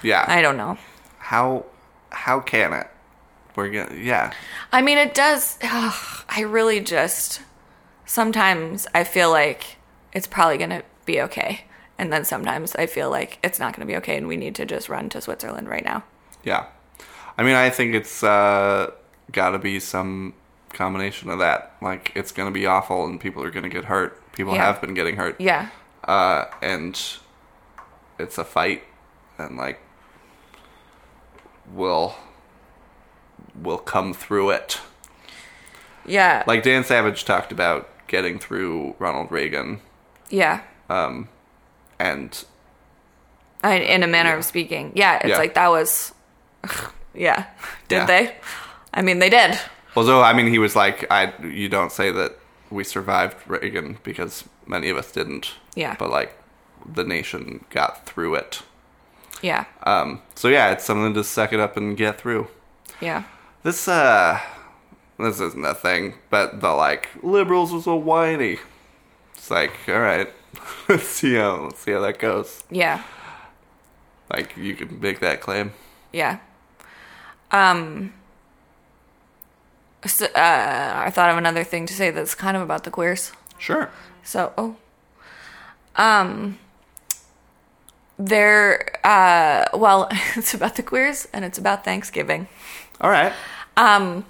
[SPEAKER 1] yeah.
[SPEAKER 2] I don't know.
[SPEAKER 1] how how can it? We're gonna yeah.
[SPEAKER 2] I mean, it does. ugh, I really just sometimes I feel like it's probably gonna be okay, and then sometimes I feel like it's not gonna be okay, and we need to just run to Switzerland right now.
[SPEAKER 1] Yeah. I mean, I think it's uh, got to be some combination of that. Like, it's going to be awful and people are going to get hurt. People
[SPEAKER 2] Yeah.
[SPEAKER 1] have been getting hurt.
[SPEAKER 2] Yeah,
[SPEAKER 1] Uh, and it's a fight. And, like, we'll, we'll come through it.
[SPEAKER 2] yeah,
[SPEAKER 1] Like, Dan Savage talked about getting through Ronald Reagan.
[SPEAKER 2] yeah.
[SPEAKER 1] And
[SPEAKER 2] I, in a manner of speaking, yeah, it's
[SPEAKER 1] Yeah.
[SPEAKER 2] like that was, (laughs) yeah. Did
[SPEAKER 1] Yeah.
[SPEAKER 2] they? I mean, they did.
[SPEAKER 1] although, I mean, he was like, I, you don't say that we survived Reagan because many of us didn't.
[SPEAKER 2] Yeah.
[SPEAKER 1] But, like, the nation got through it.
[SPEAKER 2] Yeah,
[SPEAKER 1] Um, so yeah, it's something to suck it up and get through.
[SPEAKER 2] yeah,
[SPEAKER 1] This uh, this isn't a thing, but the like liberals are so whiny. It's like, all right, (laughs) let's see how let's see how that goes.
[SPEAKER 2] yeah,
[SPEAKER 1] Like you can make that claim.
[SPEAKER 2] yeah. Um. So, uh, I thought of another thing to say that's kind of about the queers.
[SPEAKER 1] Sure.
[SPEAKER 2] So, oh. Um, there, uh, well, (laughs) it's about the queers and it's about Thanksgiving.
[SPEAKER 1] All right.
[SPEAKER 2] Um,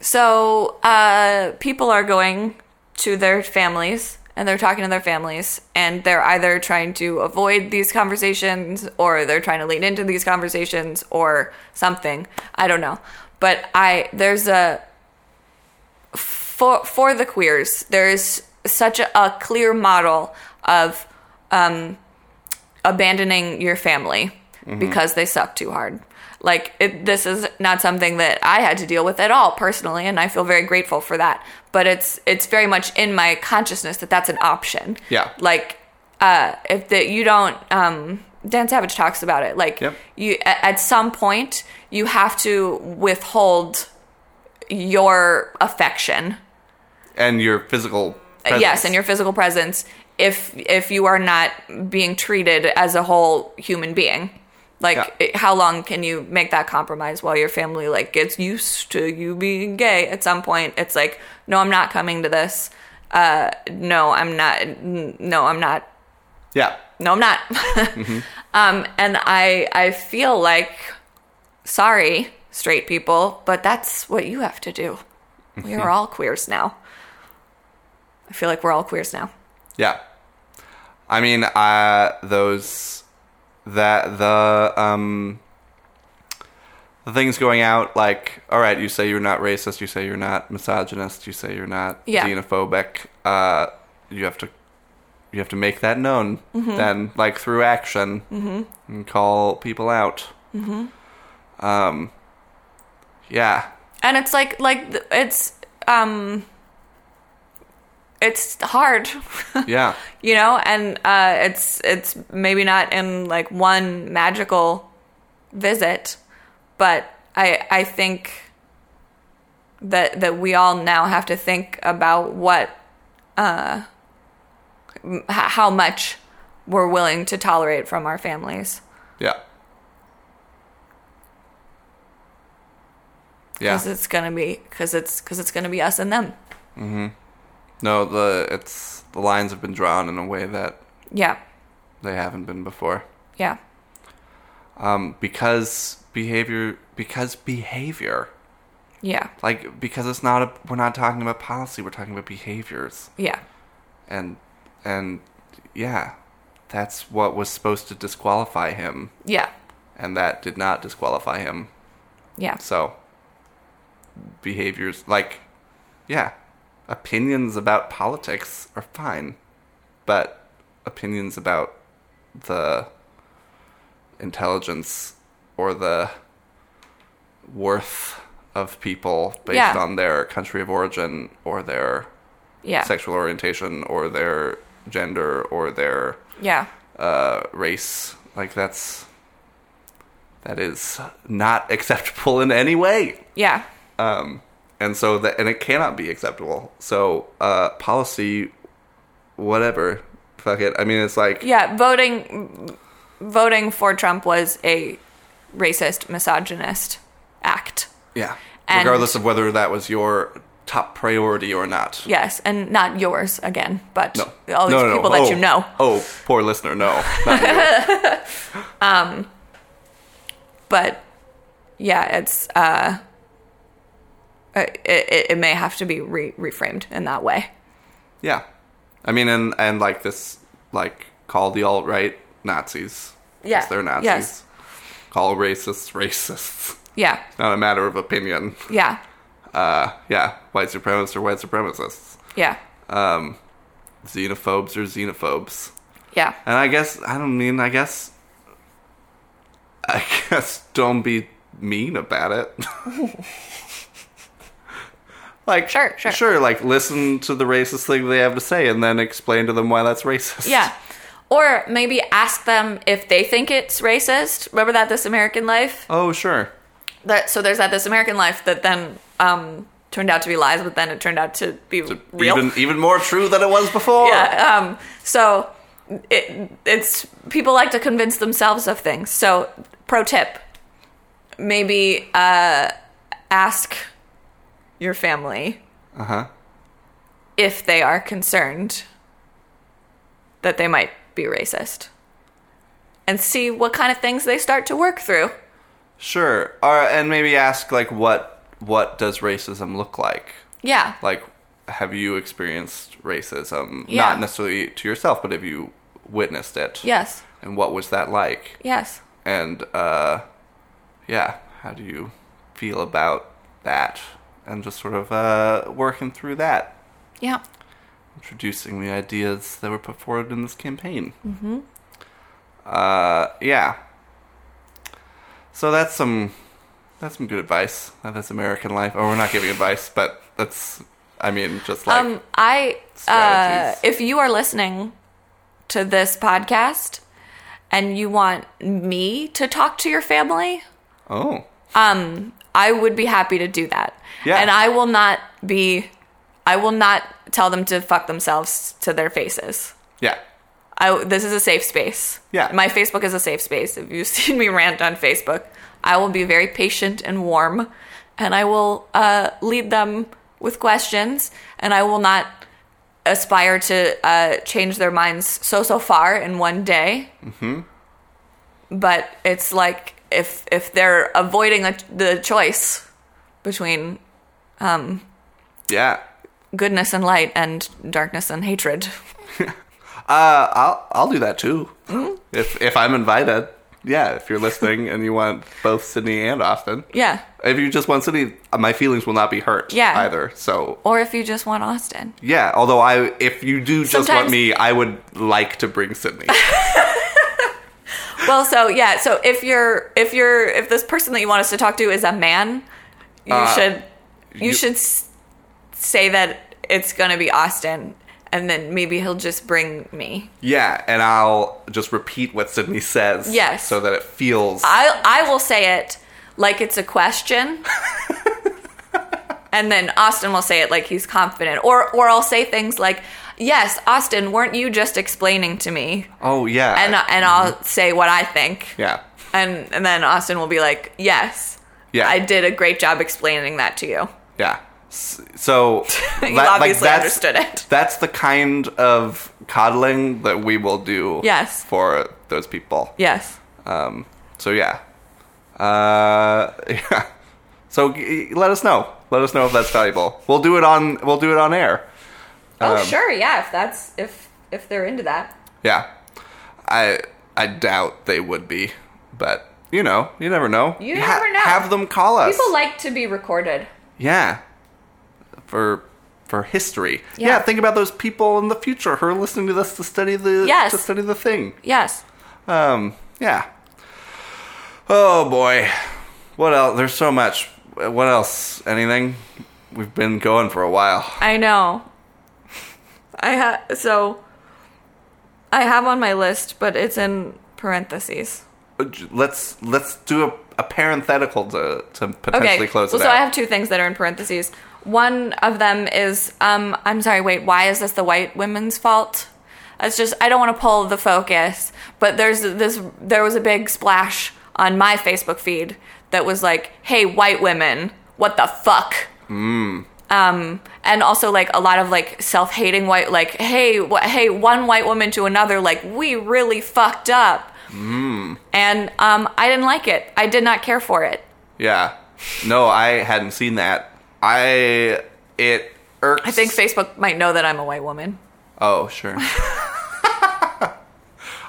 [SPEAKER 2] so, uh, people are going to their families and they're talking to their families and they're either trying to avoid these conversations or they're trying to lean into these conversations or something. I don't know. But I, there's a, for for the queers, there is such a, a clear model of um, abandoning your family
[SPEAKER 1] Mm-hmm.
[SPEAKER 2] because they suck too hard. Like it, this is not something that I had to deal with at all personally, and I feel very grateful for that. But it's it's very much in my consciousness that that's an option.
[SPEAKER 1] Yeah.
[SPEAKER 2] Like uh, if that you don't. Um, Dan Savage talks about it. Like
[SPEAKER 1] Yep.
[SPEAKER 2] you a- at some point you have to withhold your affection
[SPEAKER 1] And your physical. Presence.
[SPEAKER 2] Uh, yes and your physical presence if if you are not being treated as a whole human being like
[SPEAKER 1] Yeah.
[SPEAKER 2] it- how long can you make that compromise while your family like gets used to you being gay at some point it's like no i'm not coming to this uh no i'm not n- no i'm not
[SPEAKER 1] yeah.
[SPEAKER 2] no i'm not (laughs) um and i i feel like sorry straight people but that's what you have to do we are all queers now i feel like we're all queers now
[SPEAKER 1] Yeah. I mean, uh, those that the um the things going out like, all right, you say you're not racist, you say you're not misogynist, you say you're not
[SPEAKER 2] Yeah.
[SPEAKER 1] xenophobic. Uh, you have to you have to make that known then, like through action, mm-hmm. and call people out. Mm-hmm. Um, (laughs) yeah,
[SPEAKER 2] and it's like like th- it's um it's hard (laughs)
[SPEAKER 1] yeah,
[SPEAKER 2] you know and uh it's it's maybe not in like one magical visit but i i think that that we all now have to think about what uh m- h- how much we're willing to tolerate from our families
[SPEAKER 1] yeah, yeah.
[SPEAKER 2] because it's gonna be because it's because it's gonna be us and them
[SPEAKER 1] No, the it's the lines have been drawn in a way that
[SPEAKER 2] yeah
[SPEAKER 1] they haven't been before.
[SPEAKER 2] yeah
[SPEAKER 1] Um, because behavior, because behavior,
[SPEAKER 2] yeah
[SPEAKER 1] like because it's not a, we're not talking about policy, we're talking about behaviors,
[SPEAKER 2] yeah
[SPEAKER 1] and and yeah, that's what was supposed to disqualify him,
[SPEAKER 2] yeah
[SPEAKER 1] and that did not disqualify him.
[SPEAKER 2] Yeah.
[SPEAKER 1] So behaviors, like yeah, opinions about politics are fine. but opinions about the intelligence or the worth of people based
[SPEAKER 2] Yeah.
[SPEAKER 1] on their country of origin or their
[SPEAKER 2] Yeah.
[SPEAKER 1] sexual orientation or their gender or their
[SPEAKER 2] Yeah.
[SPEAKER 1] uh, race. Like that's that is not (laughs) acceptable in any way.
[SPEAKER 2] Yeah.
[SPEAKER 1] Um, and so that and it cannot be acceptable. So uh, policy, whatever, fuck it. I mean, it's like
[SPEAKER 2] Yeah. Voting voting for Trump was a racist, misogynist act.
[SPEAKER 1] yeah,
[SPEAKER 2] And-
[SPEAKER 1] regardless of whether that was your top priority or not.
[SPEAKER 2] Yes, and not yours again, but
[SPEAKER 1] No.
[SPEAKER 2] all these
[SPEAKER 1] No, no, no.
[SPEAKER 2] people that
[SPEAKER 1] Oh.
[SPEAKER 2] you know.
[SPEAKER 1] Oh, poor listener. No.
[SPEAKER 2] (laughs)
[SPEAKER 1] Not you.
[SPEAKER 2] But yeah, it's uh, it, it, it may have to be re- reframed in that way.
[SPEAKER 1] yeah. I mean, and and like this, like call the alt right Nazis. 'cause
[SPEAKER 2] Yeah.
[SPEAKER 1] they're Nazis.
[SPEAKER 2] Yes.
[SPEAKER 1] Call racists racists. (laughs)
[SPEAKER 2] Yeah,
[SPEAKER 1] Not a matter of opinion.
[SPEAKER 2] yeah,
[SPEAKER 1] Uh, yeah, white supremacists are white supremacists.
[SPEAKER 2] yeah,
[SPEAKER 1] Xenophobes are xenophobes.
[SPEAKER 2] yeah,
[SPEAKER 1] And I guess I don't mean I guess I (laughs) guess don't be mean about it. (laughs) like
[SPEAKER 2] Sure, sure.
[SPEAKER 1] Sure, like listen to the racist thing they have to say and then explain to them why that's racist.
[SPEAKER 2] yeah. Or maybe ask them if they think it's racist. Remember that This American Life?
[SPEAKER 1] Oh, sure.
[SPEAKER 2] That so there's that This American Life that then um, turned out to be lies, but then it turned out to be real.
[SPEAKER 1] Even even more true than it was before.
[SPEAKER 2] Yeah. Um, so it, it's people like to convince themselves of things. So pro tip, maybe uh, ask your family
[SPEAKER 1] Uh-huh.
[SPEAKER 2] if they are concerned that they might be racist, and see what kind of things they start to work through.
[SPEAKER 1] Sure. Or and maybe ask like what what does racism look like?
[SPEAKER 2] Yeah.
[SPEAKER 1] like have you experienced racism
[SPEAKER 2] Yeah.
[SPEAKER 1] not necessarily to yourself but have you witnessed it
[SPEAKER 2] Yes.
[SPEAKER 1] and what was that like
[SPEAKER 2] Yes.
[SPEAKER 1] and uh yeah how do you feel about that and just sort of uh working through that
[SPEAKER 2] Yeah.
[SPEAKER 1] introducing the ideas that were put forward in this campaign mm-hmm. uh yeah so that's some that's some good advice Uh, that's american life oh we're not giving advice but that's i mean just like
[SPEAKER 2] um, I uh,
[SPEAKER 1] strategies.
[SPEAKER 2] if you are listening to this podcast and you want me to talk to your family,
[SPEAKER 1] Oh,
[SPEAKER 2] I would be happy to do that.
[SPEAKER 1] Yeah.
[SPEAKER 2] And I will not be I will not tell them to fuck themselves to their faces.
[SPEAKER 1] yeah.
[SPEAKER 2] I this is a safe space.
[SPEAKER 1] Yeah.
[SPEAKER 2] My Facebook is a safe space. If (laughs) you've seen me rant on Facebook, I will be very patient and warm and I will uh, lead them with questions and I will not aspire to uh, change their minds so so far in one day. Mm-hmm. But it's like if if they're avoiding a, the choice between
[SPEAKER 1] Yeah.
[SPEAKER 2] goodness and light and darkness and hatred. (laughs)
[SPEAKER 1] Uh, I'll I'll do that too.
[SPEAKER 2] Hmm?
[SPEAKER 1] If if I'm invited. Yeah, if you're listening and you want both Sydney and Austin.
[SPEAKER 2] Yeah.
[SPEAKER 1] If you just want Sydney, my feelings will not be hurt
[SPEAKER 2] Yeah.
[SPEAKER 1] either. So,
[SPEAKER 2] Or if you just want Austin.
[SPEAKER 1] yeah, although I if you do just want
[SPEAKER 2] Sometimes-
[SPEAKER 1] me, I would like to bring
[SPEAKER 2] (laughs)
[SPEAKER 1] Sydney.
[SPEAKER 2] Well, so yeah, so if you're if you're if this person that you want us to talk to is a man, you
[SPEAKER 1] Uh,
[SPEAKER 2] should you,
[SPEAKER 1] you-
[SPEAKER 2] should s- say that it's gonna be Austin, and then maybe he'll just bring me.
[SPEAKER 1] yeah, and I'll just repeat what Sydney says
[SPEAKER 2] Yes.
[SPEAKER 1] so that it feels
[SPEAKER 2] I I will say it like it's a
[SPEAKER 1] (laughs)
[SPEAKER 2] question. And then Austin will say it like he's confident, or or I'll say things like, "Yes, Austin, weren't you just explaining to me?"
[SPEAKER 1] Oh, yeah.
[SPEAKER 2] And and I'll say what I think,
[SPEAKER 1] Mm-hmm. yeah.
[SPEAKER 2] and and then Austin will be like, "Yes,
[SPEAKER 1] Yeah.
[SPEAKER 2] I did a great job explaining that to you.
[SPEAKER 1] Yeah. S- So
[SPEAKER 2] (laughs) You
[SPEAKER 1] that-
[SPEAKER 2] obviously
[SPEAKER 1] that's-
[SPEAKER 2] understood it.
[SPEAKER 1] That's the kind of coddling that we will do.
[SPEAKER 2] Yes.
[SPEAKER 1] For those people.
[SPEAKER 2] Yes.
[SPEAKER 1] Um. So yeah. Uh. (laughs) Yeah. So g- let us know. Let us know if that's valuable. We'll do it on. We'll do it on air.
[SPEAKER 2] oh
[SPEAKER 1] Um,
[SPEAKER 2] sure, yeah. If that's if if they're into that.
[SPEAKER 1] Yeah. I I doubt they would be, but you know, you never know.
[SPEAKER 2] You
[SPEAKER 1] Ha-
[SPEAKER 2] never know.
[SPEAKER 1] Have them call us.
[SPEAKER 2] People like to be recorded.
[SPEAKER 1] Yeah. For for history. Yeah.
[SPEAKER 2] Yeah.
[SPEAKER 1] think about those people in the future who are listening to this to study the
[SPEAKER 2] Yes.
[SPEAKER 1] to study the thing.
[SPEAKER 2] Yes.
[SPEAKER 1] Um, yeah. Oh boy, what else? There's so much. What else? Anything? We've been going for a while.
[SPEAKER 2] I know. I ha so I have on my list, but it's in parentheses.
[SPEAKER 1] Uh, j- Let's let's do a, a parenthetical to to potentially
[SPEAKER 2] Okay.
[SPEAKER 1] close
[SPEAKER 2] well,
[SPEAKER 1] it
[SPEAKER 2] so
[SPEAKER 1] out.
[SPEAKER 2] I have two things that are in parentheses. One of them is um I'm sorry, wait, why is this the white women's fault? It's just I don't want to pull the focus, but there's this there was a big splash on my Facebook feed that was like, "Hey white women, what the fuck?"
[SPEAKER 1] Mm.
[SPEAKER 2] um, and also like a lot of like self-hating white like hey wh- hey one white woman to another like we really fucked up
[SPEAKER 1] Mm.
[SPEAKER 2] and um, i didn't like it i did not care for it
[SPEAKER 1] yeah. No, I hadn't seen that. I it irks.
[SPEAKER 2] i think facebook might know that i'm a white woman
[SPEAKER 1] Oh, sure. (laughs)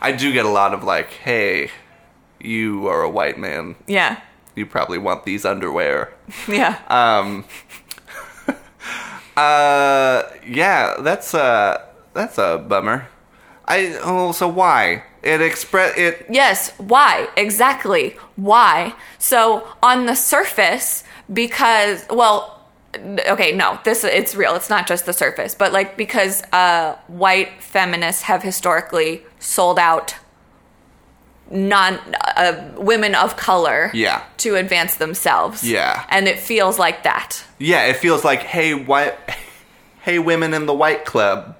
[SPEAKER 1] I do get a lot of like, hey, you are a white man.
[SPEAKER 2] yeah
[SPEAKER 1] You probably want these underwear.
[SPEAKER 2] yeah
[SPEAKER 1] Um Uh yeah, that's a that's a bummer. I oh, so why? It express it
[SPEAKER 2] Yes, why? Exactly. Why? So, on the surface, because, well, n- okay, no, this it's real. It's not just the surface, but like because uh, white feminists have historically sold out non uh, women of color
[SPEAKER 1] Yeah.
[SPEAKER 2] to advance themselves.
[SPEAKER 1] Yeah.
[SPEAKER 2] And it feels like that.
[SPEAKER 1] yeah, it feels like hey white (laughs) hey women in the white club.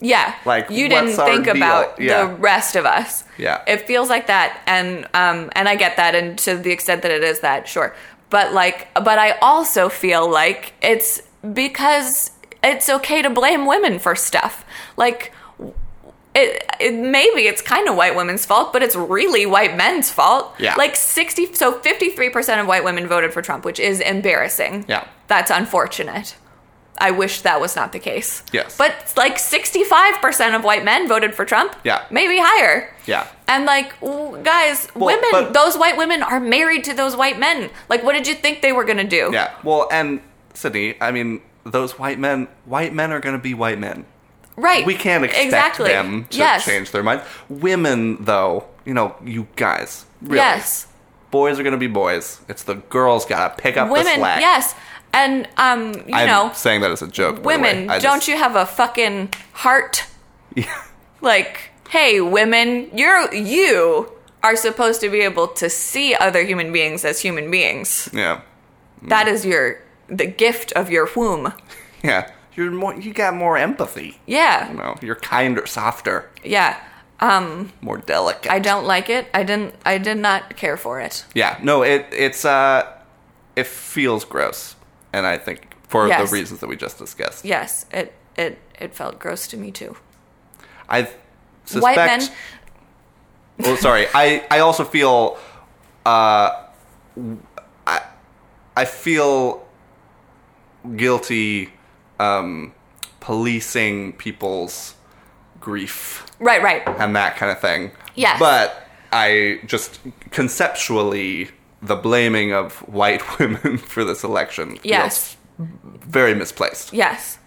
[SPEAKER 2] Yeah.
[SPEAKER 1] Like,
[SPEAKER 2] you
[SPEAKER 1] what's
[SPEAKER 2] didn't
[SPEAKER 1] our
[SPEAKER 2] think
[SPEAKER 1] deal?
[SPEAKER 2] about
[SPEAKER 1] Yeah.
[SPEAKER 2] the rest of us.
[SPEAKER 1] Yeah.
[SPEAKER 2] It feels like that and um and I get that and to the extent that it is that, sure. But like but I also feel like it's because it's okay to blame women for stuff. Like it, it maybe it's kind of white women's fault, but it's really white men's fault.
[SPEAKER 1] Yeah.
[SPEAKER 2] Like 60 so 53% of white women voted for Trump, which is embarrassing.
[SPEAKER 1] Yeah.
[SPEAKER 2] That's unfortunate. I wish that was not the case.
[SPEAKER 1] Yes.
[SPEAKER 2] But like 65% of white men voted for Trump.
[SPEAKER 1] Yeah.
[SPEAKER 2] Maybe higher.
[SPEAKER 1] Yeah.
[SPEAKER 2] And like, w- guys,
[SPEAKER 1] Well,
[SPEAKER 2] women,
[SPEAKER 1] but-
[SPEAKER 2] those white women are married to those white men. Like, what did you think they were going to do?
[SPEAKER 1] Yeah. Well, and Sydney, I mean, those white men, white men are going to be white men.
[SPEAKER 2] Right.
[SPEAKER 1] We can't expect
[SPEAKER 2] exactly.
[SPEAKER 1] them to
[SPEAKER 2] yes.
[SPEAKER 1] change their minds. Women, though, you know, you guys, really,
[SPEAKER 2] Yes.
[SPEAKER 1] boys are going to be boys. It's the girls got to pick up the
[SPEAKER 2] Women,
[SPEAKER 1] slack.
[SPEAKER 2] yes. And, um, you
[SPEAKER 1] I'm
[SPEAKER 2] know,
[SPEAKER 1] saying that as a joke. by the way.
[SPEAKER 2] women,
[SPEAKER 1] I
[SPEAKER 2] don't
[SPEAKER 1] just-
[SPEAKER 2] you have a fucking heart?
[SPEAKER 1] (laughs) Yeah.
[SPEAKER 2] like hey women you're you are supposed to be able to see other human beings as human beings
[SPEAKER 1] yeah. Mm.
[SPEAKER 2] that is your the gift of your womb
[SPEAKER 1] Yeah. You're more. You got more empathy. You
[SPEAKER 2] yeah
[SPEAKER 1] know, you're kinder, softer,
[SPEAKER 2] yeah um
[SPEAKER 1] more delicate.
[SPEAKER 2] i don't like it i didn't i did not care for it
[SPEAKER 1] Yeah, no, it it's uh, it feels gross, and I think for
[SPEAKER 2] Yes.
[SPEAKER 1] the reasons that we just discussed,
[SPEAKER 2] yes it it it felt gross to me too
[SPEAKER 1] I suspect.
[SPEAKER 2] white men
[SPEAKER 1] Oh, sorry. I I also feel, uh, w- I I feel guilty, um, policing people's grief
[SPEAKER 2] right right
[SPEAKER 1] and that kind of thing.
[SPEAKER 2] Yes.
[SPEAKER 1] But I just conceptually the blaming of white (laughs) women for this election
[SPEAKER 2] Yes.
[SPEAKER 1] feels very misplaced.
[SPEAKER 2] Yes.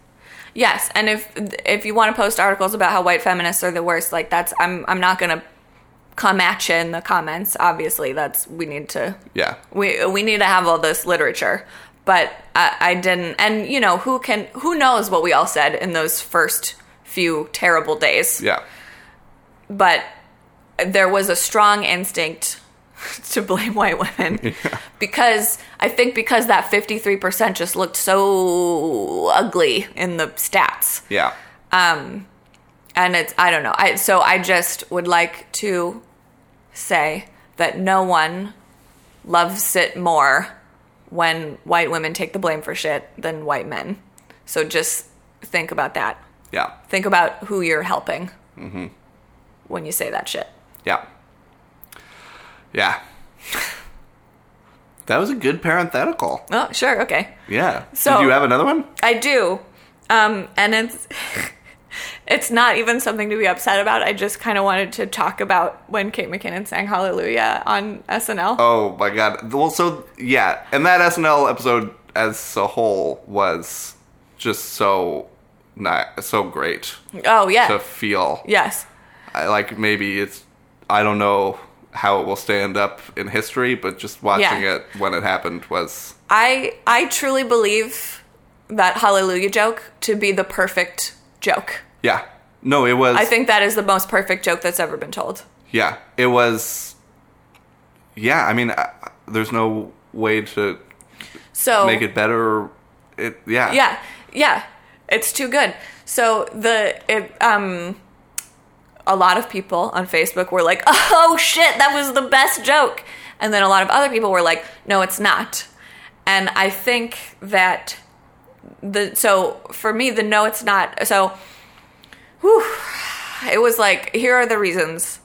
[SPEAKER 2] Yes, and if if you want to post articles about how white feminists are the worst, like that's I'm I'm not going to come at you in the comments. Obviously, that's we need to
[SPEAKER 1] Yeah.
[SPEAKER 2] we we need to have all this literature. But I, I didn't and you know, who can who knows what we all said in those first few terrible days.
[SPEAKER 1] Yeah.
[SPEAKER 2] But there was a strong instinct (laughs) to blame white women because I think because that 53% just looked so ugly in the stats.
[SPEAKER 1] Yeah.
[SPEAKER 2] And it's I don't know. I so I just would like to say that no one loves it more when white women take the blame for shit than white men. So just think about that.
[SPEAKER 1] Yeah.
[SPEAKER 2] Think about who you're helping when you say that shit.
[SPEAKER 1] Yeah. Yeah. (laughs) That was a good parenthetical.
[SPEAKER 2] Oh, sure, okay.
[SPEAKER 1] Yeah.
[SPEAKER 2] So-
[SPEAKER 1] Did you have another one?
[SPEAKER 2] I do. Um, and it's (laughs) it's not even something to be upset about. I just kind of wanted to talk about when Kate McKinnon sang Hallelujah on SNL.
[SPEAKER 1] Oh my god. Well, so yeah, and that SNL episode as a whole was just so not so great
[SPEAKER 2] Oh yeah.
[SPEAKER 1] to feel.
[SPEAKER 2] yes.
[SPEAKER 1] I, like maybe it's I don't know how it will stand up in history, but just watching
[SPEAKER 2] Yeah.
[SPEAKER 1] it when it happened was
[SPEAKER 2] I I truly believe that hallelujah joke to be the perfect joke.
[SPEAKER 1] yeah. No, it was
[SPEAKER 2] I think that is the most perfect joke that's ever been told.
[SPEAKER 1] yeah. It was yeah. I mean, I, there's no way to
[SPEAKER 2] So
[SPEAKER 1] make it better. or- It yeah
[SPEAKER 2] Oh. yeah yeah it's too good so the it, um a lot of people on facebook were like (laughs) oh shit that was the best joke and then a lot of other people were like no it's not and i think that the so for me the no it's not so whew, it was like here are the reasons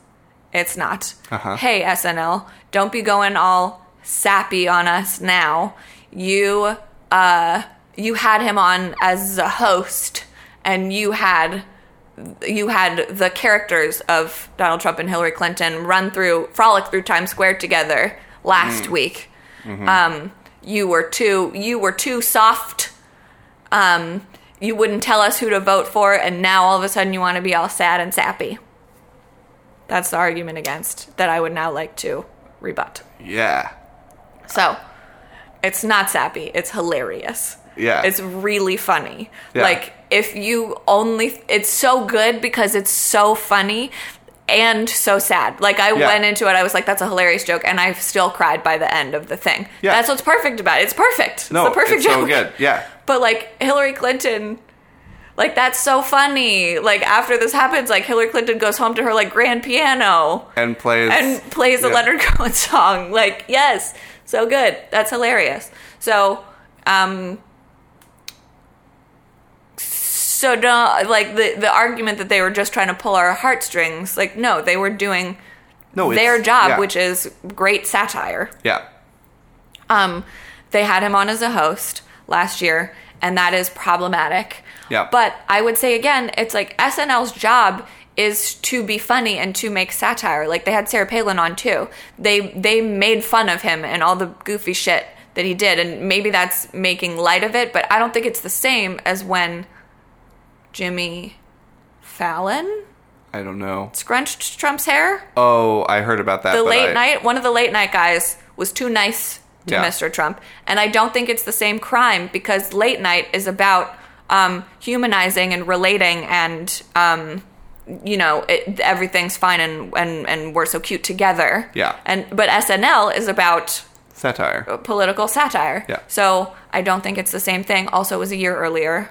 [SPEAKER 2] it's not
[SPEAKER 1] Uh-huh.
[SPEAKER 2] hey snl don't be going all sappy on us now you uh you had him on as a host and you had you had the characters of Donald Trump and Hillary Clinton run through, frolic through Times Square together last week. Um, you were too, you were too soft. Um, you wouldn't tell us who to vote for, and now all of a sudden you want to be all sad and sappy. That's the argument against that I would now like to rebut.
[SPEAKER 1] yeah
[SPEAKER 2] So, it's not sappy. It's hilarious.
[SPEAKER 1] yeah.
[SPEAKER 2] It's really funny.
[SPEAKER 1] Yeah.
[SPEAKER 2] Like if you only it's so good because it's so funny and so sad. Like I
[SPEAKER 1] Yeah.
[SPEAKER 2] went into it I was like that's a hilarious joke and I still cried by the end of the thing.
[SPEAKER 1] Yeah.
[SPEAKER 2] That's what's perfect about it. It's perfect.
[SPEAKER 1] no,
[SPEAKER 2] it's the perfect
[SPEAKER 1] it's
[SPEAKER 2] joke.
[SPEAKER 1] so good. Yeah,
[SPEAKER 2] (laughs) But like Hillary Clinton like that's so funny. Like after this happens like Hillary Clinton goes home to her like grand piano
[SPEAKER 1] and plays
[SPEAKER 2] and plays a
[SPEAKER 1] yeah.
[SPEAKER 2] Leonard (laughs) Cohen song. Like, yes, so good. That's hilarious. So, um, so no, like the the argument that they were just trying to pull our heartstrings. Like, no, they were doing
[SPEAKER 1] No, it's-
[SPEAKER 2] their job,
[SPEAKER 1] yeah.
[SPEAKER 2] which is great satire.
[SPEAKER 1] yeah
[SPEAKER 2] Um, they had him on as a host last year, and that is problematic.
[SPEAKER 1] Yeah.
[SPEAKER 2] But I would say again, it's like SNL's job is to be funny and to make satire. Like they had Sarah Palin on too. They they made fun of him and all the goofy shit that he did, and maybe that's making light of it. But I don't think it's the same as when Jimmy Fallon
[SPEAKER 1] I don't know.
[SPEAKER 2] scrunched Trump's hair
[SPEAKER 1] Oh, I heard about that.
[SPEAKER 2] the
[SPEAKER 1] but
[SPEAKER 2] late
[SPEAKER 1] I-
[SPEAKER 2] night one of the late night guys was too nice to
[SPEAKER 1] Yeah.
[SPEAKER 2] Mr. Trump, and I don't think it's the same crime because late night is about um, humanizing and relating, and um, you know it, everything's fine and, and and we're so cute together.
[SPEAKER 1] Yeah.
[SPEAKER 2] And but SNL is about
[SPEAKER 1] satire.
[SPEAKER 2] Oh. political satire.
[SPEAKER 1] Yeah.
[SPEAKER 2] So I don't think it's the same thing. Also, it was a year earlier.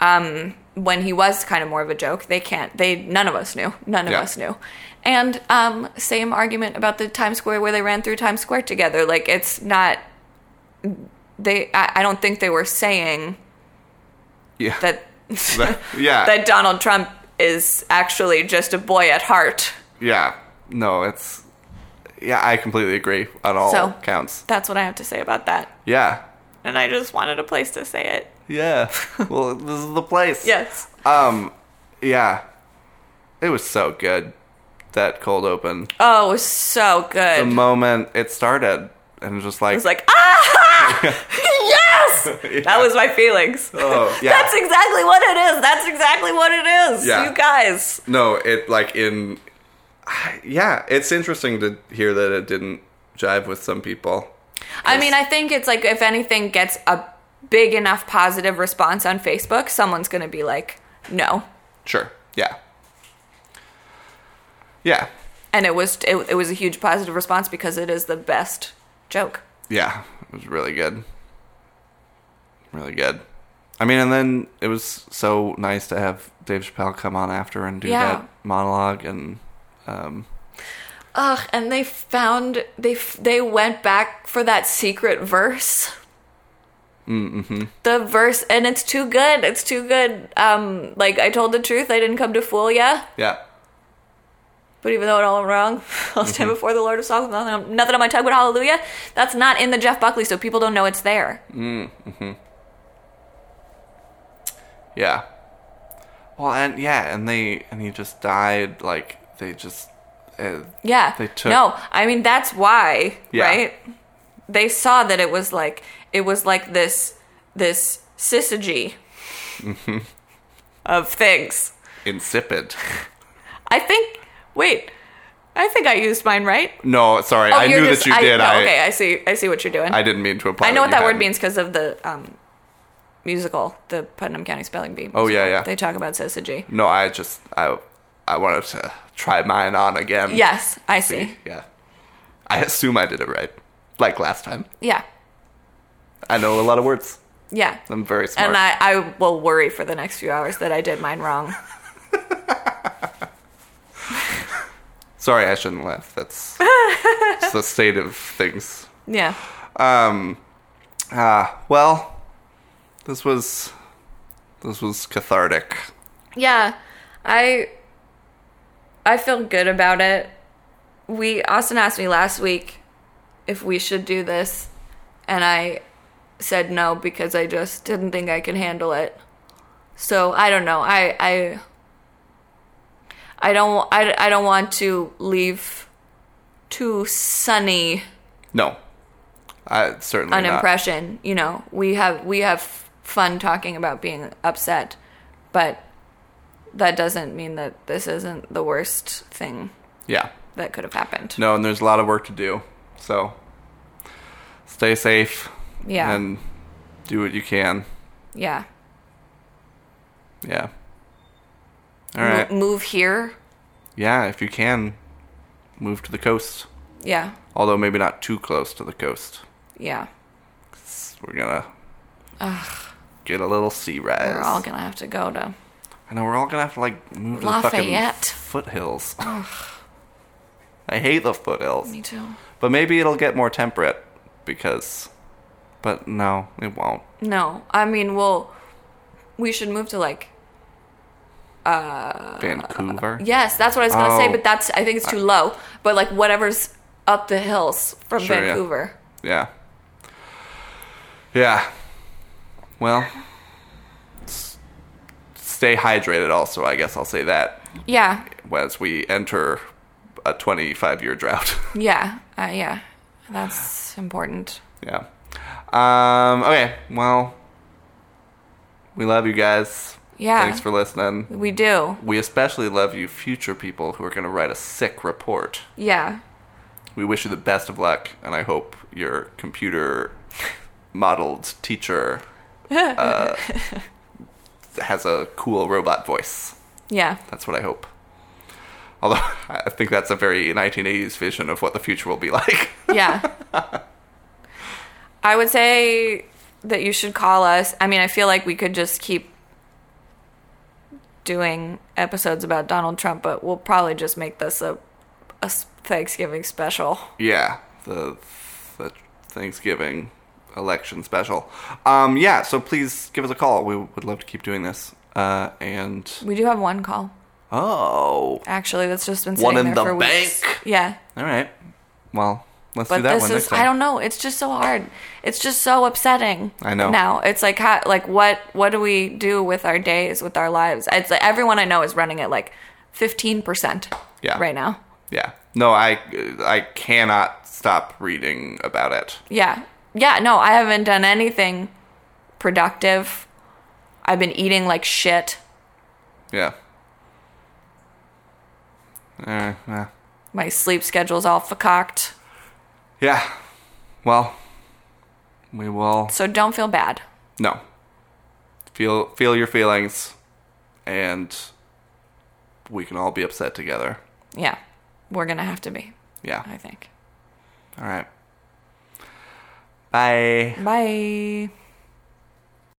[SPEAKER 2] Mm-hmm. Um, when he was kind of more of a joke, they can't. They none of us knew. None of
[SPEAKER 1] Yeah.
[SPEAKER 2] us knew. And um, same argument about the Times Square where they ran through Times Square together. Like it's not. They. I, I don't think they were saying
[SPEAKER 1] Yeah, (laughs)
[SPEAKER 2] that.
[SPEAKER 1] That- yeah.
[SPEAKER 2] (laughs) That Donald Trump is actually just a boy at heart.
[SPEAKER 1] yeah. No, it's yeah. I completely agree on all
[SPEAKER 2] So-
[SPEAKER 1] counts.
[SPEAKER 2] That's what I have to say about that.
[SPEAKER 1] Yeah,
[SPEAKER 2] And I just wanted a place to say it.
[SPEAKER 1] yeah.
[SPEAKER 2] (laughs)
[SPEAKER 1] well, this is the place.
[SPEAKER 2] Yes.
[SPEAKER 1] Um, yeah. It was so good that cold open.
[SPEAKER 2] Oh, it was so good.
[SPEAKER 1] The moment it started, and just like,
[SPEAKER 2] I was like,
[SPEAKER 1] (laughs)
[SPEAKER 2] ah, yes! That was my feelings.
[SPEAKER 1] oh yeah.
[SPEAKER 2] That's exactly what it is. That's exactly what it is.
[SPEAKER 1] Yeah.
[SPEAKER 2] You guys.
[SPEAKER 1] no, it like in (sighs) yeah. It's interesting to hear that it didn't jive with some people.
[SPEAKER 2] I mean, I think it's like if anything gets a big enough positive response on Facebook, someone's going to be like, no.
[SPEAKER 1] Sure. Yeah. Yeah.
[SPEAKER 2] And it was it, it was a huge positive response because it is the best joke.
[SPEAKER 1] Yeah, it was really good. Really good. I mean, and then it was so nice to have Dave Chappelle come on after and do
[SPEAKER 2] Yeah.
[SPEAKER 1] that monologue and um
[SPEAKER 2] Ugh, and they found they f- they went back for that secret verse.
[SPEAKER 1] mm,
[SPEAKER 2] Mm-hmm. The verse, and it's too good. It's too good. Um, like I told the truth. I didn't come to fool ya.
[SPEAKER 1] yeah.
[SPEAKER 2] But even though it all went wrong, (laughs) I'll
[SPEAKER 1] Mm-hmm.
[SPEAKER 2] stand before the Lord of Songs. Nothing, on- nothing on my tongue but hallelujah. That's not in the Jeff Buckley, so people don't know it's there.
[SPEAKER 1] Yeah. Well, and yeah, and they and he just died like they just uh,
[SPEAKER 2] Yeah.
[SPEAKER 1] They took-
[SPEAKER 2] No, I mean that's why,
[SPEAKER 1] Yeah.
[SPEAKER 2] right? They saw that it was like it was like this this syzygy
[SPEAKER 1] Mm-hmm.
[SPEAKER 2] of things.
[SPEAKER 1] Insipid.
[SPEAKER 2] I think. Wait, I think I used mine right.
[SPEAKER 1] No, sorry.
[SPEAKER 2] Oh,
[SPEAKER 1] I
[SPEAKER 2] you're
[SPEAKER 1] knew
[SPEAKER 2] just-
[SPEAKER 1] that you
[SPEAKER 2] I-
[SPEAKER 1] did.
[SPEAKER 2] no,
[SPEAKER 1] I,
[SPEAKER 2] okay, I see. I see what you're doing.
[SPEAKER 1] I
[SPEAKER 2] I,
[SPEAKER 1] didn't mean to apply.
[SPEAKER 2] know what
[SPEAKER 1] you
[SPEAKER 2] that word
[SPEAKER 1] hadn't.
[SPEAKER 2] means because of the um, musical, the Putnam County Spelling Bee.
[SPEAKER 1] Oh, yeah,
[SPEAKER 2] musical.
[SPEAKER 1] yeah.
[SPEAKER 2] They talk about syzygy.
[SPEAKER 1] No, I just I I wanted to try mine on again.
[SPEAKER 2] Yes, I see.
[SPEAKER 1] Yeah. I assume I did it right, like last time.
[SPEAKER 2] Yeah,
[SPEAKER 1] I know a lot of words.
[SPEAKER 2] yeah.
[SPEAKER 1] I'm very smart.
[SPEAKER 2] And I, I will worry for the next few hours that I did mine wrong.
[SPEAKER 1] Sorry, I shouldn't laugh.
[SPEAKER 2] (laughs)
[SPEAKER 1] That's it's the state of things.
[SPEAKER 2] Yeah.
[SPEAKER 1] Um, ah, well, this was this was cathartic.
[SPEAKER 2] Yeah, I I feel good about it. We Austin asked me last week if we should do this, and I said no because I just didn't think I could handle it. So I don't know. I I I don't I, I don't want to leave too sunny
[SPEAKER 1] No, I certainly
[SPEAKER 2] an
[SPEAKER 1] not.
[SPEAKER 2] impression. You know, we have we have fun talking about being upset, but that doesn't mean that this isn't the worst thing
[SPEAKER 1] Yeah,
[SPEAKER 2] that could have happened.
[SPEAKER 1] no, and there's a lot of work to do. So stay safe.
[SPEAKER 2] Yeah.
[SPEAKER 1] and do what you can.
[SPEAKER 2] Yeah.
[SPEAKER 1] Yeah. All right.
[SPEAKER 2] Mo- move here.
[SPEAKER 1] Yeah, if you can, move to the coast.
[SPEAKER 2] Yeah.
[SPEAKER 1] Although maybe not too close to the coast.
[SPEAKER 2] Yeah.
[SPEAKER 1] We're gonna get a little sea rise.
[SPEAKER 2] We're all gonna have to go to.
[SPEAKER 1] I know we're all gonna have to like move to
[SPEAKER 2] Lafayette.
[SPEAKER 1] the fucking foothills. (laughs) I hate the foothills,
[SPEAKER 2] Me too.
[SPEAKER 1] but maybe it'll get more temperate because. But no, it won't.
[SPEAKER 2] No, I mean, well, we should move to like. Uh,
[SPEAKER 1] Vancouver.
[SPEAKER 2] Yes, that's what I was gonna say,
[SPEAKER 1] Oh.
[SPEAKER 2] but that's I think it's too low. But like whatever's up the hills from
[SPEAKER 1] Sure, yeah.
[SPEAKER 2] Vancouver.
[SPEAKER 1] Yeah. Yeah. Well, s- stay hydrated also, I guess I'll say that
[SPEAKER 2] Yeah.
[SPEAKER 1] as we enter a 25 year drought. (laughs)
[SPEAKER 2] Yeah. Uh, yeah. That's important.
[SPEAKER 1] yeah. Um, okay. Well, we love you guys.
[SPEAKER 2] Yeah.
[SPEAKER 1] Thanks for listening.
[SPEAKER 2] We do.
[SPEAKER 1] We especially love you, future people who are going to write a sick report.
[SPEAKER 2] Yeah.
[SPEAKER 1] We wish you the best of luck, and I hope your computer modeled teacher uh, has a cool robot voice.
[SPEAKER 2] (laughs) Yeah.
[SPEAKER 1] That's what I hope. Although (laughs) I think that's a very 1980s vision of what the future will be (laughs) like.
[SPEAKER 2] Yeah. I would say that you should call us. I mean, I feel like we could just keep doing episodes about Donald Trump, but we'll probably just make this a, a s- Thanksgiving special.
[SPEAKER 1] yeah, the, the Thanksgiving election special. Um, yeah, so please give us a call. We would love to keep doing this. Uh, and
[SPEAKER 2] We do have one call,
[SPEAKER 1] oh,
[SPEAKER 2] actually, that's just been sitting
[SPEAKER 1] One in
[SPEAKER 2] there
[SPEAKER 1] the
[SPEAKER 2] for weeks.
[SPEAKER 1] bank.
[SPEAKER 2] Yeah.
[SPEAKER 1] all right. Well, let's
[SPEAKER 2] But
[SPEAKER 1] do that
[SPEAKER 2] this
[SPEAKER 1] one
[SPEAKER 2] is
[SPEAKER 1] next time.
[SPEAKER 2] I don't know. It's just so hard. It's just so upsetting.
[SPEAKER 1] I know.
[SPEAKER 2] Now it's like how, like what what do we do with our days with our lives? It's like everyone I know is running at like fifteen percent.
[SPEAKER 1] Yeah.
[SPEAKER 2] Right now.
[SPEAKER 1] Yeah. No, I I cannot stop reading about it.
[SPEAKER 2] Yeah. Yeah. No, I haven't done anything productive. I've been eating like shit.
[SPEAKER 1] Yeah. Uh, yeah.
[SPEAKER 2] My sleep schedule's all fucked.
[SPEAKER 1] Yeah. Well, we will.
[SPEAKER 2] So don't feel bad.
[SPEAKER 1] No. Feel feel your feelings, and we can all be upset together.
[SPEAKER 2] Yeah. We're gonna have to be.
[SPEAKER 1] Yeah.
[SPEAKER 2] I think.
[SPEAKER 1] All right. Bye.
[SPEAKER 2] Bye.